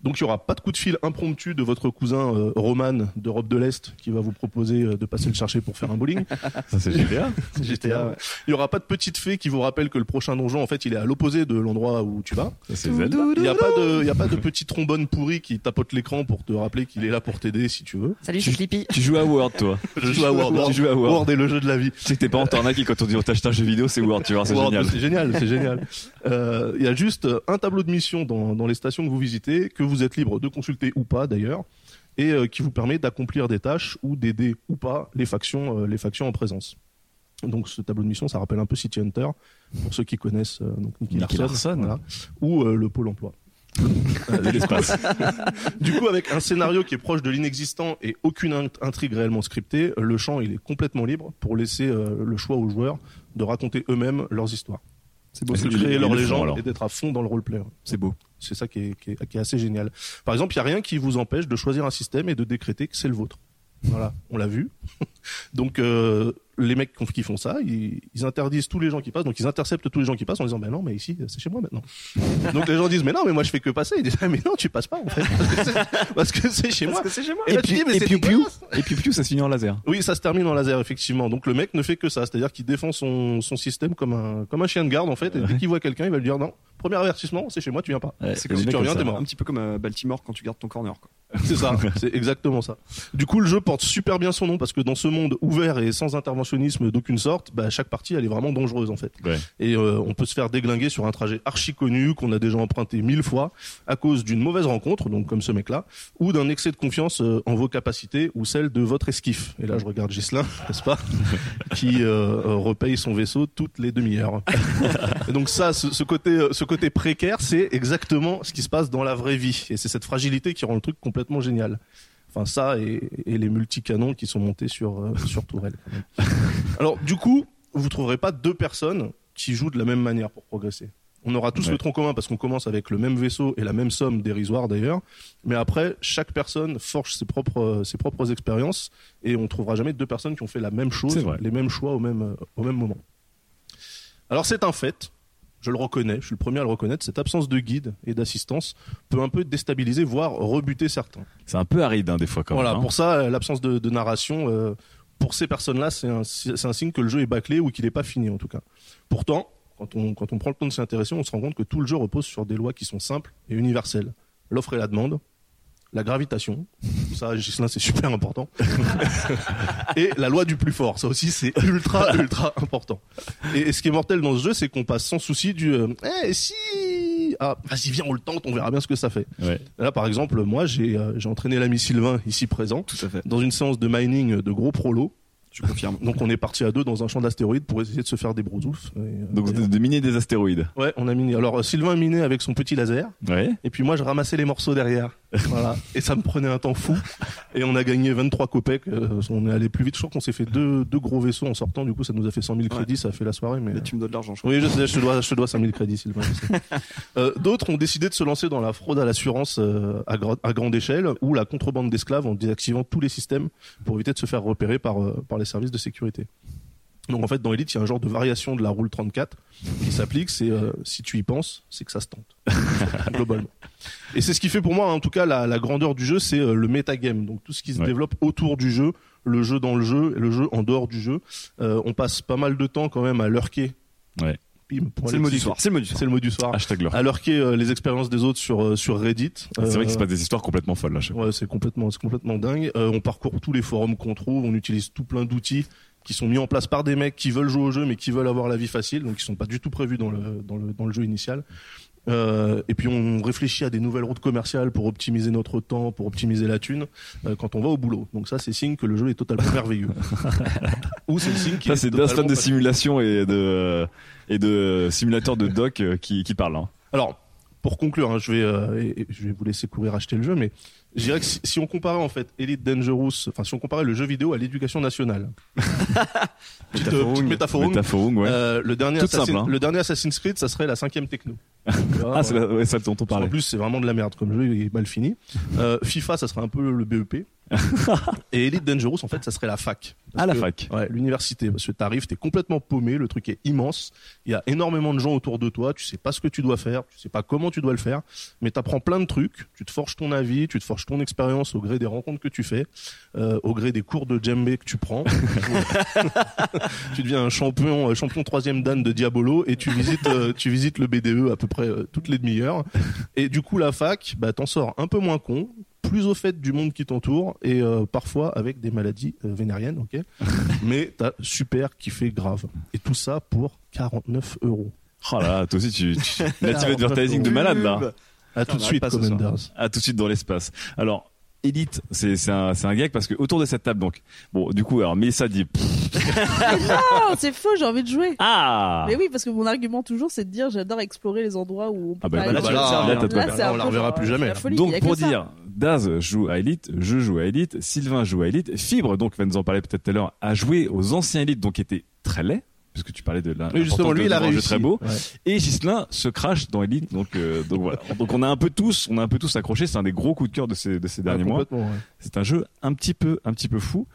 [SPEAKER 7] Donc, il n'y aura pas de coup de fil impromptu de votre cousin euh, Roman d'Europe de l'Est qui va vous proposer euh, de passer le chercher pour faire un bowling.
[SPEAKER 3] Ça, c'est GTA.
[SPEAKER 7] Bah, C'est GTA, ouais. Il n'y aura pas de petite fée qui vous rappelle que le prochain donjon, en fait, il est à l'opposé de l'endroit où tu vas.
[SPEAKER 3] Ça, c'est Zelda.
[SPEAKER 7] Il n'y a pas de, il y a pas de petit trombone pourri qui tapote l'écran pour te rappeler qu'il est là pour t'aider si tu veux.
[SPEAKER 9] Salut, c'est Flippy.
[SPEAKER 3] Tu joues à World, toi.
[SPEAKER 7] Je joue à World.
[SPEAKER 3] Tu joues à World.
[SPEAKER 7] World est le jeu de la vie.
[SPEAKER 3] Tu sais que tes parents t'arnaquent quand on dit on t'achète un jeu vidéo, c'est World, tu vois, c'est
[SPEAKER 7] World,
[SPEAKER 3] génial.
[SPEAKER 7] C'est génial, c'est génial. Euh, Il y a juste euh, un tableau de mission dans, dans les stations que vous visitez, que vous êtes libre de consulter ou pas d'ailleurs, et euh, qui vous permet d'accomplir des tâches ou d'aider ou pas les factions, euh, les factions en présence. Donc ce tableau de mission, ça rappelle un peu City Hunter, pour ceux qui connaissent euh, donc Nicky,
[SPEAKER 3] Nicky
[SPEAKER 7] Larson,
[SPEAKER 3] Larson.
[SPEAKER 7] voilà, ou euh, le Pôle Emploi. Euh,
[SPEAKER 3] Ah, De l'espace.
[SPEAKER 7] Du coup, avec un scénario qui est proche de l'inexistant et aucune int- intrigue réellement scriptée, le champ il est complètement libre pour laisser euh, le choix aux joueurs de raconter eux-mêmes leurs histoires.
[SPEAKER 3] C'est
[SPEAKER 7] De
[SPEAKER 3] Ils-
[SPEAKER 7] créer
[SPEAKER 3] ils
[SPEAKER 7] leur
[SPEAKER 3] le font,
[SPEAKER 7] légende
[SPEAKER 3] alors.
[SPEAKER 7] et d'être à fond dans le roleplay.
[SPEAKER 3] C'est beau.
[SPEAKER 7] C'est ça qui est, qui est- qui est assez génial. Par exemple, il n'y a rien qui vous empêche de choisir un système et de décréter que c'est le vôtre. Voilà, on l'a vu. donc, euh, les mecs qui font- qui font ça, ils, ils interdisent tous les gens qui passent, donc ils interceptent tous les gens qui passent en disant, ben non, mais ici, c'est chez moi maintenant. donc les gens disent, mais non, mais moi je fais que passer. Ils disent, Ah, mais non, tu passes pas en fait, parce que c'est chez moi.
[SPEAKER 9] c'est chez moi.
[SPEAKER 7] Et là, tu dis, mais c'est dégueulasse.
[SPEAKER 3] Et puis, piou, ça se finit en laser.
[SPEAKER 7] Oui, ça se termine en laser, effectivement. Donc le mec ne fait que ça, c'est-à-dire qu'il défend son, son système comme un, comme un chien de garde, en fait. Et dès qu'il voit quelqu'un, il va lui dire non, premier avertissement, c'est chez moi, tu viens pas.
[SPEAKER 3] Ouais,
[SPEAKER 7] c'est
[SPEAKER 3] c'est
[SPEAKER 7] comme
[SPEAKER 3] des
[SPEAKER 7] si
[SPEAKER 3] mecs
[SPEAKER 7] tu reviens,
[SPEAKER 3] comme
[SPEAKER 7] t'es
[SPEAKER 3] ça.
[SPEAKER 7] mort.
[SPEAKER 5] Un petit peu comme à Baltimore quand tu gardes ton corner. Quoi.
[SPEAKER 7] C'est ça, c'est exactement ça. Du coup, le jeu porte super bien son nom parce que dans ce monde ouvert et sans interventionnisme d'aucune sorte, bah, chaque partie elle est vraiment dangereuse en fait.
[SPEAKER 3] Ouais.
[SPEAKER 7] Et euh, on peut se faire déglinguer sur un trajet archi connu qu'on a déjà emprunté mille fois à cause d'une mauvaise rencontre, donc comme ce mec-là, ou d'un excès de confiance euh, en vos capacités ou celle de votre esquif. Et là, je regarde Gislin, n'est-ce pas, qui euh, euh, repaye son vaisseau toutes les demi-heures. Et donc ça, ce, ce côté, euh, ce côté précaire, c'est exactement ce qui se passe dans la vraie vie. Et c'est cette fragilité qui rend le truc complètement génial. Enfin ça et, et les multicanons qui sont montés sur euh, sur Tourelle. Alors du coup, vous trouverez pas deux personnes qui jouent de la même manière pour progresser. On aura tous
[SPEAKER 3] Ouais.
[SPEAKER 7] le tronc commun parce qu'on commence avec le même vaisseau et la même somme dérisoire d'ailleurs. Mais après, chaque personne forge ses propres, euh, ses propres expériences et on trouvera jamais deux personnes qui ont fait la même chose,
[SPEAKER 3] C'est vrai.
[SPEAKER 7] les mêmes choix au même, euh, au même moment. Alors c'est un fait, je le reconnais, je suis le premier à le reconnaître, cette absence de guide et d'assistance peut un peu déstabiliser, voire rebuter certains.
[SPEAKER 3] C'est un peu aride hein, des fois quand
[SPEAKER 7] Voilà,
[SPEAKER 3] même. hein.
[SPEAKER 7] pour ça, euh, l'absence de, de narration, euh, pour ces personnes-là, c'est un, si- c'est un signe que le jeu est bâclé ou qu'il n'est pas fini en tout cas. Pourtant, quand on, quand on prend le temps de s'y intéresser, on se rend compte que tout le jeu repose sur des lois qui sont simples et universelles. L'offre et la demande, la gravitation, ça, Gislain, c'est super important, et la loi du plus fort, ça aussi, c'est ultra, ultra important. Et, et ce qui est mortel dans ce jeu, c'est qu'on passe sans souci du euh, Eh, si Ah, vas-y, viens, on le tente, on verra bien ce que ça fait.
[SPEAKER 3] Ouais.
[SPEAKER 7] Là, par exemple, moi, j'ai euh, j'ai entraîné l'ami Sylvain, ici présent,
[SPEAKER 5] Tout à fait.
[SPEAKER 7] dans une séance de mining de gros prolos.
[SPEAKER 5] Je confirme.
[SPEAKER 7] Donc, on est parti à deux dans un champ d'astéroïdes pour essayer de se faire des brousoufs. Et, euh,
[SPEAKER 3] Donc
[SPEAKER 7] et-
[SPEAKER 3] de, de miner des astéroïdes.
[SPEAKER 7] ouais, on a miné. Alors, euh, Sylvain minait avec son petit laser,
[SPEAKER 3] Ouais.
[SPEAKER 7] et puis moi, je ramassais les morceaux derrière. voilà. Et ça me prenait un temps fou. Et on a gagné 23 copecs. euh, on est allé plus vite. Je crois qu'on s'est fait deux, deux gros vaisseaux en sortant. Du coup, ça nous a fait 100 000 crédits. Ça a fait la soirée. Mais, euh.
[SPEAKER 5] Là, tu me dois de l'argent, je crois.
[SPEAKER 7] oui, je sais, je te dois, je te dois 5000 crédits, Sylvain. je sais. Euh, D'autres ont décidé de se lancer dans la fraude à l'assurance euh, à, gra- à grande échelle ou la contrebande d'esclaves en désactivant tous les systèmes pour éviter de se faire repérer par, euh, par les services de sécurité. Donc en fait, dans Elite, il y a un genre de variation de la rule 34 qui s'applique, c'est euh, si tu y penses, c'est que ça se tente, globalement. Et c'est ce qui fait pour moi, hein, en tout cas, la, la grandeur du jeu, c'est euh, le metagame, donc tout ce qui se
[SPEAKER 3] Ouais.
[SPEAKER 7] développe autour du jeu, le jeu dans le jeu et le jeu en dehors du jeu. Euh, on passe pas mal de temps quand même à lurker.
[SPEAKER 3] Ouais.
[SPEAKER 7] Bim, pour
[SPEAKER 5] C'est
[SPEAKER 7] aller
[SPEAKER 5] le mot du
[SPEAKER 7] dessus.
[SPEAKER 5] soir. C'est le mot du soir.
[SPEAKER 7] C'est le mot du soir.
[SPEAKER 3] Hashtag leur.
[SPEAKER 7] À lurker euh, les expériences des autres sur, euh, sur Reddit.
[SPEAKER 3] Ah, C'est
[SPEAKER 7] Euh,
[SPEAKER 3] vrai qu'il se passe des histoires complètement folles là. je sais pas.
[SPEAKER 7] Ouais, c'est complètement, c'est complètement dingue. Euh, on parcourt tous les forums qu'on trouve, on utilise tout plein d'outils qui sont mis en place par des mecs qui veulent jouer au jeu mais qui veulent avoir la vie facile, donc qui sont pas du tout prévus dans le, dans le, dans le jeu initial. Euh, et puis on réfléchit à des nouvelles routes commerciales pour optimiser notre temps, pour optimiser la thune euh, quand on va au boulot. Donc ça, c'est signe que le jeu est totalement merveilleux. Ou c'est le signe qu'il
[SPEAKER 3] Ça
[SPEAKER 7] est
[SPEAKER 3] c'est
[SPEAKER 7] totalement
[SPEAKER 3] d'instant de
[SPEAKER 7] pas-
[SPEAKER 3] simulation et de euh, et de simulateur de doc euh, qui qui parle. hein.
[SPEAKER 7] Alors, pour conclure, hein, je, vais, euh, et- et je vais vous laisser courir acheter le jeu, mais je dirais que si, si on comparait en fait Elite Dangerous, enfin si on comparait le jeu vidéo à l'éducation nationale, petite, euh, petite métaphore,
[SPEAKER 3] Métaphorung, ouais.
[SPEAKER 7] euh, le, dernier
[SPEAKER 3] Toute
[SPEAKER 7] Assassin-
[SPEAKER 3] simple, hein.
[SPEAKER 7] le dernier Assassin's Creed, ça serait la cinquième techno. Tu vois,
[SPEAKER 3] ah c'est
[SPEAKER 7] voilà.
[SPEAKER 3] la- ouais, ça dont on
[SPEAKER 7] Parce qu'en
[SPEAKER 3] parlait.
[SPEAKER 7] plus, c'est vraiment de la merde comme jeu, il est mal fini. Euh, FIFA, ça serait un peu le BEP. Et Elite Dangerous, en fait, ça serait la fac. Parce
[SPEAKER 3] À Ah, la
[SPEAKER 7] que-
[SPEAKER 3] fac.
[SPEAKER 7] Ouais, l'université. Parce que t'arrives, t'es complètement paumé, le truc est immense. Il y a énormément de gens autour de toi, tu sais pas ce que tu dois faire, tu sais pas comment tu dois le faire, mais t'apprends plein de trucs, tu te forges ton avis, tu te forges ton expérience au gré des rencontres que tu fais, euh, au gré des cours de djembé que tu prends. tu deviens un champion, euh, champion troisième dan de Diabolo et tu visites, euh, tu visites le BDE à peu près euh, toutes les demi-heures. Et du coup, la fac, bah, t'en sors un peu moins con, plus au fait du monde qui t'entoure et euh, parfois avec des maladies euh, vénériennes, ok Mais t'as super kiffé grave. Et tout ça pour 49 euros.
[SPEAKER 3] Oh là, là, toi aussi tu, Eh, tu... native advertising de
[SPEAKER 7] Pub.
[SPEAKER 3] malade là. Ah, bah,
[SPEAKER 7] À tout de
[SPEAKER 5] on
[SPEAKER 7] suite,
[SPEAKER 5] arrête pas ce soir.
[SPEAKER 7] Commanders.
[SPEAKER 3] à tout de suite dans l'espace. Alors, Elite, c'est c'est un, c'est un gag parce que autour de cette table, donc, bon, du coup, alors Mélissa dit pff,
[SPEAKER 4] Non, Ah, c'est faux, j'ai envie de jouer.
[SPEAKER 3] Ah
[SPEAKER 4] Mais oui, parce que mon argument toujours, c'est de dire j'adore explorer les endroits où on peut
[SPEAKER 3] Ah bah,
[SPEAKER 4] pas
[SPEAKER 3] bah, là,
[SPEAKER 4] aller.
[SPEAKER 7] tu vas te servir.
[SPEAKER 4] Là,
[SPEAKER 3] Là, t'as
[SPEAKER 4] c'est
[SPEAKER 3] pas-
[SPEAKER 4] un
[SPEAKER 7] on la
[SPEAKER 4] peu
[SPEAKER 7] reverra
[SPEAKER 4] genre,
[SPEAKER 7] plus
[SPEAKER 4] c'est
[SPEAKER 7] jamais,
[SPEAKER 4] la
[SPEAKER 7] là.
[SPEAKER 4] folie, il y
[SPEAKER 3] Donc,
[SPEAKER 4] a
[SPEAKER 3] pour
[SPEAKER 4] que ça.
[SPEAKER 3] dire, Daz joue à Elite, je joue à Elite, Sylvain joue à Elite, Fibre, donc, va nous en parler peut-être tout à l'heure, a joué aux anciens Elite, donc, qui étaient très laids, parce que tu parlais de la.
[SPEAKER 7] Oui, justement,
[SPEAKER 3] l'importance
[SPEAKER 7] lui,
[SPEAKER 3] de-
[SPEAKER 7] il a
[SPEAKER 3] d'avoir un jeu
[SPEAKER 7] réussi.
[SPEAKER 3] très beau.
[SPEAKER 7] Ouais.
[SPEAKER 3] Et Gislin se crache dans Elite, donc, euh, donc voilà. Donc, on a un peu tous, on a un peu tous accroché, c'est un des gros coups de cœur de ces, de ces derniers
[SPEAKER 7] Ouais,
[SPEAKER 3] mois.
[SPEAKER 7] Bah, complètement, ouais.
[SPEAKER 3] C'est un jeu un petit peu, un petit peu fou.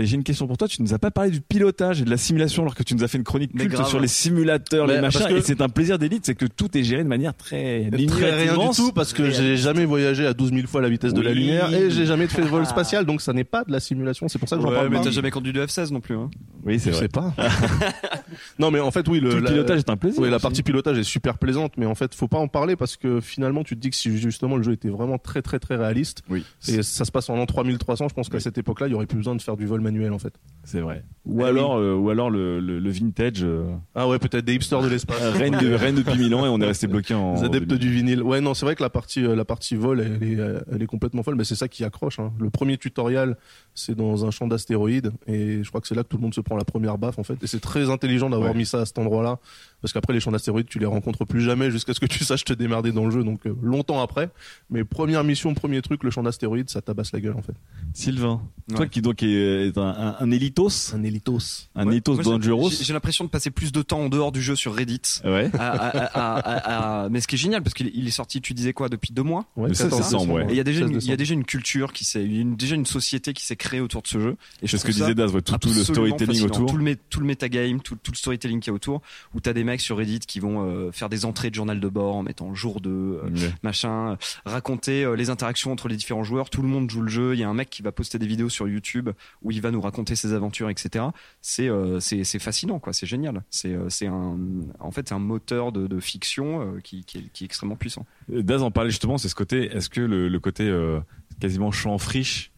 [SPEAKER 3] Et j'ai une question pour toi. Tu nous as pas parlé du pilotage et de la simulation alors que tu nous as fait une chronique
[SPEAKER 5] Mais
[SPEAKER 3] culte
[SPEAKER 5] grave.
[SPEAKER 3] sur les simulateurs,
[SPEAKER 7] Mais
[SPEAKER 3] les
[SPEAKER 7] parce
[SPEAKER 3] machins.
[SPEAKER 7] que-
[SPEAKER 3] Et c'est un plaisir d'élite, c'est que tout est géré de manière très
[SPEAKER 7] Très
[SPEAKER 3] linéaire,
[SPEAKER 7] rien
[SPEAKER 3] immense.
[SPEAKER 7] du tout parce que j'ai jamais voyagé à 12 000 fois la vitesse de la
[SPEAKER 3] Oui.
[SPEAKER 7] lumière et j'ai jamais fait de vol spatial donc ça n'est pas de la simulation c'est pour ça que j'en
[SPEAKER 5] Ouais,
[SPEAKER 7] parle
[SPEAKER 5] mais
[SPEAKER 7] pas.
[SPEAKER 5] t'as jamais conduit de F16 non plus. Hein.
[SPEAKER 3] Oui, c'est
[SPEAKER 7] Je
[SPEAKER 3] vrai.
[SPEAKER 7] sais pas. non mais en fait oui
[SPEAKER 3] Tout
[SPEAKER 7] le,
[SPEAKER 3] le
[SPEAKER 7] la-
[SPEAKER 3] pilotage est un plaisir.
[SPEAKER 7] oui, la
[SPEAKER 3] aussi.
[SPEAKER 7] partie pilotage est super plaisante mais en fait faut pas en parler parce que finalement tu te dis que si justement le jeu était vraiment très très très réaliste
[SPEAKER 3] Oui,
[SPEAKER 7] et ça se passe en l'an 3300 je pense qu'à
[SPEAKER 3] Oui.
[SPEAKER 7] cette époque-là il y aurait plus besoin de faire du vol manuel en fait.
[SPEAKER 3] c'est vrai. Ou
[SPEAKER 5] Ah
[SPEAKER 7] Eh
[SPEAKER 3] alors, euh, ou alors le, le, le vintage euh,
[SPEAKER 7] Ah ouais peut-être des hipsters de l'espace.
[SPEAKER 5] Ah.
[SPEAKER 3] règne, de- règne depuis mille ans et on est resté bloqué en.
[SPEAKER 7] Les adeptes
[SPEAKER 3] en-
[SPEAKER 7] du vinyle. Ouais, non, c'est vrai que la partie, euh, la partie vol, elle est, euh, elle est complètement folle, mais c'est ça qui accroche. hein. Le premier tutoriel, c'est dans un champ d'astéroïdes, et je crois que c'est là que tout le monde se prend la première baffe, en fait. Et c'est très intelligent d'avoir
[SPEAKER 3] Ouais.
[SPEAKER 7] mis ça à cet endroit-là, parce qu'après, les champs d'astéroïdes, tu les rencontres plus jamais jusqu'à ce que tu saches te démerder dans le jeu, donc euh, longtemps après. Mais première mission, premier truc, le champ d'astéroïdes, ça tabasse la gueule, en fait.
[SPEAKER 3] Sylvain, toi
[SPEAKER 5] Ouais.
[SPEAKER 3] qui donc est, est un, un, un élite Elitos.
[SPEAKER 7] Un Elitos.
[SPEAKER 3] Un
[SPEAKER 5] Ouais.
[SPEAKER 3] Elitos
[SPEAKER 5] Moi, j'ai-
[SPEAKER 3] Dangerous.
[SPEAKER 5] j'ai- J'ai l'impression de passer plus de temps en dehors du jeu sur Reddit. Ah,
[SPEAKER 3] Ouais.
[SPEAKER 5] À- à- à- à- à- ah, Mais ce qui est génial, parce qu'il il est sorti, tu disais quoi, depuis deux mois
[SPEAKER 3] Ouais, Le 16
[SPEAKER 5] C'est ça
[SPEAKER 3] décembre, ouais.
[SPEAKER 5] Et il y a déjà,
[SPEAKER 3] 16
[SPEAKER 5] une, il y a
[SPEAKER 3] décembre.
[SPEAKER 5] déjà une culture qui s'est, il y a une- déjà une société qui s'est créée autour de ce jeu. Et je
[SPEAKER 3] C'est ce
[SPEAKER 5] trouve
[SPEAKER 3] que
[SPEAKER 5] ça
[SPEAKER 3] disait Daz, ouais, tout- tout le
[SPEAKER 5] absolument
[SPEAKER 3] storytelling
[SPEAKER 5] fascinant.
[SPEAKER 3] autour.
[SPEAKER 5] Tout le, mé- tout le metagame, tout, tout le storytelling qu'il y a autour, où t'as des mecs sur Reddit qui vont euh, faire des entrées de journal de bord en mettant jour 2, euh,
[SPEAKER 3] Ouais.
[SPEAKER 5] machin, euh, raconter euh, les interactions entre les différents joueurs. Tout le monde joue le jeu. Il y a un mec qui va poster des vidéos sur YouTube où il va nous raconter ses aventures, etc. C'est euh, c'est c'est fascinant, quoi. C'est génial. C'est euh, c'est un, en fait, c'est un moteur de, de fiction euh, qui, qui est, qui est extrêmement puissant.
[SPEAKER 3] Euh, Daz en parlait justement, c'est ce côté, est-ce que le, le côté euh, quasiment champ friche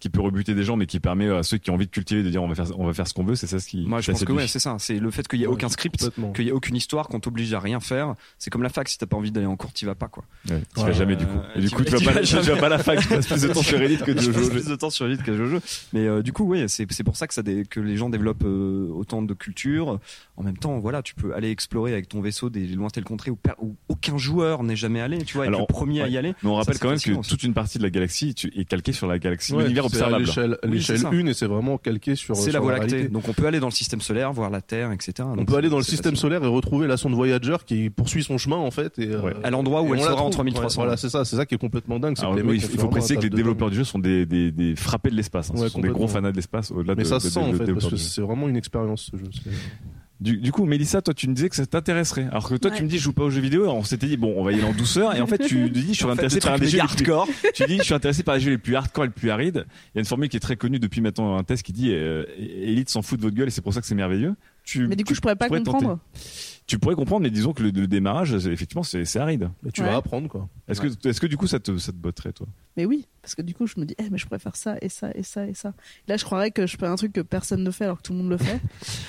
[SPEAKER 3] qui peut rebuter des gens, mais qui permet à ceux qui ont envie de cultiver de dire on va faire, on va faire ce qu'on veut, c'est ça ce qui.
[SPEAKER 5] Moi, je pense que ouais, c'est ça. C'est le fait qu'il y a
[SPEAKER 3] Ouais,
[SPEAKER 5] aucun script,
[SPEAKER 3] complètement.
[SPEAKER 5] qu'il y a aucune histoire, qu'on t'oblige à rien faire. C'est comme la fac. Si t'as pas envie d'aller en cours, t'y vas pas, quoi.
[SPEAKER 3] Ouais, tu vas jamais, du coup.
[SPEAKER 7] Euh,
[SPEAKER 3] Et du coup, tu vas pas- tu vas
[SPEAKER 5] jamais.
[SPEAKER 3] pas à la fac, tu passes plus de temps sur Reddit que
[SPEAKER 5] Je
[SPEAKER 3] Jojo.
[SPEAKER 5] passe plus de temps sur Reddit que Jojo. Mais euh, du coup, oui, c'est c'est pour ça que ça dé- que les gens développent euh, autant de culture. En même temps, voilà, tu peux aller explorer avec ton vaisseau des lointaines contrées où, per- où aucun joueur n'est jamais allé. Tu vois, être le premier à y
[SPEAKER 3] ouais.
[SPEAKER 5] aller.
[SPEAKER 3] Mais on
[SPEAKER 5] ça,
[SPEAKER 3] rappelle
[SPEAKER 5] c'est
[SPEAKER 3] quand même
[SPEAKER 5] fascinant
[SPEAKER 3] que toute une partie de la galaxie tu- est calquée sur la galaxie,
[SPEAKER 7] Ouais,
[SPEAKER 3] l'univers
[SPEAKER 7] c'est à
[SPEAKER 3] observable.
[SPEAKER 7] l'échelle-
[SPEAKER 3] Oui, c'est
[SPEAKER 7] L'échelle
[SPEAKER 3] ça.
[SPEAKER 7] 1 et c'est vraiment calqué sur.
[SPEAKER 5] C'est la
[SPEAKER 7] sur
[SPEAKER 5] Voie lactée.
[SPEAKER 7] réalité.
[SPEAKER 5] Donc on peut aller dans le système solaire, voir la Terre, etc.
[SPEAKER 7] On
[SPEAKER 5] Donc,
[SPEAKER 7] peut aller
[SPEAKER 5] c'est-
[SPEAKER 7] dans le
[SPEAKER 5] c'est
[SPEAKER 7] système
[SPEAKER 5] fascinant.
[SPEAKER 7] solaire et retrouver la sonde Voyager qui poursuit son chemin en fait. Et, euh,
[SPEAKER 5] À l'endroit où
[SPEAKER 7] et
[SPEAKER 5] elle
[SPEAKER 7] on la
[SPEAKER 5] sera en
[SPEAKER 7] trouve.
[SPEAKER 5] 3300.
[SPEAKER 7] Ouais, Voilà, c'est ça, c'est ça qui est complètement dingue. c'est
[SPEAKER 3] Alors,
[SPEAKER 7] que les
[SPEAKER 3] Ah, oui,
[SPEAKER 7] mecs ont
[SPEAKER 3] il
[SPEAKER 7] fait
[SPEAKER 3] faut
[SPEAKER 7] vraiment
[SPEAKER 3] préciser
[SPEAKER 7] un
[SPEAKER 3] que les
[SPEAKER 7] taf de dingue.
[SPEAKER 3] développeurs du jeu sont des, des, des frappés de l'espace. hein.
[SPEAKER 7] Ouais,
[SPEAKER 3] Ce sont des gros
[SPEAKER 7] complètement.
[SPEAKER 3] fans de l'espace au-delà de.
[SPEAKER 7] Mais ça
[SPEAKER 3] de-
[SPEAKER 7] se
[SPEAKER 3] de-
[SPEAKER 7] sent
[SPEAKER 3] de-
[SPEAKER 7] en fait parce
[SPEAKER 3] développeurs
[SPEAKER 7] que
[SPEAKER 3] du jeu.
[SPEAKER 7] c'est vraiment une expérience ce jeu. c'est-
[SPEAKER 3] Du, du coup, Mélissa, toi, tu me disais que ça t'intéresserait. Alors que toi,
[SPEAKER 4] Ouais.
[SPEAKER 3] tu me dis, je joue pas aux jeux vidéo. Alors, on s'était dit, bon, on va y aller en douceur. Et en fait, tu dis, je suis
[SPEAKER 5] En fait,
[SPEAKER 3] intéressé
[SPEAKER 5] le
[SPEAKER 3] par
[SPEAKER 5] truc
[SPEAKER 3] les jeux
[SPEAKER 5] méga
[SPEAKER 3] les plus hardcore. tu dis, je suis intéressé par les jeux les plus hardcore et les plus arides. Il y a une formule qui est très connue depuis maintenant un test qui dit, euh, Elite s'en fout de votre gueule et c'est pour ça que c'est merveilleux. Tu,
[SPEAKER 4] Mais du coup,
[SPEAKER 3] tu-
[SPEAKER 4] je pourrais pas
[SPEAKER 3] tu tenter.
[SPEAKER 4] comprendre.
[SPEAKER 3] Tu pourrais comprendre, mais disons que le, le démarrage, c'est- effectivement, c'est c'est aride.
[SPEAKER 7] Mais tu
[SPEAKER 4] Ouais.
[SPEAKER 7] vas apprendre quoi.
[SPEAKER 3] Est-ce que, est-ce que du coup, ça te, ça te botterait, toi
[SPEAKER 4] Mais oui, parce que du coup, je me dis, eh, mais je pourrais faire ça et ça et ça et ça. Là, je croirais que je fais un truc que personne ne fait alors que tout le monde le fait.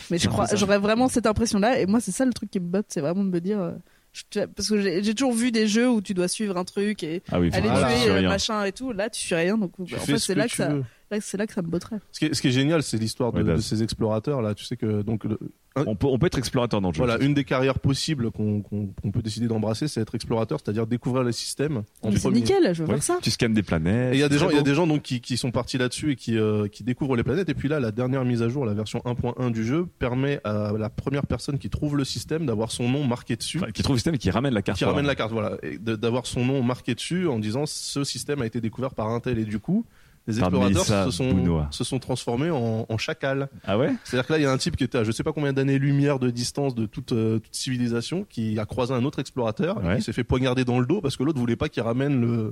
[SPEAKER 4] mais je
[SPEAKER 5] C'est un
[SPEAKER 4] crois,
[SPEAKER 5] peu ça.
[SPEAKER 4] j'aurais vraiment cette impression-là. Et moi, c'est ça le truc qui me botte, c'est vraiment de me dire, euh, je- tu vois, parce que j'ai j'ai toujours vu des jeux où tu dois suivre un truc et
[SPEAKER 3] Ah oui,
[SPEAKER 4] aller
[SPEAKER 3] voilà. Tu
[SPEAKER 4] tuer
[SPEAKER 3] fais
[SPEAKER 4] euh,
[SPEAKER 3] rien.
[SPEAKER 4] machin et tout. Là, tu fais rien. Donc, en
[SPEAKER 7] fais
[SPEAKER 4] fait,
[SPEAKER 7] ce
[SPEAKER 4] c'est
[SPEAKER 7] que
[SPEAKER 4] là que
[SPEAKER 7] tu
[SPEAKER 4] ça,
[SPEAKER 7] veux.
[SPEAKER 4] là, c'est là que ça me botterait.
[SPEAKER 7] Ce qui est, ce qui est génial, c'est l'histoire de,
[SPEAKER 3] Ouais, Daz.
[SPEAKER 7] de ces explorateurs là. Tu sais que donc le- un-
[SPEAKER 3] on peut, on peut être explorateur dans le jeu.
[SPEAKER 7] voilà, une des carrières possibles qu'on qu'on- qu'on peut décider d'embrasser, c'est être explorateur, c'est-à-dire découvrir les systèmes. en
[SPEAKER 4] Mais c'est
[SPEAKER 7] premier.
[SPEAKER 4] nickel, je veux
[SPEAKER 3] Ouais.
[SPEAKER 4] faire ça.
[SPEAKER 3] Tu scannes des planètes.
[SPEAKER 7] Et il y a des
[SPEAKER 3] C'est
[SPEAKER 7] gens,
[SPEAKER 3] très
[SPEAKER 7] il y a
[SPEAKER 3] beau.
[SPEAKER 7] des gens donc qui, qui sont partis là-dessus et qui, euh, qui découvrent les planètes. Et puis là, la dernière mise à jour, la version 1.1 du jeu, permet à la première personne qui trouve le système d'avoir son nom marqué dessus,
[SPEAKER 3] Enfin, qui trouvent le système et qui ramènent la carte.
[SPEAKER 7] qui ramène la carte, voilà, et de- d'avoir son nom marqué dessus en disant ce système a été découvert par un tel. Et du coup, les
[SPEAKER 3] Par
[SPEAKER 7] explorateurs
[SPEAKER 3] Mélissa
[SPEAKER 7] se sont,
[SPEAKER 3] Bounois.
[SPEAKER 7] se sont transformés en, en chacals.
[SPEAKER 3] Ah ouais
[SPEAKER 7] C'est-à-dire que là, il y a un type qui était à je sais pas combien d'années-lumière de distance de toute, euh, toute civilisation, qui a croisé un autre explorateur,
[SPEAKER 3] Ouais.
[SPEAKER 7] qui s'est fait poignarder dans le dos parce que l'autre voulait pas qu'il ramène le,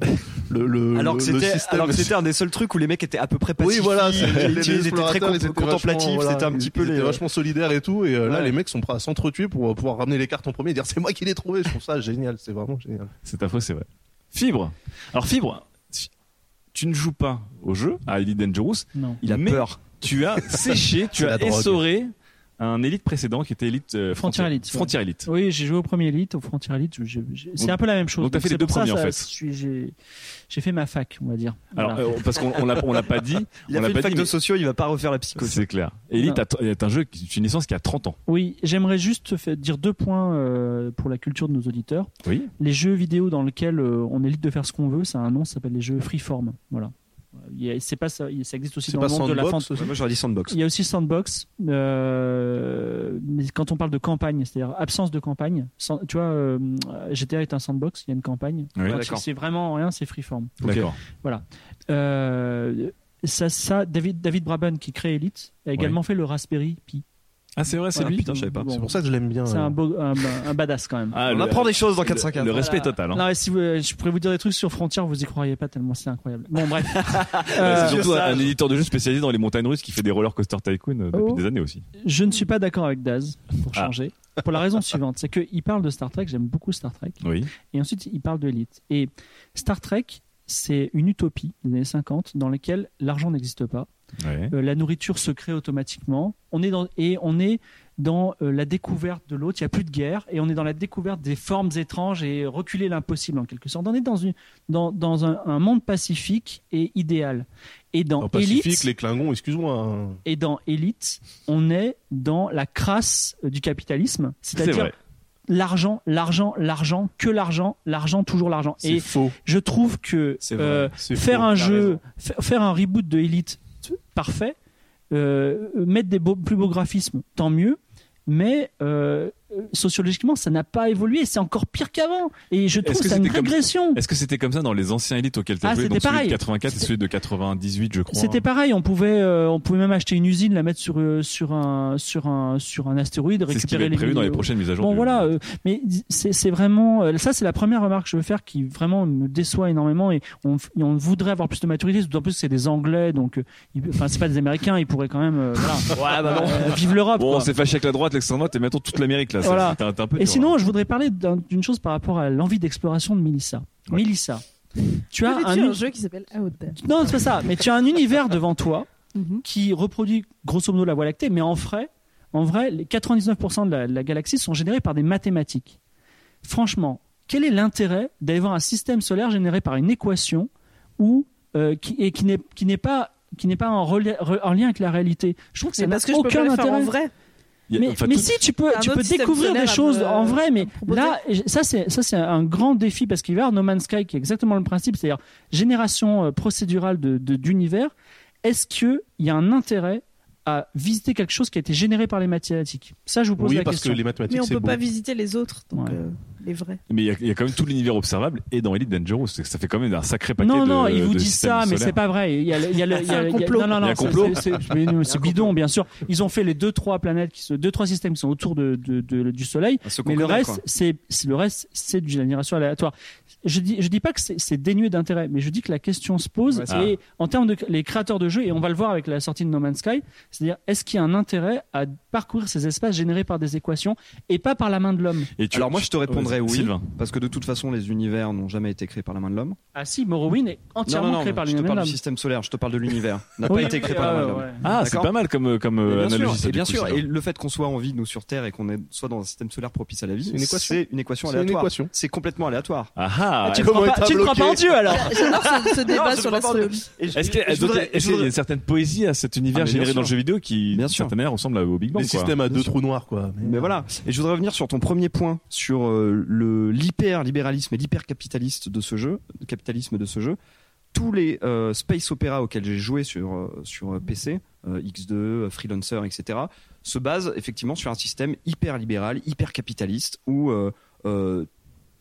[SPEAKER 7] le, le,
[SPEAKER 5] Alors que
[SPEAKER 7] le- le
[SPEAKER 5] c'était
[SPEAKER 7] système.
[SPEAKER 5] alors que c'était un des seuls trucs où les mecs étaient à peu près
[SPEAKER 7] Oui,
[SPEAKER 5] pacifiques.
[SPEAKER 7] voilà,
[SPEAKER 5] ils,
[SPEAKER 7] c'était
[SPEAKER 5] étaient- ils
[SPEAKER 7] les
[SPEAKER 5] étaient très
[SPEAKER 7] explorateurs, ils étaient
[SPEAKER 5] comp- contemplatifs,
[SPEAKER 7] vachement, voilà,
[SPEAKER 5] c'était un
[SPEAKER 7] ils-
[SPEAKER 5] petit
[SPEAKER 7] ils
[SPEAKER 5] peu les euh,
[SPEAKER 7] étaient vachement solidaires et tout. Et euh, là,
[SPEAKER 5] Ouais.
[SPEAKER 7] les mecs sont prêts à s'entretuer pour pouvoir ramener les cartes en premier et dire c'est moi qui l'ai trouvé. Je trouve ça génial, c'est vraiment génial.
[SPEAKER 3] C'est affreux, c'est vrai. Fibre. Alors, Fibre, tu- tu ne joues pas au jeu, à Elite Dangerous.
[SPEAKER 6] Non.
[SPEAKER 5] Il a
[SPEAKER 3] mais
[SPEAKER 5] peur.
[SPEAKER 3] Tu as séché, tu
[SPEAKER 7] C'est
[SPEAKER 3] as
[SPEAKER 7] la drogue.
[SPEAKER 3] essoré un élite précédent qui était élite euh,
[SPEAKER 6] Frontier Elite, ouais.
[SPEAKER 3] Frontier Elite.
[SPEAKER 6] Oui, j'ai joué au premier Elite, au Frontier Elite. je- je- je- C'est
[SPEAKER 3] Donc-
[SPEAKER 6] un peu la même chose.
[SPEAKER 3] donc t'as fait
[SPEAKER 6] c'est
[SPEAKER 3] les deux
[SPEAKER 6] pour ça,
[SPEAKER 3] premiers, en
[SPEAKER 6] ça,
[SPEAKER 3] fait.
[SPEAKER 6] je suis- J'ai j'ai fait ma fac, on va dire.
[SPEAKER 3] Alors,
[SPEAKER 6] Voilà.
[SPEAKER 3] euh, parce qu'on on l'a on l'a pas dit,
[SPEAKER 5] Il
[SPEAKER 3] on
[SPEAKER 5] a
[SPEAKER 3] l'a
[SPEAKER 5] fait
[SPEAKER 3] pas
[SPEAKER 5] une fac
[SPEAKER 3] dit,
[SPEAKER 5] de
[SPEAKER 3] mais
[SPEAKER 5] sociaux, il va pas refaire la psycho.
[SPEAKER 3] c'est clair. Elite a- est un jeu, qui est une licence qui a 30 ans.
[SPEAKER 6] Oui, j'aimerais juste fa- dire deux points euh, pour la culture de nos auditeurs.
[SPEAKER 3] Oui.
[SPEAKER 6] Les jeux vidéo dans lesquels euh, on est libre de faire ce qu'on veut, ça a un nom, ça s'appelle les jeux freeform. Voilà. Il y a- C'est pas ça, ça existe aussi
[SPEAKER 7] C'est
[SPEAKER 6] dans Ah, le
[SPEAKER 7] pas
[SPEAKER 6] monde de la fantaisie.
[SPEAKER 7] sandbox. aussi
[SPEAKER 5] Moi j'aurais dit sandbox.
[SPEAKER 6] Il y a aussi Sandbox, euh, mais quand on parle de campagne, c'est-à-dire absence de campagne, sans- tu vois, euh, GTA est un sandbox, il y a une campagne.
[SPEAKER 3] Oui.
[SPEAKER 6] Quand
[SPEAKER 5] D'accord.
[SPEAKER 6] c'est vraiment rien, c'est freeform.
[SPEAKER 3] D'accord.
[SPEAKER 6] Euh, ça, ça, David, David Braben qui crée Elite a également fait le Raspberry Pi.
[SPEAKER 3] Ah, c'est vrai, c'est
[SPEAKER 6] Voilà.
[SPEAKER 3] lui
[SPEAKER 6] Putain, je savais pas.
[SPEAKER 7] C'est pour ça que je l'aime bien.
[SPEAKER 6] C'est
[SPEAKER 7] euh.
[SPEAKER 6] un, beau- un, un badass quand même.
[SPEAKER 3] Ah,
[SPEAKER 5] On
[SPEAKER 3] le-
[SPEAKER 5] apprend des choses dans 4
[SPEAKER 3] Le respect total. hein.
[SPEAKER 6] Non, mais si vous- je pourrais vous dire des trucs sur Frontier, vous y croiriez pas tellement c'est incroyable. Bon, bref.
[SPEAKER 3] Euh,
[SPEAKER 6] Euh,
[SPEAKER 3] c'est surtout un, un éditeur de jeux spécialisé dans les montagnes russes qui fait des roller coaster tycoon euh, depuis
[SPEAKER 6] Oh.
[SPEAKER 3] des années aussi.
[SPEAKER 6] je ne suis pas d'accord avec Daz pour
[SPEAKER 3] Ah.
[SPEAKER 6] changer. Pour la raison suivante, c'est qu'il parle de Star Trek, j'aime beaucoup Star Trek.
[SPEAKER 3] Oui.
[SPEAKER 6] Et ensuite, il parle de l'élite. Et Star Trek, c'est une utopie des années 50 dans laquelle l'argent n'existe pas.
[SPEAKER 3] Ouais.
[SPEAKER 6] Euh, la nourriture se crée automatiquement. On est dans, et on est dans euh, la découverte de l'autre. Il n'y a plus de guerre. Et on est dans la découverte des formes étranges et reculer l'impossible en quelque sorte. On est dans, une, dans, dans un, un monde pacifique et idéal. Et dans,
[SPEAKER 7] Dans Pacifique,
[SPEAKER 6] Elite,
[SPEAKER 7] les Klingons, excuse-moi. hein.
[SPEAKER 6] et dans Elite, on est dans la crasse euh, du capitalisme.
[SPEAKER 3] C'est
[SPEAKER 6] C'est-à-dire
[SPEAKER 3] vrai.
[SPEAKER 6] l'argent, l'argent, l'argent, que l'argent, l'argent, toujours l'argent.
[SPEAKER 7] C'est
[SPEAKER 6] Et
[SPEAKER 7] faux.
[SPEAKER 6] je trouve que
[SPEAKER 5] C'est vrai.
[SPEAKER 6] euh,
[SPEAKER 7] C'est
[SPEAKER 6] faire
[SPEAKER 7] faux.
[SPEAKER 6] un
[SPEAKER 7] T'as
[SPEAKER 6] jeu,
[SPEAKER 7] raison.
[SPEAKER 6] fa- faire un reboot de Elite, t- parfait. euh, mettre des beaux- plus beaux graphismes, tant mieux. Mais euh, sociologiquement, ça n'a pas évolué. C'est encore pire qu'avant. Et je trouve
[SPEAKER 3] Est-ce
[SPEAKER 6] que
[SPEAKER 3] que
[SPEAKER 6] c'est une
[SPEAKER 3] c'était comme-
[SPEAKER 6] régression.
[SPEAKER 3] Est-ce que c'était comme ça dans les anciens élites auxquels tu as
[SPEAKER 6] Ah,
[SPEAKER 3] joué
[SPEAKER 6] c'était
[SPEAKER 3] Donc celui
[SPEAKER 6] pareil.
[SPEAKER 3] de 84 et celui de 98, je crois.
[SPEAKER 6] C'était pareil, on pouvait, euh, on pouvait même acheter une usine, la mettre sur, euh, sur, un, sur, un, sur un astéroïde,
[SPEAKER 3] C'est ce qui va
[SPEAKER 6] récupérer
[SPEAKER 3] être
[SPEAKER 6] les
[SPEAKER 3] prévu dans les
[SPEAKER 6] minéraux.
[SPEAKER 3] prochaines mises à jour.
[SPEAKER 6] Bon
[SPEAKER 3] du-
[SPEAKER 6] voilà, euh, mais c'est c'est vraiment euh, ça c'est la première remarque que je veux faire qui vraiment me déçoit énormément et on, f- et on voudrait avoir plus de maturité, d'autant plus que c'est des Anglais donc euh, ils- enfin c'est pas des Américains, ils pourraient quand même euh, voilà. Euh, vive l'Europe.
[SPEAKER 3] Ah Bon,
[SPEAKER 6] quoi.
[SPEAKER 3] on s'est fâché avec la droite, l'extrême droite et mettons toute l'Amérique là. Ça,
[SPEAKER 6] Voilà.
[SPEAKER 3] c'était un- c'était un peu
[SPEAKER 6] Et
[SPEAKER 3] dur, hein.
[SPEAKER 6] sinon, je voudrais parler d'un- d'une chose par rapport à l'envie d'exploration de Mélissa. Mélissa, tu as un,
[SPEAKER 4] Connais-tu
[SPEAKER 6] u-
[SPEAKER 4] jeu qui s'appelle Outer.
[SPEAKER 6] non, c'est pas ça. Mais tu as un univers devant toi
[SPEAKER 4] Mmh.
[SPEAKER 6] qui reproduit grosso modo la Voie lactée, mais en vrai, en vrai, les 99% de la, de la galaxie sont générés par des mathématiques. Franchement, quel est l'intérêt d'aller voir un système solaire généré par une équation ou euh, qui, et qui n'est qui n'est pas qui n'est pas en, reli- re- en lien avec la réalité. Je trouve que ça
[SPEAKER 4] Mais
[SPEAKER 6] n'a
[SPEAKER 4] parce que je peux
[SPEAKER 6] aucun
[SPEAKER 4] pas le
[SPEAKER 6] intérêt.
[SPEAKER 4] faire en vrai.
[SPEAKER 3] Il y a-
[SPEAKER 6] Mais,
[SPEAKER 3] enfin,
[SPEAKER 6] mais
[SPEAKER 3] tout-
[SPEAKER 6] si tu peux,
[SPEAKER 4] Un
[SPEAKER 6] tu
[SPEAKER 4] autre
[SPEAKER 6] peux
[SPEAKER 4] système
[SPEAKER 6] découvrir
[SPEAKER 4] solaire
[SPEAKER 6] des
[SPEAKER 4] à
[SPEAKER 6] choses
[SPEAKER 4] me-
[SPEAKER 6] en vrai, mais
[SPEAKER 4] proposer.
[SPEAKER 6] là, j- ça c'est ça c'est un grand défi parce qu'il va y avoir No Man's Sky qui est exactement le principe, c'est-à-dire génération euh, procédurale de de- d'univers. Est-ce que il y a un intérêt à visiter quelque chose qui a été généré par les mathématiques Ça, je vous pose
[SPEAKER 7] Oui,
[SPEAKER 6] la
[SPEAKER 7] parce
[SPEAKER 6] question.
[SPEAKER 7] que les mathématiques,
[SPEAKER 4] Mais on
[SPEAKER 7] c'est
[SPEAKER 4] peut
[SPEAKER 7] beau.
[SPEAKER 4] pas visiter les autres, donc
[SPEAKER 6] Ouais.
[SPEAKER 4] euh, les vrais.
[SPEAKER 3] Mais il y a- il y, a quand même tout l'univers observable et dans Elite Dangerous. c'est que Ça fait quand même un sacré paquet
[SPEAKER 6] non,
[SPEAKER 3] de
[SPEAKER 6] non, ils vous
[SPEAKER 3] de
[SPEAKER 6] disent
[SPEAKER 3] systèmes
[SPEAKER 6] ça, mais
[SPEAKER 3] solaires.
[SPEAKER 6] c'est pas vrai. Il y a, le- il y a le- il y a-
[SPEAKER 4] C'est un
[SPEAKER 6] il y a-
[SPEAKER 4] complot.
[SPEAKER 6] Non,
[SPEAKER 3] Il y
[SPEAKER 6] non,
[SPEAKER 3] a
[SPEAKER 6] non,
[SPEAKER 3] un
[SPEAKER 6] c'est-
[SPEAKER 3] complot.
[SPEAKER 6] c'est- c'est- mais non, c'est bidon, bien sûr. Ils ont fait les deux, trois planètes, qui se- deux, trois systèmes qui sont autour de, de- de- du Soleil.
[SPEAKER 5] Ce qu'on
[SPEAKER 6] Mais le
[SPEAKER 5] connaît,
[SPEAKER 6] reste,
[SPEAKER 5] quoi.
[SPEAKER 6] c'est c'est- le reste, c'est du génération aléatoire. Je dis, je dis pas que c'est c'est dénué d'intérêt, mais je dis que la question se pose.
[SPEAKER 5] Ouais,
[SPEAKER 3] c'est-
[SPEAKER 6] et en termes de les créateurs de jeux, et on va le voir avec la sortie de No Man's Sky, c'est-à-dire est-ce qu'il y a un intérêt à parcourir ces espaces générés par des équations et pas par la main de l'homme
[SPEAKER 3] Et tu-
[SPEAKER 5] Alors moi je te répondrais oui,
[SPEAKER 3] Sylvain.
[SPEAKER 5] parce que de toute façon les univers n'ont jamais été créés par la main de l'homme.
[SPEAKER 6] Ah si, Morrowind est entièrement
[SPEAKER 5] non, non, non,
[SPEAKER 6] créé par
[SPEAKER 5] je
[SPEAKER 6] l'humain
[SPEAKER 5] te
[SPEAKER 6] de
[SPEAKER 5] parle
[SPEAKER 6] l'homme.
[SPEAKER 5] du système solaire, je te parle de l'univers. N'a
[SPEAKER 6] Oui,
[SPEAKER 5] pas été créé
[SPEAKER 6] oui,
[SPEAKER 5] par la main de
[SPEAKER 6] ouais,
[SPEAKER 5] l'homme.
[SPEAKER 6] ouais.
[SPEAKER 3] Ah, c'est
[SPEAKER 5] D'accord.
[SPEAKER 3] pas mal comme, comme
[SPEAKER 5] Et
[SPEAKER 3] euh,
[SPEAKER 5] bien
[SPEAKER 3] analogie.
[SPEAKER 5] sûr,
[SPEAKER 3] ça,
[SPEAKER 5] et
[SPEAKER 3] du
[SPEAKER 5] bien
[SPEAKER 3] coup,
[SPEAKER 5] sûr.
[SPEAKER 3] c'est
[SPEAKER 5] et
[SPEAKER 3] bien.
[SPEAKER 5] le fait qu'on soit en vie, nous sur Terre, et qu'on est- soit dans un système solaire propice à la vie,
[SPEAKER 7] C'est une équation.
[SPEAKER 5] c'est une équation
[SPEAKER 7] C'est une
[SPEAKER 5] aléatoire.
[SPEAKER 7] équation.
[SPEAKER 5] C'est complètement aléatoire.
[SPEAKER 3] Ah ah
[SPEAKER 5] tu ne crois, pas- tu ne crois pas en Dieu alors
[SPEAKER 4] Ah, J'adore ce, ce
[SPEAKER 5] Non,
[SPEAKER 4] débat
[SPEAKER 5] je
[SPEAKER 4] sur
[SPEAKER 5] ne crois pas en Dieu.
[SPEAKER 4] l'astronomie.
[SPEAKER 5] Et je-
[SPEAKER 3] Est-ce qu'il y, a-
[SPEAKER 5] je voudrais-
[SPEAKER 3] donc, est-ce
[SPEAKER 5] je
[SPEAKER 3] qu'il y a
[SPEAKER 5] voudrais-
[SPEAKER 3] une certaine poésie à cet
[SPEAKER 5] Ah,
[SPEAKER 3] univers
[SPEAKER 5] mais bien
[SPEAKER 3] généré dans le
[SPEAKER 5] sûr.
[SPEAKER 3] jeu vidéo qui,
[SPEAKER 5] Bien
[SPEAKER 3] d'une
[SPEAKER 5] sûr.
[SPEAKER 3] certaine manière, ressemble à- au Big Bang
[SPEAKER 7] Les
[SPEAKER 3] quoi.
[SPEAKER 7] systèmes à deux trous noirs, quoi.
[SPEAKER 5] Mais voilà. Et je voudrais revenir sur ton premier point, sur euh, le l'hyper-libéralisme et l'hyper-capitalisme de ce jeu, le capitalisme de ce jeu. Tous les euh, space opéras auxquels j'ai joué sur euh, sur euh, PC, euh, X2, euh, Freelancer, etc., se basent effectivement sur un système hyper-libéral, hyper-capitaliste où euh, euh,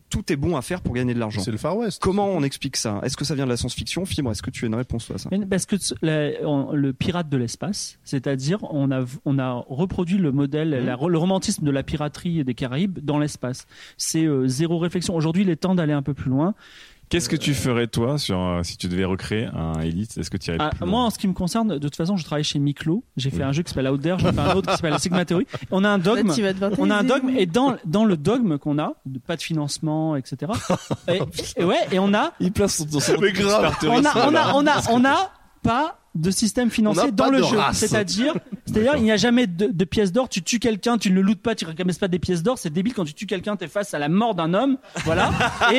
[SPEAKER 5] tout est bon à faire pour gagner de l'argent.
[SPEAKER 7] C'est le Far West.
[SPEAKER 5] Comment on explique ça Est-ce que ça vient de la science-fiction Fibre, est-ce que tu as une réponse à ça
[SPEAKER 6] Mais parce que ce- la- on- le pirate de l'espace, c'est-à-dire on a, on a reproduit le modèle,
[SPEAKER 3] Mmh.
[SPEAKER 6] la- le romantisme de la piraterie des Caraïbes dans l'espace. C'est euh, zéro réflexion. Aujourd'hui, il est temps d'aller un peu plus loin.
[SPEAKER 3] Qu'est-ce que tu ferais toi sur, euh, si tu devais recréer un Elite Est-ce que tu irais
[SPEAKER 6] Ah,
[SPEAKER 3] plus
[SPEAKER 6] moi,
[SPEAKER 3] loin
[SPEAKER 6] en ce qui me concerne, de toute façon, je travaille chez Miklo. J'ai fait un jeu qui s'appelle Outder, j'ai fait un autre qui s'appelle Sigma Theory. On a un dogme.
[SPEAKER 4] Là, tu vas devoir
[SPEAKER 6] On a un
[SPEAKER 4] t'aider.
[SPEAKER 6] dogme et dans, dans le dogme qu'on a, de pas de financement, etc. Et, et ouais, et on a,
[SPEAKER 3] Il place son, son
[SPEAKER 7] Mais grave.
[SPEAKER 6] on a, on a, on a, on a pas de système
[SPEAKER 7] On
[SPEAKER 6] financier
[SPEAKER 7] n'a
[SPEAKER 6] dans
[SPEAKER 7] pas
[SPEAKER 6] le
[SPEAKER 7] de
[SPEAKER 6] jeu.
[SPEAKER 7] race.
[SPEAKER 6] C'est-à-dire, c'est-à-dire, il n'y a jamais de, de pièces d'or. Tu tues quelqu'un, tu ne le lootes pas, tu ne ramasses pas des pièces d'or. C'est débile quand tu tues quelqu'un, t'es face à la mort d'un homme. Voilà. Et,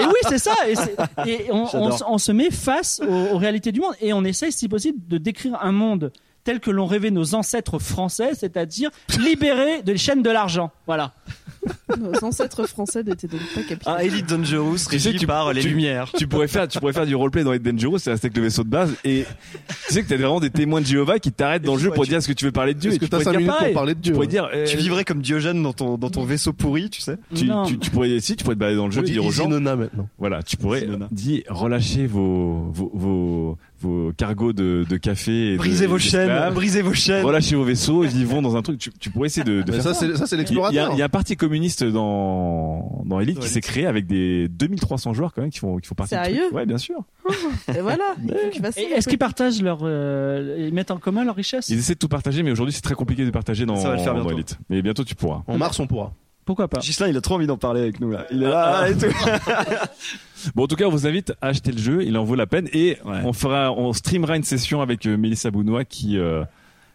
[SPEAKER 6] et oui, c'est ça. Et, c'est- et on, on
[SPEAKER 5] J'adore.
[SPEAKER 6] se- on se met face aux, aux réalités du monde et on essaye, si possible, de décrire un monde tel que l'ont rêvé nos ancêtres français, c'est-à-dire libéré des chaînes de l'argent. Voilà.
[SPEAKER 4] Nos ancêtres français n'étaient donc pas capitalistes.
[SPEAKER 5] Un Elite Dangerous
[SPEAKER 3] régi par les
[SPEAKER 5] Lumières.
[SPEAKER 3] tu pourrais faire, tu pourrais faire du roleplay dans Ed Dangerous, c'est rester avec le vaisseau de base et tu sais que t'as vraiment des témoins de Jéhovah qui t'arrêtent dans le jeu pour dire ce que tu veux parler de Dieu.
[SPEAKER 7] Est-ce
[SPEAKER 3] et
[SPEAKER 7] que
[SPEAKER 3] tu
[SPEAKER 7] t'as
[SPEAKER 3] pourrais
[SPEAKER 7] 5
[SPEAKER 3] dire
[SPEAKER 7] minutes
[SPEAKER 3] pareil.
[SPEAKER 7] pour parler de
[SPEAKER 3] Tu
[SPEAKER 7] Dieu
[SPEAKER 3] pourrais dire, euh,
[SPEAKER 5] Tu vivrais comme Diogène dans ton, dans ton vaisseau pourri, tu sais
[SPEAKER 3] tu,
[SPEAKER 6] Non.
[SPEAKER 3] tu, tu pourrais, si, tu pourrais te balader dans le jeu
[SPEAKER 7] On
[SPEAKER 3] et
[SPEAKER 7] dit
[SPEAKER 3] dire aux gens,
[SPEAKER 7] Isinona maintenant.
[SPEAKER 3] voilà, tu pourrais
[SPEAKER 5] Isinona.
[SPEAKER 3] dire, relâchez vos, vos, vos, vos cargos de, de café et de-
[SPEAKER 5] Brisez vos
[SPEAKER 3] et
[SPEAKER 5] chaînes,
[SPEAKER 3] d'esclaves.
[SPEAKER 5] brisez vos chaînes.
[SPEAKER 3] relâchez vos vaisseaux, vivons dans un truc, tu, tu pourrais essayer de, de
[SPEAKER 7] Mais
[SPEAKER 3] faire
[SPEAKER 7] ça, c'est ça, c'est
[SPEAKER 3] Il y a- il y, a,
[SPEAKER 7] l'explorateur.
[SPEAKER 3] il y a un parti communiste dans, dans Elite
[SPEAKER 5] Dans
[SPEAKER 3] qui
[SPEAKER 5] Elite.
[SPEAKER 3] s'est créé avec des 2300 joueurs quand même qui font, qui font partie du
[SPEAKER 4] Sérieux
[SPEAKER 3] truc. Ouais, bien sûr.
[SPEAKER 4] Et voilà. il faut que tu fasses ça,
[SPEAKER 6] Et Est-ce qu'ils partagent leur, euh, ils mettent en commun leur richesse
[SPEAKER 3] Ils essaient de tout partager, mais aujourd'hui c'est très compliqué de partager dans,
[SPEAKER 5] Ça va le faire
[SPEAKER 3] dans
[SPEAKER 5] bientôt.
[SPEAKER 3] Elite. Mais bientôt tu pourras.
[SPEAKER 7] En mars, on pourra.
[SPEAKER 6] Pourquoi pas
[SPEAKER 5] Gislain, il a trop envie d'en parler avec nous là. Il est là et tout.
[SPEAKER 3] Bon, en tout cas, on vous invite à acheter le jeu, il en vaut la peine. Et on fera, on streamera une session avec euh, Mélissa Bounois qui, euh,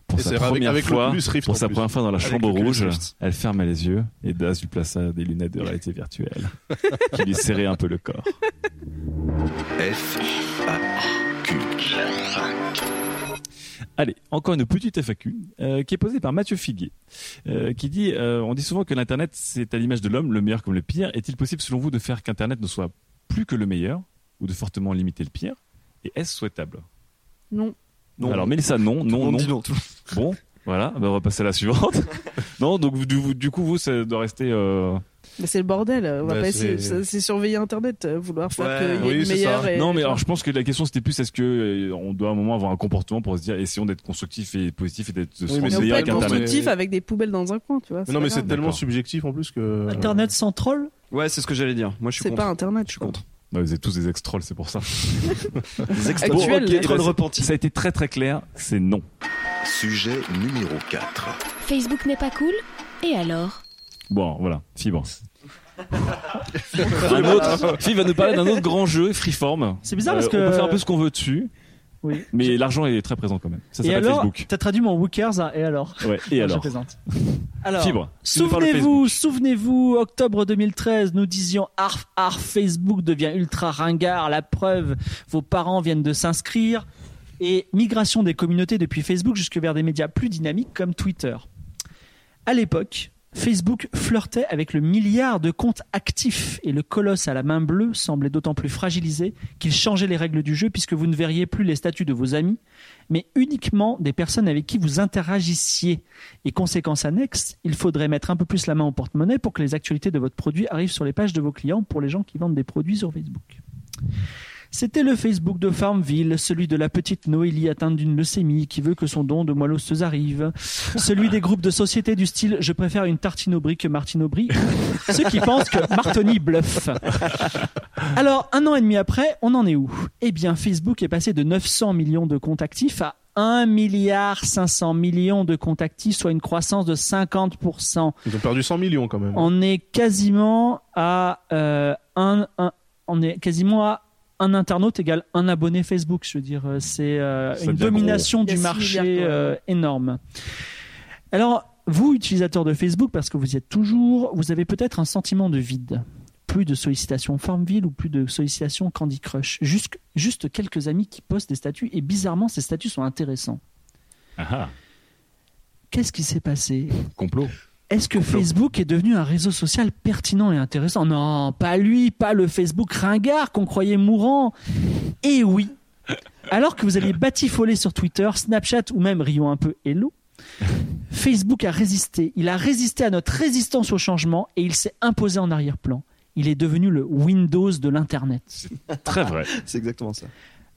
[SPEAKER 3] pour
[SPEAKER 7] Et
[SPEAKER 3] sa
[SPEAKER 7] c'est avec-
[SPEAKER 3] première
[SPEAKER 7] avec
[SPEAKER 3] fois,
[SPEAKER 7] l'Oculus Rift,
[SPEAKER 3] pour
[SPEAKER 7] en
[SPEAKER 3] sa
[SPEAKER 7] plus.
[SPEAKER 3] première fois dans la
[SPEAKER 5] Avec
[SPEAKER 3] chambre
[SPEAKER 5] l'Oculus
[SPEAKER 3] rouge,
[SPEAKER 5] Rift.
[SPEAKER 3] elle ferme les yeux et Das lui plaça des lunettes de réalité virtuelle qui lui serrait un peu le corps.
[SPEAKER 1] F, A, Q.
[SPEAKER 3] Allez, encore une petite FAQ euh, qui est posée par Mathieu Figuier, euh, qui dit euh, On dit souvent que l'Internet, c'est à l'image de l'homme, le meilleur comme le pire. Est-il possible, selon vous, de faire qu'Internet ne soit plus que le meilleur ou de fortement limiter le pire Et est-ce souhaitable
[SPEAKER 4] Non.
[SPEAKER 5] Non.
[SPEAKER 3] Alors Mélissa, non,
[SPEAKER 5] Tout le
[SPEAKER 3] non,
[SPEAKER 5] monde
[SPEAKER 3] non.
[SPEAKER 5] dit non, tout
[SPEAKER 3] Bon, voilà, ben, on va passer à la suivante. non, donc vous- du, du coup, vous, ça doit rester. euh,
[SPEAKER 4] Mais c'est le bordel. On
[SPEAKER 3] Bah,
[SPEAKER 4] va pas
[SPEAKER 3] c'est-
[SPEAKER 4] essayer. C'est c'est surveiller Internet, euh, vouloir faire qu'il y ait euh,
[SPEAKER 3] oui,
[SPEAKER 4] le
[SPEAKER 3] c'est
[SPEAKER 4] meilleur.
[SPEAKER 3] ça.
[SPEAKER 4] et-
[SPEAKER 3] Non, mais alors je pense que la question c'était plus est-ce que euh, on doit à un moment avoir un comportement pour se dire essayons d'être constructif et positif et d'être de se
[SPEAKER 7] Oui, mais
[SPEAKER 4] Mais on
[SPEAKER 3] renseigner
[SPEAKER 4] peut
[SPEAKER 3] avec
[SPEAKER 4] être
[SPEAKER 3] Internet.
[SPEAKER 4] constructif avec des poubelles dans un coin, tu vois.
[SPEAKER 7] Mais non, mais
[SPEAKER 4] pas
[SPEAKER 7] c'est
[SPEAKER 4] grave.
[SPEAKER 7] tellement subjectif en plus que.
[SPEAKER 6] Internet sans troll
[SPEAKER 5] Ouais, c'est ce que j'allais dire. Moi, je suis
[SPEAKER 4] C'est
[SPEAKER 5] contre.
[SPEAKER 4] pas Internet. Je suis
[SPEAKER 5] contre.
[SPEAKER 3] Bah, vous êtes tous des ex-trolls, c'est pour ça.
[SPEAKER 5] des
[SPEAKER 4] ex-trolls. Actuel, là.
[SPEAKER 3] trolls repentis. Ça a été très très clair, c'est non.
[SPEAKER 1] Sujet numéro 4.
[SPEAKER 8] Facebook n'est pas cool Et alors
[SPEAKER 3] Bon, voilà, fibre. un autre, Fibre va nous parler d'un autre grand jeu, Freeform. Euh,
[SPEAKER 6] C'est bizarre parce que-
[SPEAKER 3] On peut faire un peu ce qu'on veut dessus.
[SPEAKER 6] Oui.
[SPEAKER 3] Mais l'argent est très présent quand même. Ça
[SPEAKER 6] et
[SPEAKER 3] s'appelle
[SPEAKER 6] alors,
[SPEAKER 3] Facebook.
[SPEAKER 6] t'as traduit mon Wookers à et alors
[SPEAKER 3] Ouais, et
[SPEAKER 6] Je
[SPEAKER 3] alors
[SPEAKER 6] présente. Alors,
[SPEAKER 3] Fibre, tu nous parles de
[SPEAKER 6] souvenez-vous, souvenez-vous, octobre 2013, nous disions arf, arf, Facebook devient ultra ringard, la preuve, vos parents viennent de s'inscrire, et migration des communautés depuis Facebook jusque vers des médias plus dynamiques comme Twitter. À l'époque, Facebook flirtait avec le milliard de comptes actifs et le colosse à la main bleue semblait d'autant plus fragilisé qu'il changeait les règles du jeu puisque vous ne verriez plus les statuts de vos amis, mais uniquement des personnes avec qui vous interagissiez. Et conséquence annexe, il faudrait mettre un peu plus la main au porte-monnaie pour que les actualités de votre produit arrivent sur les pages de vos clients pour les gens qui vendent des produits sur Facebook. C'était le Facebook de Farmville, celui de la petite Noélie atteinte d'une leucémie qui veut que son don de moelle osseuse arrive, celui des groupes de sociétés du style je préfère une tartine au brie que Martine au brie, ceux qui pensent que Martoni bluffe. Alors, un an et demi après, on en est où Eh bien, Facebook est passé de 900 millions de comptes actifs à 1 milliard 500 millions de comptes actifs, soit une croissance de 50%.
[SPEAKER 7] Ils ont perdu 100 millions quand même.
[SPEAKER 6] On est quasiment à euh, un, un- on est quasiment à un internaute égale un abonné Facebook. Je veux dire, euh, c'est euh,
[SPEAKER 3] Ça
[SPEAKER 6] une
[SPEAKER 3] devient
[SPEAKER 6] domination
[SPEAKER 4] gros. Il y
[SPEAKER 6] du
[SPEAKER 4] a six
[SPEAKER 6] marché
[SPEAKER 4] milliards, ouais.
[SPEAKER 6] euh, énorme. Alors, vous, utilisateurs de Facebook, parce que vous y êtes toujours, vous avez peut-être un sentiment de vide. Plus de sollicitations Farmville ou plus de sollicitations Candy Crush. Juste, juste quelques amis qui postent des statuts et bizarrement, ces statuts sont intéressants.
[SPEAKER 3] Ah ah,
[SPEAKER 6] Qu'est-ce qui s'est passé
[SPEAKER 3] complot.
[SPEAKER 6] est-ce que Facebook est devenu un réseau social pertinent et intéressant Non, pas lui, pas le Facebook ringard qu'on croyait mourant. Eh oui. Alors que vous alliez batifoler sur Twitter, Snapchat ou même rions un peu Hello, Facebook a résisté. Il a résisté à notre résistance au changement et il s'est imposé en arrière-plan. Il est devenu le Windows de l'Internet.
[SPEAKER 3] Très vrai.
[SPEAKER 5] C'est exactement ça.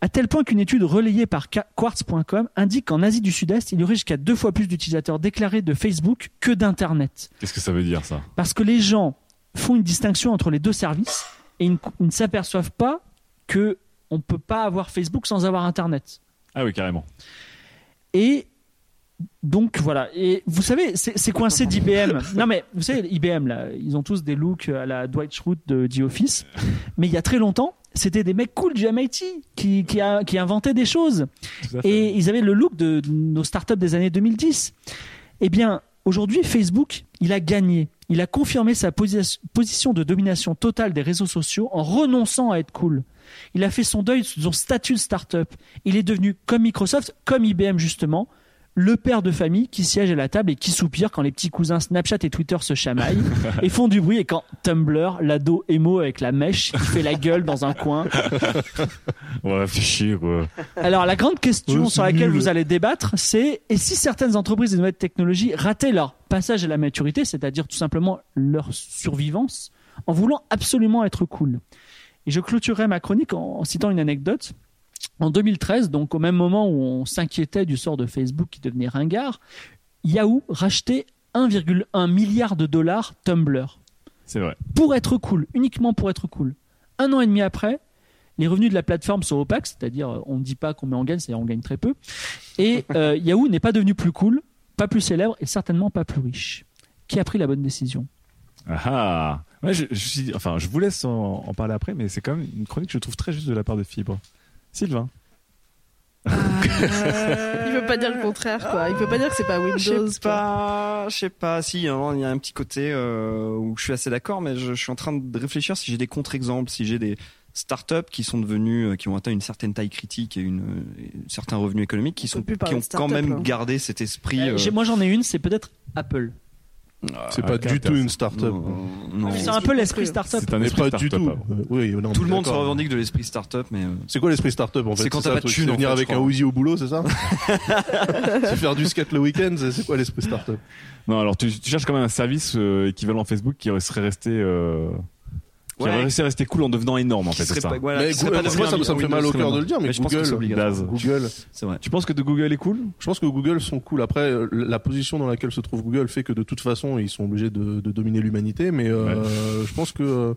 [SPEAKER 6] À tel point qu'une étude relayée par Qua- Quartz.com indique qu'en Asie du Sud-Est, il y aurait jusqu'à deux fois plus d'utilisateurs déclarés de Facebook que d'Internet.
[SPEAKER 3] Qu'est-ce que ça veut dire ça
[SPEAKER 6] Parce que les gens font une distinction entre les deux services et ils ne, ils ne s'aperçoivent pas que on peut pas avoir Facebook sans avoir Internet.
[SPEAKER 3] Ah oui, carrément.
[SPEAKER 6] Et donc voilà. Et vous savez, c'est c'est coincé d'IBM. Non mais vous savez, IBM là, ils ont tous des looks à la Dwight Schrute de The Office. Mais il y a très longtemps, c'était des mecs cool du MIT qui, qui, a- qui inventaient des choses.
[SPEAKER 3] Tout à fait.
[SPEAKER 6] Et ils avaient le look de nos startups des années 2010. Eh bien, aujourd'hui, Facebook, il a gagné. Il a confirmé sa posi- position de domination totale des réseaux sociaux en renonçant à être cool. Il a fait son deuil de son statut de startup. Il est devenu, comme Microsoft, comme IBM justement, le père de famille qui siège à la table et qui soupire quand les petits cousins Snapchat et Twitter se chamaillent et font du bruit et quand Tumblr, l'ado émo avec la mèche, il fait la gueule dans un coin.
[SPEAKER 3] Ouais, fais chier, quoi.
[SPEAKER 6] Alors la grande question
[SPEAKER 7] Ouais,
[SPEAKER 6] sur
[SPEAKER 7] c'est
[SPEAKER 6] laquelle
[SPEAKER 7] nul.
[SPEAKER 6] vous allez débattre, c'est et si certaines entreprises de nouvelles technologies rataient leur passage à la maturité, c'est-à-dire tout simplement leur survivance, en voulant absolument être cool. Et je clôturerai ma chronique en, en citant une anecdote. En 2013, donc au même moment où on s'inquiétait du sort de Facebook qui devenait ringard, Yahoo rachetait 1,1 milliard de dollars Tumblr
[SPEAKER 3] C'est vrai.
[SPEAKER 6] pour être cool, uniquement pour être cool. Un an et demi après, les revenus de la plateforme sont opaques, c'est-à-dire euh, on ne dit pas qu'on met en gagne, c'est-à-dire on gagne très peu. Et euh, Yahoo n'est pas devenu plus cool, pas plus célèbre et certainement pas plus riche. Qui a pris la bonne décision
[SPEAKER 3] Ah ah. Ouais, je, je suis- enfin, je vous laisse en, en parler après, mais c'est quand même une chronique que je trouve très juste de la part de Fibre. Sylvain.
[SPEAKER 6] Ah,
[SPEAKER 4] Il veut pas dire le contraire, quoi. Il peut pas dire que c'est pas Windows.
[SPEAKER 5] Je sais
[SPEAKER 4] quoi.
[SPEAKER 5] pas, je sais pas. Si, il y a un- il y a un petit côté euh, où je suis assez d'accord, mais je, je suis en train de réfléchir si j'ai des contre-exemples, si j'ai des startups qui sont devenues, euh, qui ont atteint une certaine taille critique et une, euh, et un certain revenu économique, qui
[SPEAKER 4] On peut
[SPEAKER 5] sont,
[SPEAKER 4] plus
[SPEAKER 5] qui
[SPEAKER 4] parler
[SPEAKER 5] ont
[SPEAKER 4] de hein.
[SPEAKER 5] quand
[SPEAKER 4] start-up,
[SPEAKER 5] même
[SPEAKER 4] là.
[SPEAKER 5] gardé cet esprit.
[SPEAKER 6] Euh,
[SPEAKER 5] euh,
[SPEAKER 6] j'ai- Moi j'en ai une, c'est peut-être Apple.
[SPEAKER 7] C'est pas du tout une start-up.
[SPEAKER 5] Ah, non.
[SPEAKER 6] C'est un peu l'esprit start-up.
[SPEAKER 7] Mais pas du tout.
[SPEAKER 5] hein.
[SPEAKER 7] Euh, oui, non,
[SPEAKER 5] Tout
[SPEAKER 7] mais
[SPEAKER 5] le monde se
[SPEAKER 7] d'accord.
[SPEAKER 5] revendique de l'esprit startup, mais. euh,
[SPEAKER 7] C'est quoi l'esprit start-up en fait
[SPEAKER 5] C'est quand
[SPEAKER 7] ça,
[SPEAKER 5] t'as
[SPEAKER 7] le
[SPEAKER 5] pas de thune,
[SPEAKER 7] truc, c'est
[SPEAKER 5] en
[SPEAKER 7] venir
[SPEAKER 5] fait,
[SPEAKER 7] avec
[SPEAKER 5] je
[SPEAKER 7] un
[SPEAKER 5] crois.
[SPEAKER 7] Uzi au boulot, c'est ça C'est faire du skate le week-end, c'est c'est quoi l'esprit start-up
[SPEAKER 3] Non, alors tu, tu cherches quand même un service euh, équivalent Facebook qui serait resté. euh, qui
[SPEAKER 5] Ouais.
[SPEAKER 3] aurait réussi à rester cool en devenant énorme en fait,
[SPEAKER 5] qui
[SPEAKER 3] c'est
[SPEAKER 5] serait
[SPEAKER 3] ça.
[SPEAKER 5] pas- voilà,
[SPEAKER 7] Mais
[SPEAKER 5] qui serait
[SPEAKER 7] Google-
[SPEAKER 5] pas devenu
[SPEAKER 7] moi, ça me-
[SPEAKER 5] un
[SPEAKER 7] ça me fait mal au
[SPEAKER 5] Windows
[SPEAKER 7] cœur de
[SPEAKER 5] Phone.
[SPEAKER 7] le dire, mais
[SPEAKER 5] je pense que
[SPEAKER 7] Google-
[SPEAKER 5] c'est obligatoire.
[SPEAKER 3] Daz.
[SPEAKER 7] Google.
[SPEAKER 5] C'est vrai.
[SPEAKER 3] Tu penses que de Google est cool
[SPEAKER 7] Je pense que Google sont cool. Après, euh, la position dans laquelle se trouve Google fait que de toute façon, ils sont obligés de, de dominer l'humanité. Mais euh, je pense que euh,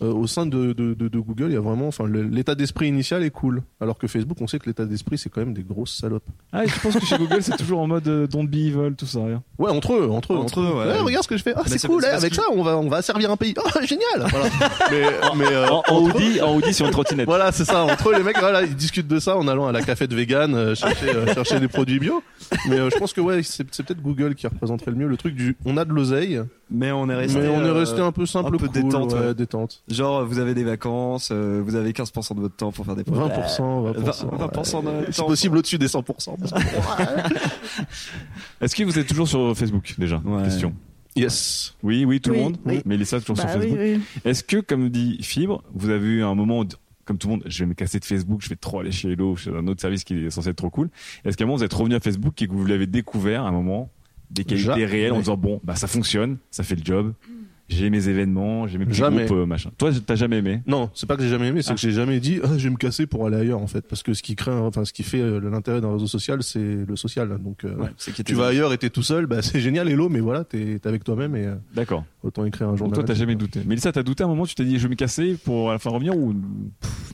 [SPEAKER 7] euh, au sein de, de- de- de Google, il y a vraiment, enfin, le- l'état d'esprit initial est cool. Alors que Facebook, on sait que l'état d'esprit, c'est quand même des grosses salopes.
[SPEAKER 3] Ah, et tu penses que chez Google c'est toujours en mode euh, don't be evil, tout ça, rien.
[SPEAKER 7] Ouais, entre eux, entre eux,
[SPEAKER 5] Entre eux, ouais.
[SPEAKER 7] Eh, regarde ce que je fais. Ah,
[SPEAKER 5] Mais
[SPEAKER 7] c'est
[SPEAKER 5] c'est-
[SPEAKER 7] cool.
[SPEAKER 5] c'est
[SPEAKER 7] eh,
[SPEAKER 5] parce
[SPEAKER 7] avec
[SPEAKER 5] qu'ils-
[SPEAKER 7] ça, on va, on va servir un pays. Oh, génial. Voilà. mais, mais, euh,
[SPEAKER 3] En, en Audi, en Audi sur une trottinette.
[SPEAKER 7] Voilà, c'est ça. Entre eux, les mecs, voilà, ils discutent de ça en allant à la cafette vegan, euh, chercher, euh, chercher des produits bio. Mais euh, je pense que ouais, c'est c'est peut-être Google qui représenterait le mieux le truc du on a de l'oseille,
[SPEAKER 5] Mais on est resté.
[SPEAKER 7] mais on est
[SPEAKER 5] euh,
[SPEAKER 7] resté un peu simple,
[SPEAKER 5] un peu
[SPEAKER 7] cool,
[SPEAKER 5] détente,
[SPEAKER 7] ouais,
[SPEAKER 5] ouais.
[SPEAKER 7] détente.
[SPEAKER 5] Genre, vous avez des vacances, euh, vous avez 15% de votre temps pour faire des projets. Euh, 20%
[SPEAKER 7] 20%, 20%. ouais.
[SPEAKER 5] de votre
[SPEAKER 7] C'est
[SPEAKER 5] temps.
[SPEAKER 7] possible au-dessus des 100%. parce que-
[SPEAKER 3] Est-ce que vous êtes toujours sur Facebook déjà
[SPEAKER 5] Ouais.
[SPEAKER 3] Question.
[SPEAKER 7] yes.
[SPEAKER 3] Oui, oui, tout le
[SPEAKER 4] Oui,
[SPEAKER 3] monde.
[SPEAKER 4] oui.
[SPEAKER 3] Mélissa toujours sur
[SPEAKER 4] Bah oui,
[SPEAKER 3] Facebook.
[SPEAKER 4] oui.
[SPEAKER 3] Est-ce que, comme dit Fibre, vous avez eu un moment, où, comme tout le monde, je vais me casser de Facebook, je vais trop aller chez Hello, chez un autre service qui est censé être trop cool. Est-ce qu'à un moment vous êtes revenu à Facebook et que vous l'avez découvert à un moment des qualités
[SPEAKER 7] Jamais.
[SPEAKER 3] réelles en disant bon, bah ça fonctionne, ça fait le job, j'ai mes événements, j'ai mes petits
[SPEAKER 7] Jamais.
[SPEAKER 3] groupes, euh, machin. Toi, t'as jamais aimé
[SPEAKER 7] Non, c'est pas que j'ai jamais aimé, c'est
[SPEAKER 3] Ah.
[SPEAKER 7] que j'ai jamais dit ah, je vais me casser pour aller ailleurs en fait, parce que ce qui crée, un- enfin ce qui fait euh, l'intérêt d'un réseau social, c'est le social. Donc euh,
[SPEAKER 5] Ouais, c'est qu'il y a
[SPEAKER 7] tu
[SPEAKER 5] des-
[SPEAKER 7] vas ailleurs et t'es tout seul, bah c'est génial, hello, mais voilà, t'es t'es avec toi-même et euh,
[SPEAKER 3] D'accord.
[SPEAKER 7] autant écrire un
[SPEAKER 3] Donc
[SPEAKER 7] journal.
[SPEAKER 3] toi, t'as jamais douté. Mélissa, t'as douté à un moment, tu t'es dit je vais me casser pour à la fin revenir ou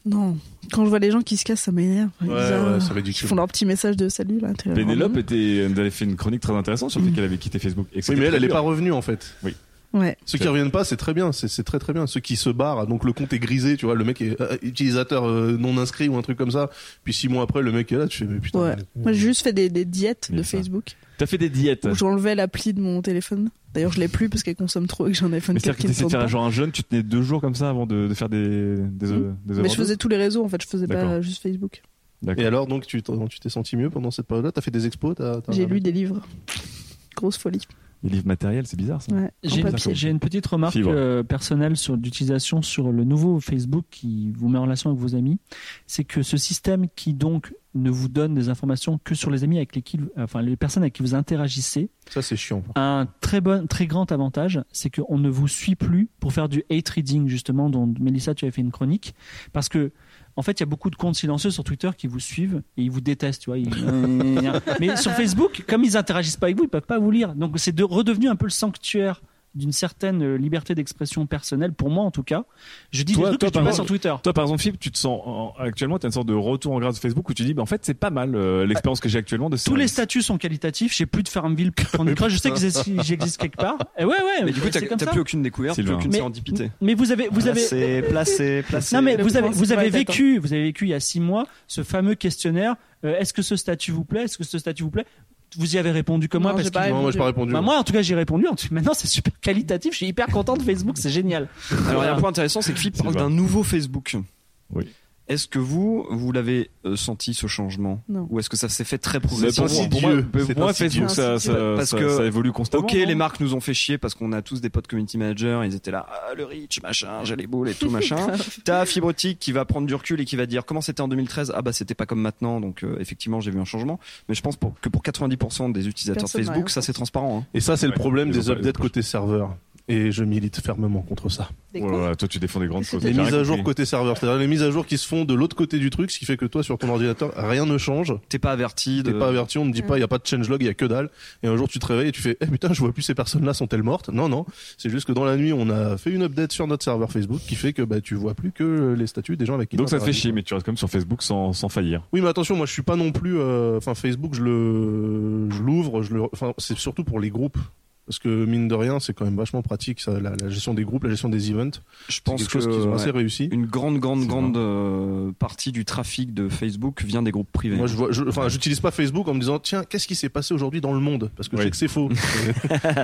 [SPEAKER 4] Non. Quand je vois les gens qui se cassent, ça m'énerve.
[SPEAKER 7] Ouais,
[SPEAKER 4] Ils, euh,
[SPEAKER 7] ouais, c'est
[SPEAKER 4] Ils
[SPEAKER 7] ridicule.
[SPEAKER 4] font leur petit message de salut là. t'es
[SPEAKER 3] Pénélope
[SPEAKER 4] vraiment-
[SPEAKER 3] était, nous avait fait une chronique très intéressante sur le fait qu'elle avait quitté Facebook. et que
[SPEAKER 7] Oui,
[SPEAKER 3] c'était
[SPEAKER 7] mais elle,
[SPEAKER 3] très
[SPEAKER 7] elle est
[SPEAKER 3] dur.
[SPEAKER 7] pas revenue en fait.
[SPEAKER 4] Ouais.
[SPEAKER 7] Ceux qui
[SPEAKER 3] C'est-
[SPEAKER 7] reviennent pas, c'est très bien, c'est c'est très très bien. Ceux qui se barrent, donc le compte est grisé, tu vois, le mec est euh, utilisateur euh, non inscrit ou un truc comme ça. Puis six mois après, le mec est là, tu fais mais putain.
[SPEAKER 4] Ouais.
[SPEAKER 7] mais-
[SPEAKER 4] Moi, j'ai juste fait des, des diètes
[SPEAKER 3] Mais
[SPEAKER 4] de
[SPEAKER 3] ça.
[SPEAKER 4] Facebook
[SPEAKER 3] T'as fait des diètes.
[SPEAKER 4] où j'enlevais l'appli de mon téléphone. D'ailleurs, je l'ai plus parce qu'elle consomme trop et que j'ai un iPhone
[SPEAKER 3] Mais c'est-à-dire
[SPEAKER 4] 4
[SPEAKER 3] que
[SPEAKER 4] qui ne
[SPEAKER 3] t'essayais de
[SPEAKER 4] tourne
[SPEAKER 3] faire
[SPEAKER 4] pas.
[SPEAKER 3] un- genre un jeûne, tu tenais deux jours comme ça avant de, de faire des, des, euh, des
[SPEAKER 4] Mmh. Mais je
[SPEAKER 3] overdoses
[SPEAKER 4] faisais tous les réseaux en fait, je faisais
[SPEAKER 3] D'accord.
[SPEAKER 4] pas juste Facebook.
[SPEAKER 7] Et
[SPEAKER 3] D'accord.
[SPEAKER 7] alors, donc tu t'en- tu t'es senti mieux pendant cette période-là T'as fait des expos t'as- t'as-
[SPEAKER 4] J'ai lu des livres. Grosse folie.
[SPEAKER 3] Les livres matériels, c'est bizarre ça.
[SPEAKER 4] Ouais.
[SPEAKER 6] J'ai
[SPEAKER 4] En
[SPEAKER 6] une,
[SPEAKER 4] papier.
[SPEAKER 6] j'ai une petite remarque
[SPEAKER 3] Fibre.
[SPEAKER 6] euh, personnelle sur l'utilisation sur le nouveau Facebook qui vous met en relation avec vos amis. C'est que ce système qui donc ne vous donne des informations que sur les amis avec lesquels, enfin les personnes avec qui vous interagissez,
[SPEAKER 7] Ça c'est chiant.
[SPEAKER 6] a un très bon, très grand avantage, c'est qu'on ne vous suit plus pour faire du hate reading justement dont Mélissa tu avais fait une chronique, parce que en fait il y a beaucoup de comptes silencieux sur Twitter qui vous suivent et ils vous détestent, tu vois. ils- Mais sur Facebook, comme ils interagissent pas avec vous, ils peuvent pas vous lire. Donc c'est de, redevenu un peu le sanctuaire d'une certaine euh, liberté d'expression personnelle, pour moi en tout cas. Je dis
[SPEAKER 3] Toi-
[SPEAKER 6] des trucs
[SPEAKER 3] toi,
[SPEAKER 6] que tu
[SPEAKER 3] par
[SPEAKER 6] pas sur
[SPEAKER 3] exemple-
[SPEAKER 6] Twitter.
[SPEAKER 3] Toi, par exemple, Philippe, tu te sens en- actuellement, tu as une sorte de retour en grâce de Facebook où tu dis, bah, en fait, c'est pas mal euh, l'expérience que j'ai actuellement de ce
[SPEAKER 6] Tous les
[SPEAKER 3] service.
[SPEAKER 6] statuts sont qualitatifs. J'ai plus de Farmville, plus de Candy Crush. Je sais que j'existe j'existe quelque part. Et ouais, ouais.
[SPEAKER 5] Mais du coup, t'as
[SPEAKER 6] c'est comme
[SPEAKER 5] t'as
[SPEAKER 6] ça.
[SPEAKER 5] plus Ah, aucune découverte, plus
[SPEAKER 3] Sylvain.
[SPEAKER 5] aucune
[SPEAKER 6] Mais-
[SPEAKER 5] sérendipité.
[SPEAKER 6] Mais vous avez, vous avez,
[SPEAKER 5] Placé, placé, placé.
[SPEAKER 6] Non mais
[SPEAKER 4] le
[SPEAKER 6] vous avez,
[SPEAKER 4] principe
[SPEAKER 6] vous avez
[SPEAKER 4] va être
[SPEAKER 6] vécu, vous avez vécu il y a six mois ce fameux questionnaire. euh, Est-ce que ce statut vous plaît Est-ce que ce statut vous plaît Vous y avez répondu comme moi
[SPEAKER 4] Non,
[SPEAKER 6] parce
[SPEAKER 4] j'ai
[SPEAKER 6] que
[SPEAKER 4] pas
[SPEAKER 7] Non, moi j'ai pas répondu.
[SPEAKER 6] Bah, moi en tout cas j'ai répondu. En tout- Maintenant c'est super qualitatif. Je suis hyper content de Facebook, c'est génial.
[SPEAKER 5] Alors, il y a un point intéressant, c'est que Philippe parle
[SPEAKER 3] Sylvain.
[SPEAKER 5] d'un nouveau Facebook.
[SPEAKER 3] Oui.
[SPEAKER 5] Est-ce que vous, vous l'avez euh, senti ce changement
[SPEAKER 4] Non.
[SPEAKER 5] Ou est-ce que ça s'est fait très
[SPEAKER 3] Mais
[SPEAKER 5] progressivement
[SPEAKER 3] pour, moi-
[SPEAKER 7] insidieux.
[SPEAKER 3] pour moi,
[SPEAKER 7] C'est
[SPEAKER 3] pour moi,
[SPEAKER 7] insidieux.
[SPEAKER 3] Facebook, ça, ça,
[SPEAKER 5] Parce
[SPEAKER 3] ça-
[SPEAKER 5] que-
[SPEAKER 3] ça évolue constamment.
[SPEAKER 5] Ok,
[SPEAKER 3] non
[SPEAKER 5] les marques nous ont fait chier parce qu'on a tous des potes community managers, ils étaient là, ah, le rich, machin, j'ai les boules et tout, machin. T'as Fibrotique qui va prendre du recul et qui va dire comment c'était en 2013, ah bah c'était pas comme maintenant, donc euh, effectivement j'ai vu un changement. Mais je pense pour- que pour 90% des utilisateurs
[SPEAKER 4] Personne
[SPEAKER 5] de
[SPEAKER 4] n'a
[SPEAKER 5] Facebook,
[SPEAKER 4] rien
[SPEAKER 5] ça c'est transparent. hein.
[SPEAKER 7] Et ça c'est le
[SPEAKER 3] Ouais,
[SPEAKER 7] problème
[SPEAKER 3] ils ont
[SPEAKER 7] des
[SPEAKER 3] pas-
[SPEAKER 7] updates côté serveur. Et je milite fermement contre ça.
[SPEAKER 4] Des
[SPEAKER 3] Oh
[SPEAKER 4] quoi
[SPEAKER 3] là là, toi, tu défends des grandes
[SPEAKER 4] Les
[SPEAKER 3] causes.
[SPEAKER 7] Les
[SPEAKER 3] J'ai
[SPEAKER 7] mises
[SPEAKER 3] rien
[SPEAKER 7] à jour
[SPEAKER 3] compris.
[SPEAKER 7] côté serveur, c'est-à-dire les mises à jour qui se font de l'autre côté du truc, ce qui fait que toi sur ton ordinateur rien ne change.
[SPEAKER 5] T'es pas averti de.
[SPEAKER 3] Euh.
[SPEAKER 7] T'es pas averti, on ne dit pas, il n'y a pas de changelog, il n'y a que dalle. Et un jour, tu te réveilles et tu fais, eh putain, je vois plus ces personnes-là, sont-elles mortes Non, non. C'est juste que dans la nuit, on a fait une update sur notre serveur Facebook qui fait que bah, tu vois plus que les statuts des gens avec qui
[SPEAKER 3] Donc ça te fait
[SPEAKER 7] t'interagis.
[SPEAKER 3] chier, mais tu restes quand même sur Facebook sans, sans faillir.
[SPEAKER 7] Oui, mais attention, moi je suis pas non plus. euh, Enfin, Facebook, je le, je l'ouvre, je le. Enfin, c'est surtout pour les groupes. Parce que mine de rien, c'est quand même vachement pratique ça, la, la gestion des groupes, la gestion des events.
[SPEAKER 5] Je
[SPEAKER 7] C'est
[SPEAKER 5] pense
[SPEAKER 7] quelque
[SPEAKER 5] que
[SPEAKER 7] chose qu'ils ont
[SPEAKER 5] ouais,
[SPEAKER 7] assez réussi.
[SPEAKER 5] une grande, grande,
[SPEAKER 3] C'est
[SPEAKER 5] grande euh, partie du trafic de Facebook vient des groupes privés.
[SPEAKER 7] Moi, je vois, je- enfin, j'utilise pas Facebook en me disant tiens, qu'est-ce qui s'est passé aujourd'hui dans le monde Parce que je
[SPEAKER 3] Oui.
[SPEAKER 7] sais que c'est faux.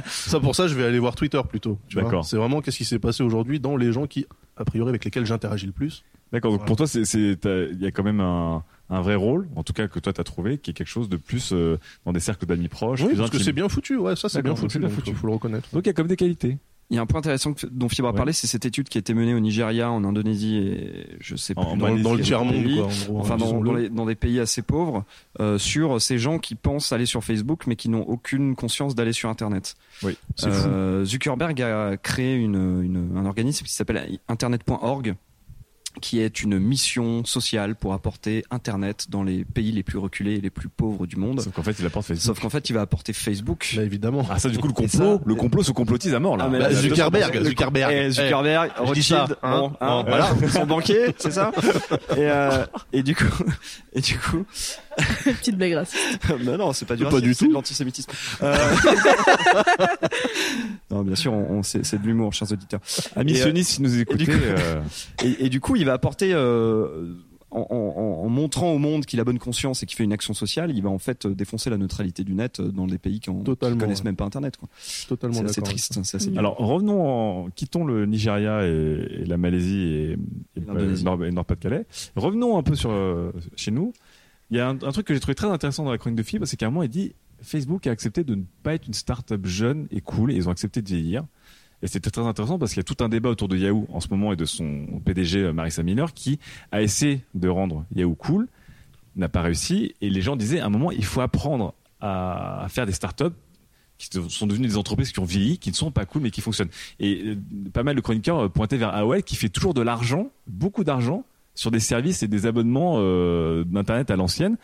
[SPEAKER 7] ça pour ça, je vais aller voir Twitter plutôt. tu vois.
[SPEAKER 3] D'accord.
[SPEAKER 7] C'est vraiment qu'est-ce qui s'est passé aujourd'hui dans les gens qui, a priori, avec lesquels j'interagis le plus.
[SPEAKER 3] D'accord, donc
[SPEAKER 7] Voilà.
[SPEAKER 3] pour toi, c'est- c'est- t'as- il y a quand même un, un vrai rôle, en tout cas que toi t'as trouvé, qui est quelque chose de plus euh, dans des cercles d'amis proches.
[SPEAKER 7] Oui,
[SPEAKER 3] plus
[SPEAKER 7] parce que
[SPEAKER 3] intimes.
[SPEAKER 7] c'est bien foutu, ouais, ça c'est bien
[SPEAKER 3] D'accord,
[SPEAKER 7] foutu,
[SPEAKER 3] c'est bien
[SPEAKER 7] donc,
[SPEAKER 3] foutu.
[SPEAKER 7] faut le reconnaître.
[SPEAKER 3] Donc il y a comme des qualités.
[SPEAKER 5] Il y a un point intéressant que- dont Fibre a parlé, c'est cette étude qui a été menée au Nigeria, en Indonésie et je sais pas.
[SPEAKER 7] En- dans- dans le tiers-monde, quoi, en gros, hein,
[SPEAKER 5] enfin, dans,
[SPEAKER 7] disons-le.
[SPEAKER 5] dans les- dans des pays assez pauvres, euh, sur ces gens qui pensent aller sur Facebook mais qui n'ont aucune conscience d'aller sur Internet.
[SPEAKER 3] Oui, c'est
[SPEAKER 5] Euh, Zuckerberg a créé une- une- un organisme qui s'appelle internet.org qui est une mission sociale pour apporter Internet dans les pays les plus reculés et les plus pauvres du monde.
[SPEAKER 3] Sauf qu'en fait, il apporte Facebook.
[SPEAKER 5] Sauf qu'en fait, il va apporter Facebook.
[SPEAKER 7] Bah, évidemment.
[SPEAKER 3] Ah ça du coup le
[SPEAKER 5] Et ça,
[SPEAKER 3] complot, le complot se complotise à mort là.
[SPEAKER 5] Ah, mais
[SPEAKER 3] Bah,
[SPEAKER 5] là, là,
[SPEAKER 3] Zuckerberg,
[SPEAKER 5] le-
[SPEAKER 3] Zuckerberg.
[SPEAKER 5] Eh, Zuckerberg,
[SPEAKER 3] Eh, je dis
[SPEAKER 5] Rothschild,
[SPEAKER 3] ça, hein,
[SPEAKER 5] bon, hein,
[SPEAKER 3] hein.
[SPEAKER 5] voilà, ils sont banquiers, c'est ça et, euh, et du coup, et du coup,
[SPEAKER 4] Petite blague raciste.
[SPEAKER 5] non, non, c'est pas du
[SPEAKER 4] Pas
[SPEAKER 5] racisme,
[SPEAKER 4] du
[SPEAKER 5] c'est de l'antisémitisme. Euh, non, bien sûr, on, on- c'est c'est de l'humour, chers auditeurs.
[SPEAKER 3] Amis
[SPEAKER 5] Et, euh,
[SPEAKER 3] sionistes, si nous
[SPEAKER 5] et
[SPEAKER 3] écoutez,
[SPEAKER 5] du coup,
[SPEAKER 3] euh,
[SPEAKER 5] et, et du coup, il va apporter, euh, en, en- en- en montrant au monde qu'il a bonne conscience et qu'il fait une action sociale, il va en fait euh, défoncer la neutralité du net euh, dans des pays qui, en, qui connaissent même pas Internet. Quoi.
[SPEAKER 7] Eh, Totalement
[SPEAKER 5] C'est assez
[SPEAKER 7] d'accord
[SPEAKER 5] triste.
[SPEAKER 7] avec
[SPEAKER 5] c'est assez
[SPEAKER 3] Alors revenons, en, quittons le Nigeria et, et la Malaisie et, et-
[SPEAKER 5] l'Indonésie.
[SPEAKER 3] euh, Nord- et Nord-Pas-de-Calais. revenons un peu sur euh, chez nous. Il y a un, un truc que j'ai trouvé très intéressant dans la chronique de Fibre, c'est qu'à un moment il dit Facebook a accepté de ne pas être une start-up jeune et cool, et ils ont accepté de vieillir. Et c'était très intéressant parce qu'il y a tout un débat autour de Yahoo en ce moment et de son PDG euh, Marissa Miller qui a essayé de rendre Yahoo cool, n'a pas réussi. Et les gens disaient à un moment, il faut apprendre à faire des startups qui sont devenues des entreprises qui ont vieilli, qui ne sont pas cool mais qui fonctionnent. Et euh, pas mal de chroniqueurs euh, pointaient vers AOL qui fait toujours de l'argent, beaucoup d'argent sur des services et des abonnements euh, d'internet à l'ancienne.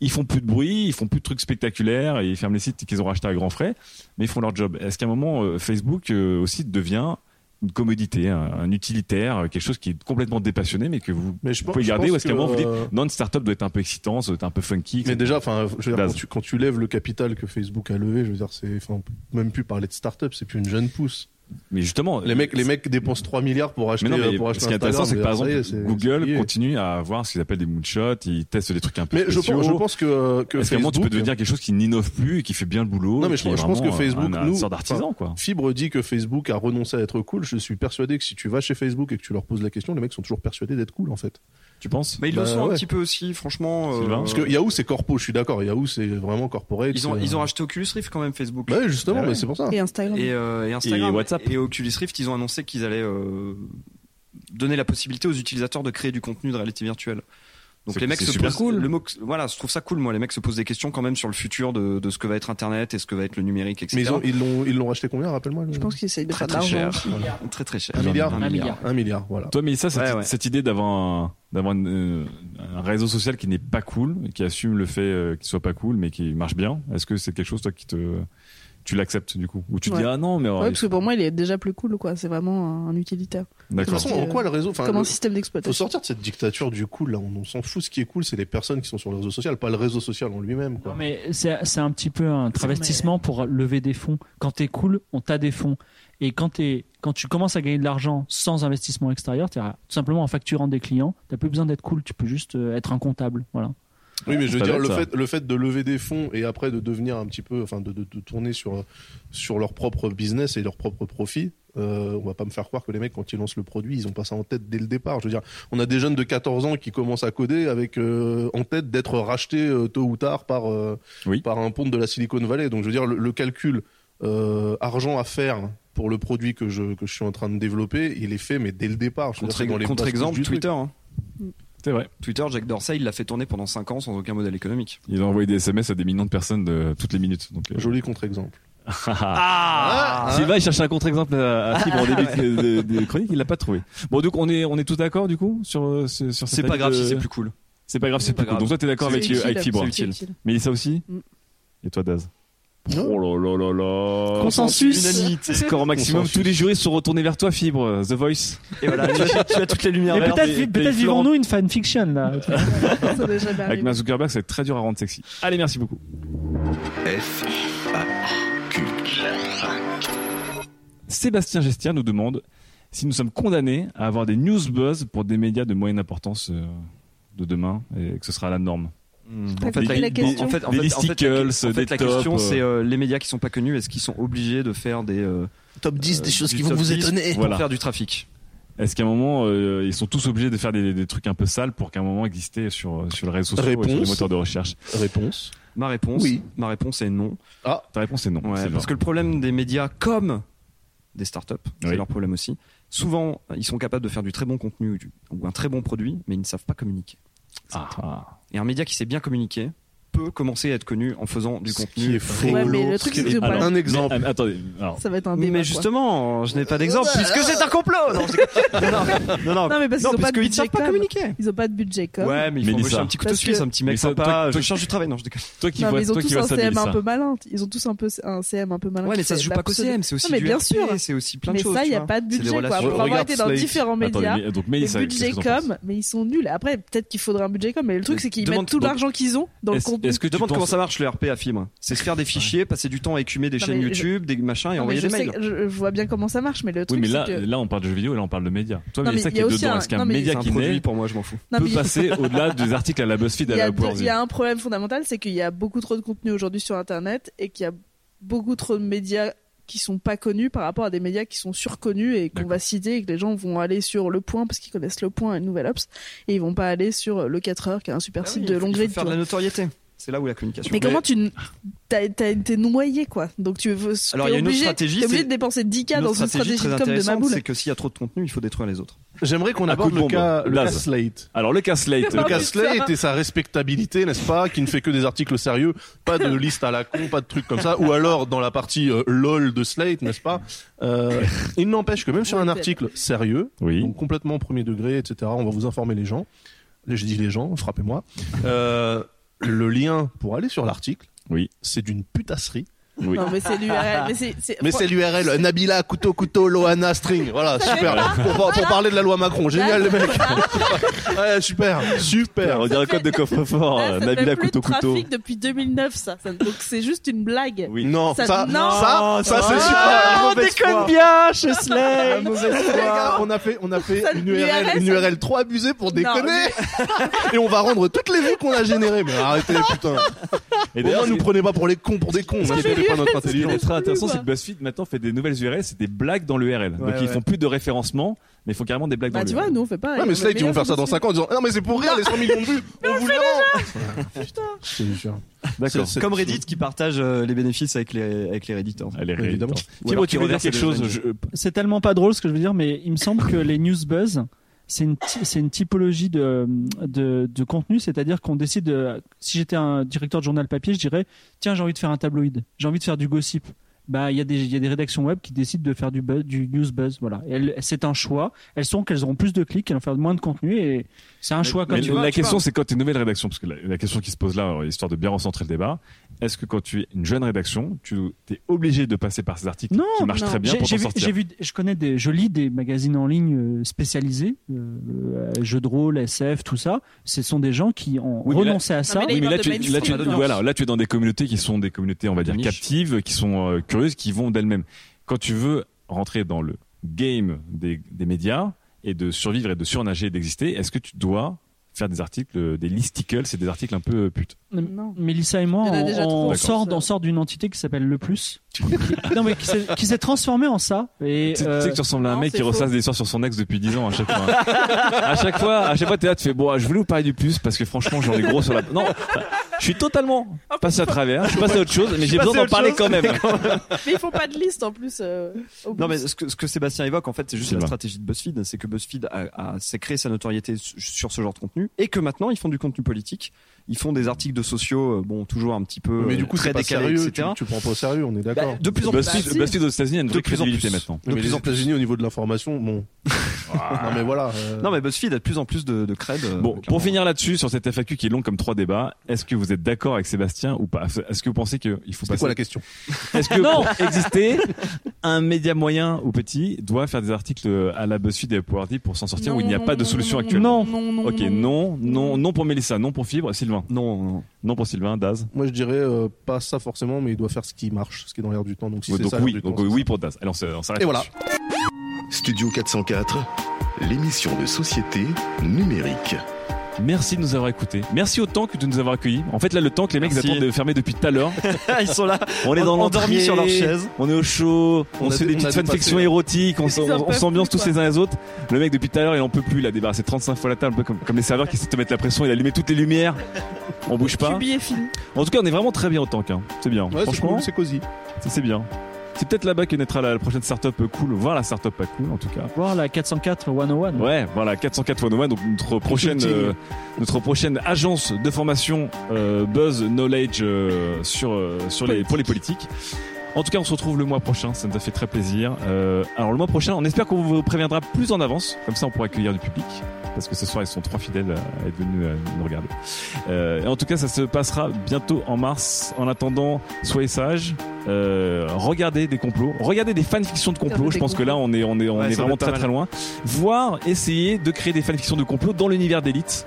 [SPEAKER 3] Ils font plus de bruit, ils font plus de trucs spectaculaires, ils ferment les sites qu'ils ont rachetés à grands frais, mais ils font leur job. Est-ce qu'à un moment euh, Facebook euh, aussi devient une commodité, un, un utilitaire, euh, quelque chose qui est complètement dépassionné, mais que vous,
[SPEAKER 7] Mais je
[SPEAKER 3] vous
[SPEAKER 7] pense-
[SPEAKER 3] pouvez
[SPEAKER 7] je
[SPEAKER 3] garder,
[SPEAKER 7] pense
[SPEAKER 3] ou est-ce qu'à un
[SPEAKER 7] que,
[SPEAKER 3] moment vous dites,
[SPEAKER 7] euh,
[SPEAKER 3] non, une startup doit être un peu excitant, ça doit être un peu funky.
[SPEAKER 7] Mais déjà, enfin, je veux dire, quand
[SPEAKER 3] Blaze.
[SPEAKER 7] tu, quand tu lèves le capital que Facebook a levé, je veux dire, c'est, enfin, on peut même plus parler de start-up, c'est plus une jeune pousse.
[SPEAKER 3] Mais justement,
[SPEAKER 7] les mecs, les mecs dépensent 3 milliards pour acheter.
[SPEAKER 3] mais non, mais
[SPEAKER 7] euh, pour acheter
[SPEAKER 3] ce qui est intéressant, c'est que par
[SPEAKER 7] Instagram,
[SPEAKER 3] exemple,
[SPEAKER 7] je veux dire, ça y est, c'est- c'est
[SPEAKER 3] Google
[SPEAKER 7] plié.
[SPEAKER 3] continue à avoir ce qu'ils appellent des moonshots, ils testent des trucs un peu
[SPEAKER 7] Mais je
[SPEAKER 3] spéciaux.
[SPEAKER 7] pense, je pense que, euh, que
[SPEAKER 3] oh, Est-ce qu'à un moment, tu peux
[SPEAKER 7] Facebook-
[SPEAKER 3] devenir quelque chose qui n'innove plus et qui fait bien le boulot
[SPEAKER 7] Non, mais
[SPEAKER 3] et
[SPEAKER 7] je,
[SPEAKER 3] qui est
[SPEAKER 7] pense- je pense que
[SPEAKER 3] vraiment, euh,
[SPEAKER 7] Facebook,
[SPEAKER 3] un,
[SPEAKER 7] nous,
[SPEAKER 3] une sorte d'artisan,
[SPEAKER 7] enfin,
[SPEAKER 3] quoi.
[SPEAKER 7] euh, Fibre dit que Facebook a renoncé à être cool. Je suis persuadé que si tu vas chez Facebook et que tu leur poses la question, les mecs sont toujours persuadés d'être cool, en fait.
[SPEAKER 3] Tu penses
[SPEAKER 5] Mais ils le
[SPEAKER 7] Bah,
[SPEAKER 5] sont un
[SPEAKER 7] ouais.
[SPEAKER 5] petit peu aussi, franchement. euh,
[SPEAKER 7] Parce que Yahoo, c'est corpo, je suis d'accord. Yahoo, c'est vraiment corporate.
[SPEAKER 5] Ils ont,
[SPEAKER 7] c'est-
[SPEAKER 5] ils ont racheté Oculus Rift quand même, Facebook.
[SPEAKER 7] Bah oui, justement, mais c'est pour ça.
[SPEAKER 4] Et Instagram.
[SPEAKER 5] Et, euh, et Instagram.
[SPEAKER 3] Et WhatsApp.
[SPEAKER 5] Et Oculus Rift, ils ont annoncé qu'ils allaient euh, donner la possibilité aux utilisateurs de créer du contenu de réalité virtuelle. Donc
[SPEAKER 3] C'est-
[SPEAKER 5] les mecs
[SPEAKER 3] c'est
[SPEAKER 5] se
[SPEAKER 3] super
[SPEAKER 5] posent le mot, voilà, je trouve ça cool moi. Les mecs se posent des questions quand même sur le futur de, de ce que va être Internet et ce que va être le numérique, etc.
[SPEAKER 7] Mais ils ont- ils l'ont, ils l'ont racheté combien, rappelle-moi?
[SPEAKER 4] Je pense qu'ils essayent de
[SPEAKER 5] très
[SPEAKER 4] faire de
[SPEAKER 5] très
[SPEAKER 4] l'argent.
[SPEAKER 5] cher, très très cher,
[SPEAKER 7] Un milliard?
[SPEAKER 5] Un milliard.
[SPEAKER 7] Un milliard, voilà.
[SPEAKER 3] Toi, mais ça, cette,
[SPEAKER 5] Ouais, ouais.
[SPEAKER 3] cette idée d'avoir un, d'avoir une, euh, un réseau social qui n'est pas cool, qui assume le fait euh, qu'il soit pas cool, mais qui marche bien, est-ce que c'est quelque chose, toi, qui te, tu l'acceptes, du coup? Ou tu te dis,
[SPEAKER 4] Ouais.
[SPEAKER 3] ah non, mais
[SPEAKER 4] Ouais,
[SPEAKER 3] alors,
[SPEAKER 4] parce que pour moi, il est déjà plus cool, quoi. C'est vraiment un- un utilitaire.
[SPEAKER 7] De toute
[SPEAKER 3] d'accord.
[SPEAKER 7] façon, en quoi le réseau, enfin,
[SPEAKER 4] Comme un
[SPEAKER 7] le-
[SPEAKER 4] système
[SPEAKER 7] Faut
[SPEAKER 4] d'exploitation.
[SPEAKER 7] sortir de cette dictature du cool là, on, on s'en fout. Ce qui est cool, c'est les personnes qui sont sur le réseau social, pas le réseau social en lui-même. quoi.
[SPEAKER 6] Non, mais c'est c'est un petit peu un travestissement pour lever des fonds. Quand t'es cool, on t'a des fonds. Et quand, t'es- quand tu commences à gagner de l'argent sans investissement extérieur, t'es à- tout simplement en facturant des clients, t'as plus besoin d'être cool, tu peux juste euh, être un comptable. Voilà.
[SPEAKER 7] Oui, mais je veux
[SPEAKER 3] Pas
[SPEAKER 7] dire,
[SPEAKER 3] bête,
[SPEAKER 7] le
[SPEAKER 3] ça.
[SPEAKER 7] fait, le fait de lever des fonds et après de devenir un petit peu, enfin, de, de- de tourner sur, sur leur propre business et leur propre profit. euh, on va pas me faire croire que les mecs quand ils lancent le produit ils ont pas ça en tête dès le départ je veux dire on a des jeunes de 14 ans qui commencent à coder avec euh, en tête d'être rachetés euh, tôt ou tard par euh,
[SPEAKER 3] Oui.
[SPEAKER 7] par un pont de la Silicon Valley donc je veux dire le, le calcul euh, argent à faire pour le produit que je que je suis en train de développer il est fait mais dès le départ je veux dire, c'est dans les
[SPEAKER 5] Contre, exemple
[SPEAKER 7] bases-couches du
[SPEAKER 5] Twitter. hein.
[SPEAKER 3] C'est vrai.
[SPEAKER 5] Twitter, Jack Dorsey, il l'a fait tourner pendant 5 ans sans aucun modèle économique.
[SPEAKER 3] Ils ont envoyé des SMS à des millions de personnes de, toutes les minutes. Donc, euh,
[SPEAKER 7] truc. joli contre-exemple
[SPEAKER 3] Ah Sylvain, il cherchait un contre-exemple à, à Fibre en début de, de- de chronique, il l'a pas trouvé. Bon, donc on est, on est tous d'accord du coup sur, euh, ce- sur
[SPEAKER 5] C'est
[SPEAKER 3] cette
[SPEAKER 5] pas
[SPEAKER 3] idée
[SPEAKER 5] grave
[SPEAKER 3] de-
[SPEAKER 5] si c'est plus cool.
[SPEAKER 3] C'est pas grave, c'est
[SPEAKER 5] pas
[SPEAKER 3] plus cool.
[SPEAKER 5] grave.
[SPEAKER 3] Donc toi, t'es d'accord
[SPEAKER 5] C'est
[SPEAKER 3] avec,
[SPEAKER 4] utile,
[SPEAKER 3] avec Fibre.
[SPEAKER 4] c'est utile.
[SPEAKER 3] Mais ça aussi
[SPEAKER 4] Mm.
[SPEAKER 3] Et toi, Daz
[SPEAKER 7] Non.
[SPEAKER 3] Oh là là là là
[SPEAKER 4] Consensus.
[SPEAKER 3] Unanimité. Score au maximum.
[SPEAKER 7] Consensus.
[SPEAKER 3] Tous les jurés sont retournés vers toi, Fibre. The Voice.
[SPEAKER 5] Et voilà, tu as, tu as toutes les lumières.
[SPEAKER 6] Et
[SPEAKER 5] vertes
[SPEAKER 6] peut-être
[SPEAKER 5] des-
[SPEAKER 6] vi-
[SPEAKER 5] des
[SPEAKER 6] peut-être
[SPEAKER 5] Florent
[SPEAKER 6] vivons-nous une fanfiction là.
[SPEAKER 4] Ça doit jamais
[SPEAKER 3] Avec
[SPEAKER 4] arriver.
[SPEAKER 3] Mark Zuckerberg, ça va être très dur à rendre sexy. Allez, merci beaucoup.
[SPEAKER 1] F, A, Q.
[SPEAKER 3] Sébastien Gestière nous demande si nous sommes condamnés à avoir des news buzz pour des médias de moyenne importance euh, de demain et que ce sera la norme.
[SPEAKER 5] En fait,
[SPEAKER 4] compris la question.
[SPEAKER 5] en fait- en
[SPEAKER 3] Des
[SPEAKER 5] fait- en fait, la-
[SPEAKER 3] listicles,
[SPEAKER 5] en fait,
[SPEAKER 3] des
[SPEAKER 5] la
[SPEAKER 3] tops,
[SPEAKER 5] question,
[SPEAKER 3] euh.
[SPEAKER 5] c'est euh, les médias qui sont pas connus, est-ce qu'ils sont obligés de faire des euh,
[SPEAKER 9] Top 10
[SPEAKER 5] euh,
[SPEAKER 9] des choses
[SPEAKER 5] du
[SPEAKER 9] qui vont
[SPEAKER 5] top
[SPEAKER 9] vous
[SPEAKER 5] 10
[SPEAKER 9] étonner.
[SPEAKER 5] pour
[SPEAKER 3] Voilà.
[SPEAKER 5] faire du trafic
[SPEAKER 3] Est-ce qu'à un moment, euh, ils sont tous obligés de faire des, des trucs un peu sales pour qu'à un moment exister sur, sur le réseau social et sur les
[SPEAKER 5] Réponse.
[SPEAKER 3] moteurs de recherche
[SPEAKER 7] Réponse.
[SPEAKER 5] Ma réponse,
[SPEAKER 3] Oui.
[SPEAKER 5] ma réponse est non.
[SPEAKER 3] Ta réponse est non.
[SPEAKER 5] Ouais,
[SPEAKER 3] c'est bien.
[SPEAKER 5] parce que le problème des médias comme des startups,
[SPEAKER 3] Oui.
[SPEAKER 5] c'est leur problème aussi. Souvent, ils sont capables de faire du très bon contenu ou, du- ou un très bon produit, mais ils ne savent pas communiquer.
[SPEAKER 3] Ah.
[SPEAKER 5] Et un média qui sait bien communiquer peut commencer à être connu en faisant du contenu.
[SPEAKER 7] qui est faux,
[SPEAKER 4] Ouais, mais le l'autre truc, qui c'est est que pas- pas- Un
[SPEAKER 5] exemple.
[SPEAKER 3] attendez.
[SPEAKER 4] Ça va être un débat.
[SPEAKER 5] mais
[SPEAKER 4] quoi.
[SPEAKER 5] justement, je n'ai pas d'exemple puisque c'est un complot. Non, je- non, non, non,
[SPEAKER 4] Non, mais parce qu'ils
[SPEAKER 5] non,
[SPEAKER 4] ont pas
[SPEAKER 5] puisqu'ils
[SPEAKER 4] de
[SPEAKER 5] ne
[SPEAKER 4] budget.
[SPEAKER 5] savent pas
[SPEAKER 4] com.
[SPEAKER 5] communiquer.
[SPEAKER 4] Ils ont pas de budget. com.
[SPEAKER 5] Ouais, mais il faut
[SPEAKER 3] Mélissa.
[SPEAKER 5] embaucher un petit couteau
[SPEAKER 4] Parce que-
[SPEAKER 5] suisse, un petit mec
[SPEAKER 3] Mélissa, toi-
[SPEAKER 5] sympa. Je
[SPEAKER 3] toi-
[SPEAKER 5] charge du travail, non, je déconne.
[SPEAKER 3] Toi qui
[SPEAKER 4] Non,
[SPEAKER 3] vois,
[SPEAKER 4] mais ils ont
[SPEAKER 3] toi qui
[SPEAKER 4] tous
[SPEAKER 3] vois
[SPEAKER 4] un
[SPEAKER 3] ça,
[SPEAKER 4] CM un
[SPEAKER 3] Mélissa.
[SPEAKER 4] peu malin. Ils ont tous un peu un CM un peu malin.
[SPEAKER 5] Ouais,
[SPEAKER 4] qui
[SPEAKER 5] mais ça se
[SPEAKER 4] fait
[SPEAKER 5] joue pas qu'au
[SPEAKER 4] l'absolu-
[SPEAKER 5] CM, c'est aussi
[SPEAKER 4] Non, mais
[SPEAKER 5] du
[SPEAKER 4] bien
[SPEAKER 5] RP,
[SPEAKER 4] sûr.
[SPEAKER 5] c'est aussi plein de
[SPEAKER 4] mais
[SPEAKER 5] choses.
[SPEAKER 4] ça,
[SPEAKER 5] tu
[SPEAKER 4] il n'y a
[SPEAKER 5] vois.
[SPEAKER 4] pas de
[SPEAKER 5] C'est des
[SPEAKER 4] budget. Quoi.
[SPEAKER 5] relations.
[SPEAKER 4] Pour avoir été dans différents
[SPEAKER 3] Attendez,
[SPEAKER 4] médias,
[SPEAKER 3] mais- donc
[SPEAKER 4] les
[SPEAKER 3] Mélissa,
[SPEAKER 4] budgets
[SPEAKER 3] qu'est-ce que t'en penses
[SPEAKER 4] com, mais ils sont nuls. Après, peut-être qu'il faudrait un budget com, mais le truc, c'est qu'ils
[SPEAKER 5] Demande-
[SPEAKER 4] mettent tout
[SPEAKER 5] donc-
[SPEAKER 4] l'argent qu'ils ont dans le
[SPEAKER 3] Est-ce-
[SPEAKER 4] contenu.
[SPEAKER 3] est-ce que tu
[SPEAKER 5] Demande
[SPEAKER 3] penses-
[SPEAKER 5] comment ça marche le RP à fibre. C'est se faire des fichiers, passer du temps à écumer des
[SPEAKER 4] Non,
[SPEAKER 5] chaînes
[SPEAKER 4] mais je-
[SPEAKER 5] YouTube, des machins et
[SPEAKER 4] Non, mais
[SPEAKER 5] envoyer
[SPEAKER 4] je,
[SPEAKER 5] des
[SPEAKER 4] sais,
[SPEAKER 5] mails.
[SPEAKER 4] je je vois bien comment ça marche, mais le
[SPEAKER 3] Oui,
[SPEAKER 4] truc,
[SPEAKER 3] mais
[SPEAKER 4] c'est
[SPEAKER 3] là,
[SPEAKER 4] que.
[SPEAKER 3] là, on parle de jeux vidéo et là, on parle de médias. Toi,
[SPEAKER 4] Non,
[SPEAKER 3] Mélissa,
[SPEAKER 4] mais il
[SPEAKER 3] qui
[SPEAKER 4] y
[SPEAKER 3] est
[SPEAKER 4] a aussi
[SPEAKER 3] dedans,
[SPEAKER 4] un-
[SPEAKER 3] est-ce qu'un
[SPEAKER 4] non, mais-
[SPEAKER 5] C'est
[SPEAKER 3] média
[SPEAKER 5] un
[SPEAKER 3] qui
[SPEAKER 5] produit
[SPEAKER 3] naît
[SPEAKER 5] pour moi, je m'en fous.
[SPEAKER 4] Non, mais
[SPEAKER 3] peut
[SPEAKER 4] il-
[SPEAKER 3] passer au-delà des articles à la BuzzFeed à
[SPEAKER 4] Il y, a
[SPEAKER 3] la
[SPEAKER 4] deux-
[SPEAKER 3] Power
[SPEAKER 4] il y a un problème fondamental, c'est qu'il y a beaucoup trop de contenu aujourd'hui sur Internet et qu'il y a beaucoup trop de médias qui sont pas connus par rapport à des médias qui sont surconnus et qu'on va citer et que les gens vont aller sur Le Point parce qu'ils connaissent Le Point et le Nouvel Ops et ils vont pas aller sur Le 4 heures qui est un super
[SPEAKER 5] Ah
[SPEAKER 4] site
[SPEAKER 5] oui,
[SPEAKER 4] de
[SPEAKER 5] il faut-
[SPEAKER 4] longue
[SPEAKER 5] il faut
[SPEAKER 4] grille.
[SPEAKER 5] faire
[SPEAKER 4] tu
[SPEAKER 5] de la
[SPEAKER 4] vois.
[SPEAKER 5] notoriété. C'est là où la communication.
[SPEAKER 4] Mais comment tu n- t'as- t'as- t'es noyé quoi Donc tu veux
[SPEAKER 5] Alors, il y a une autre stratégie,
[SPEAKER 4] t'es obligé
[SPEAKER 5] c'est-
[SPEAKER 4] de dépenser 10 k
[SPEAKER 5] Une
[SPEAKER 4] dans
[SPEAKER 5] autre
[SPEAKER 4] une
[SPEAKER 5] stratégie
[SPEAKER 4] stratégie,
[SPEAKER 5] très
[SPEAKER 4] comme de ma
[SPEAKER 5] intéressante,
[SPEAKER 4] boule.
[SPEAKER 5] c'est que s'il y a trop de contenu, il faut détruire les autres.
[SPEAKER 7] euh, J'aimerais qu'on
[SPEAKER 3] À coup
[SPEAKER 7] aborde
[SPEAKER 3] de
[SPEAKER 7] le
[SPEAKER 3] bombe.
[SPEAKER 7] cas, le cas
[SPEAKER 3] Blaze.
[SPEAKER 7] Slate.
[SPEAKER 3] Alors, le cas Slate.
[SPEAKER 7] Le
[SPEAKER 4] Oh, putain.
[SPEAKER 7] cas Slate et sa respectabilité, n'est-ce pas, qui ne fait que des articles sérieux, pas de liste à la con, pas de trucs comme ça, ou alors dans la partie euh, lol de Slate, n'est-ce pas Euh, Il n'empêche que même sur un article sérieux,
[SPEAKER 3] Oui.
[SPEAKER 7] donc complètement premier degré, etc. On va vous informer les gens. Et Je dis les gens, frappez-moi. Euh, le lien pour aller sur l'article,
[SPEAKER 3] Oui.
[SPEAKER 7] c'est d'une putasserie.
[SPEAKER 3] Oui.
[SPEAKER 4] Non mais c'est l'URL. mais c'est-
[SPEAKER 7] Mais c'est l'URL Nabila Couteau Couteau Loana String. Voilà, super. pour, par- pour parler de la loi Macron, génial les mecs. Ouais, super, super.
[SPEAKER 3] On dirait le code de coffre-fort.
[SPEAKER 4] Ah,
[SPEAKER 3] euh,
[SPEAKER 4] ça ne
[SPEAKER 3] Nabila
[SPEAKER 4] fait plus de
[SPEAKER 3] couteau couteau.
[SPEAKER 4] trafic depuis 2009 ça. Ça- Donc c'est juste une blague.
[SPEAKER 3] Oui.
[SPEAKER 7] Non,
[SPEAKER 4] Ça-
[SPEAKER 7] ça, ça,
[SPEAKER 4] non.
[SPEAKER 7] ça, c'est super.
[SPEAKER 5] Ah,
[SPEAKER 7] La
[SPEAKER 5] on
[SPEAKER 7] mauvaise
[SPEAKER 5] déconne
[SPEAKER 7] foi.
[SPEAKER 5] bien, chez
[SPEAKER 7] La
[SPEAKER 6] Ah,
[SPEAKER 5] Slay
[SPEAKER 7] mauvaise foi. on a fait, on a fait
[SPEAKER 4] Ça,
[SPEAKER 7] une
[SPEAKER 4] l'URL,
[SPEAKER 7] URL, une
[SPEAKER 4] ça-
[SPEAKER 7] URL trop abusée pour déconner. Et on va rendre toutes les vues qu'on a générées. Mais arrêtez,
[SPEAKER 3] Et
[SPEAKER 7] putain. Au moins,
[SPEAKER 3] d'ailleurs,
[SPEAKER 7] nous prenez pas pour les cons, pour des cons. hein.
[SPEAKER 4] Non,
[SPEAKER 7] Ce qui
[SPEAKER 4] mais
[SPEAKER 7] est pas notre
[SPEAKER 3] Ce qui
[SPEAKER 4] l'URL,
[SPEAKER 3] est
[SPEAKER 7] intelligence.
[SPEAKER 3] très intéressant,
[SPEAKER 4] Plus,
[SPEAKER 3] c'est
[SPEAKER 4] quoi.
[SPEAKER 3] que BuzzFeed maintenant fait des nouvelles URL, c'est des blagues dans l'URL. Donc
[SPEAKER 5] Ouais,
[SPEAKER 3] ils
[SPEAKER 5] ouais.
[SPEAKER 3] font plus de référencement, mais ils font carrément des blagues
[SPEAKER 4] Bah
[SPEAKER 3] dans
[SPEAKER 4] tu
[SPEAKER 3] l'URL.
[SPEAKER 4] vois, nous on fait pas.
[SPEAKER 7] Ouais, mais Slate, ils vont faire ça dans 5 ans en disant, non, mais c'est pour rire, les 100 millions de vues. On vous les rend. Putain.
[SPEAKER 3] D'accord.
[SPEAKER 7] C'est-
[SPEAKER 5] Comme Reddit qui partage euh, les bénéfices avec les avec les redditors.
[SPEAKER 3] Elle est
[SPEAKER 7] Évidemment.
[SPEAKER 3] rééditante.
[SPEAKER 5] Ou alors
[SPEAKER 3] Thibaut,
[SPEAKER 5] qu'ils
[SPEAKER 3] tu veux dire
[SPEAKER 5] reversent
[SPEAKER 3] quelque
[SPEAKER 5] les
[SPEAKER 3] chose
[SPEAKER 5] jeunes.
[SPEAKER 3] je-
[SPEAKER 6] C'est tellement pas drôle ce que je veux dire, mais il me semble que les news buzz, c'est une, ty- c'est une typologie de, de, de contenu, c'est-à-dire qu'on décide, de- si j'étais un directeur de journal papier, je dirais, tiens, j'ai envie de faire un tabloïd, j'ai envie de faire du gossip. Bah, il y, a des- il y a des rédactions web qui décident de faire du, buzz, du news buzz, voilà. Et elles- C'est un choix. Elles sont qu'elles auront plus de clics, elles vont faire moins de contenu, et c'est un choix comme
[SPEAKER 3] Mais
[SPEAKER 6] tu
[SPEAKER 3] la
[SPEAKER 6] veux.
[SPEAKER 3] question, c'est quand tu es une nouvelle rédaction, parce que la, la question qui se pose là, alors, histoire de bien recentrer le débat, est-ce que quand tu es une jeune rédaction, tu es obligé de passer par ces articles
[SPEAKER 6] Non,
[SPEAKER 3] qui marchent
[SPEAKER 4] non.
[SPEAKER 3] très bien
[SPEAKER 6] J'ai-
[SPEAKER 3] pour
[SPEAKER 6] j'ai
[SPEAKER 3] t'en
[SPEAKER 6] vu-
[SPEAKER 3] sortir
[SPEAKER 6] j'ai vu, je connais des, je lis des magazines en ligne euh, spécialisés, euh, euh, jeux de rôle, SF, tout ça. Ce sont des gens qui ont
[SPEAKER 3] Oui, mais là-
[SPEAKER 6] renoncé à ça.
[SPEAKER 4] mais
[SPEAKER 3] Oui, mais là, tu, là, tu-
[SPEAKER 4] mainstream,
[SPEAKER 3] voilà, là, tu es dans des communautés qui sont des communautés, on va
[SPEAKER 5] De
[SPEAKER 3] dire,
[SPEAKER 5] niche.
[SPEAKER 3] captives, qui sont euh, curieuses, qui vont d'elles-mêmes. Quand tu veux rentrer dans le game des, des médias et de survivre et de surnager et d'exister, est-ce que tu dois faire des articles, euh, des listicles, c'est des articles un peu euh, putes
[SPEAKER 4] Non.
[SPEAKER 6] Mélissa et moi,
[SPEAKER 4] Il y en a
[SPEAKER 6] on,
[SPEAKER 4] déjà trop,
[SPEAKER 6] on
[SPEAKER 4] D'accord.
[SPEAKER 6] sort,
[SPEAKER 4] ça.
[SPEAKER 6] on sort d'une entité qui s'appelle Le Plus, qui, non, mais qui s'est- qui s'est transformée en ça. Et
[SPEAKER 3] Tu sais- tu
[SPEAKER 6] euh,
[SPEAKER 3] sais que tu ressembles à un
[SPEAKER 4] non,
[SPEAKER 3] mec qui
[SPEAKER 4] c'est
[SPEAKER 3] ressasse
[SPEAKER 4] faux.
[SPEAKER 3] des histoires sur son ex depuis 10 ans à chaque fois. hein. à chaque fois, à chaque fois, t'es là, tu fais bon, je voulais vous parler du plus parce que franchement, j'en ai gros sur la. Non, je suis totalement passé à travers. Je suis passé à autre chose, mais j'ai
[SPEAKER 5] Ah, passé
[SPEAKER 3] besoin
[SPEAKER 5] à
[SPEAKER 3] d'en
[SPEAKER 5] autre
[SPEAKER 3] parler
[SPEAKER 5] chose,
[SPEAKER 3] quand même.
[SPEAKER 4] Mais ils font pas de liste en plus. euh, au
[SPEAKER 5] Non mais
[SPEAKER 4] bout.
[SPEAKER 5] ce que, ce que Sébastien évoque en fait c'est juste
[SPEAKER 3] C'est
[SPEAKER 5] la
[SPEAKER 3] vrai.
[SPEAKER 5] stratégie de BuzzFeed, c'est que BuzzFeed a, a- s'est créé sa notoriété su- sur ce genre de contenu et que maintenant ils font du contenu politique, ils font des articles de sociaux euh, bon toujours un petit peu
[SPEAKER 7] Mais du
[SPEAKER 5] euh,
[SPEAKER 7] coup,
[SPEAKER 5] très
[SPEAKER 7] c'est pas
[SPEAKER 5] décalés
[SPEAKER 7] sérieux. Tu,
[SPEAKER 5] etc.
[SPEAKER 7] tu prends pas au sérieux, on est
[SPEAKER 5] Bah,
[SPEAKER 7] d'accord.
[SPEAKER 5] de plus en plus
[SPEAKER 3] BuzzFeed,
[SPEAKER 4] Bah, si.
[SPEAKER 3] BuzzFeed aux États-Unis a une
[SPEAKER 5] De
[SPEAKER 3] vraie
[SPEAKER 5] plus en
[SPEAKER 3] crédibilité
[SPEAKER 5] plus.
[SPEAKER 3] maintenant.
[SPEAKER 7] Mais
[SPEAKER 5] de plus
[SPEAKER 7] les
[SPEAKER 5] en plus.
[SPEAKER 7] États-Unis, au niveau de l'information, bon. non, mais voilà. euh,
[SPEAKER 5] Non mais BuzzFeed a de plus en plus de, de cred. euh,
[SPEAKER 3] Bon,
[SPEAKER 5] clairement.
[SPEAKER 3] pour finir là-dessus, sur cette FAQ qui est longue comme trois débats, est-ce que vous êtes d'accord avec Sébastien ou pas Est-ce que vous pensez qu'il faut
[SPEAKER 7] C'est
[SPEAKER 3] passer
[SPEAKER 7] quoi la question
[SPEAKER 3] Est-ce que pour exister, un média moyen ou petit doit faire des articles euh, à la BuzzFeed et à PowerD pour s'en sortir où il n'y a
[SPEAKER 4] Non,
[SPEAKER 3] pas
[SPEAKER 4] non,
[SPEAKER 3] de
[SPEAKER 4] non,
[SPEAKER 3] solution
[SPEAKER 4] non,
[SPEAKER 3] actuelle
[SPEAKER 4] non, non, non,
[SPEAKER 3] Ok,
[SPEAKER 4] non.
[SPEAKER 3] non, non, non pour Mélissa, non pour Fibre, Sylvain.
[SPEAKER 5] Non, non.
[SPEAKER 3] Non pour Sylvain, Daz.
[SPEAKER 7] Moi, je dirais euh, pas ça forcément, mais il doit faire ce qui marche, ce qui est dans l'air du temps. Donc, si
[SPEAKER 3] Ouais,
[SPEAKER 7] c'est
[SPEAKER 3] donc
[SPEAKER 7] ça, l'air
[SPEAKER 3] oui,
[SPEAKER 7] du
[SPEAKER 3] donc
[SPEAKER 7] temps,
[SPEAKER 3] oui pour Daz. Alors on s'arrête.
[SPEAKER 7] Et voilà.
[SPEAKER 3] là-dessus.
[SPEAKER 1] Studio 404, l'émission de société numérique.
[SPEAKER 3] Merci de nous avoir écoutés. Merci au tank de nous avoir accueillis. En fait, là, le tank, les mecs, ils
[SPEAKER 5] Merci.
[SPEAKER 3] attendent de fermer depuis tout à l'heure.
[SPEAKER 5] Ils sont là.
[SPEAKER 3] On est dans l'entrée,
[SPEAKER 5] Endormis sur leur chaise.
[SPEAKER 3] On est au chaud. On,
[SPEAKER 5] On a
[SPEAKER 3] se fait
[SPEAKER 5] dé-
[SPEAKER 3] des
[SPEAKER 5] on a
[SPEAKER 3] petites
[SPEAKER 5] dépassé, hein.
[SPEAKER 3] fanfictions
[SPEAKER 5] là.
[SPEAKER 3] érotiques. On
[SPEAKER 5] Ils
[SPEAKER 3] s'en-
[SPEAKER 5] en
[SPEAKER 3] on- on
[SPEAKER 5] peuvent
[SPEAKER 3] s'ambiance
[SPEAKER 5] plus,
[SPEAKER 3] tous les uns les autres. Le mec, depuis tout à l'heure, il en peut plus. Il a débarrassé 35 fois la table, un peu comme, comme les serveurs qui essaient de te mettre la pression. Il a allumé toutes les lumières. On bouge pas.
[SPEAKER 4] Cubi est fini.
[SPEAKER 3] En tout cas, on est vraiment très bien au tank. hein. C'est bien.
[SPEAKER 7] Ouais, c'est
[SPEAKER 3] Franchement,
[SPEAKER 7] cool, c'est cosy.
[SPEAKER 3] c'est c'est bien. C'est peut-être là-bas que naîtra la, la prochaine startup cool, voire la startup pas cool en tout cas.
[SPEAKER 6] Voir la 404 101.
[SPEAKER 3] Ouais, voilà, 404 One donc notre prochaine,
[SPEAKER 6] Consulting.
[SPEAKER 3] euh, notre prochaine agence de formation euh, Buzz Knowledge euh, sur, euh, sur les, pour les politiques. En tout cas, on se retrouve le mois prochain, ça nous a fait très plaisir. Euh, alors le mois prochain, on espère qu'on vous préviendra plus en avance, comme ça on pourra accueillir du public, parce que ce soir ils sont trois fidèles à être venus euh, nous regarder. Euh, et en tout cas, ça se passera bientôt en mars. En attendant, soyez sages, euh, regardez des complots, regardez des fanfictions de complots.
[SPEAKER 5] Regardez
[SPEAKER 3] Je
[SPEAKER 5] des
[SPEAKER 3] pense que là, Hein, on est, on est, on
[SPEAKER 5] Ouais,
[SPEAKER 3] est
[SPEAKER 5] ça va
[SPEAKER 3] vraiment
[SPEAKER 5] être pas
[SPEAKER 3] très
[SPEAKER 5] mal.
[SPEAKER 3] très loin. Voire essayer de créer des fanfictions de complots dans l'univers d'élite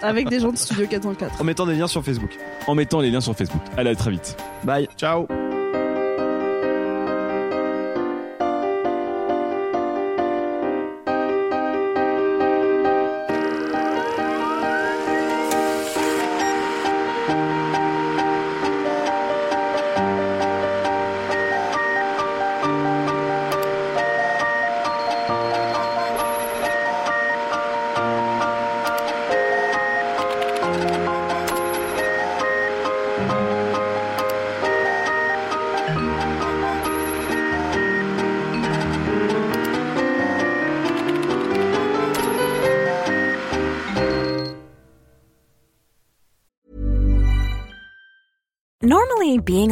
[SPEAKER 4] Avec des gens de Studio 404.
[SPEAKER 3] en mettant des liens sur Facebook. En mettant les liens sur Facebook. Allez, à très vite.
[SPEAKER 5] Bye.
[SPEAKER 7] Ciao.
[SPEAKER 11] Normally, being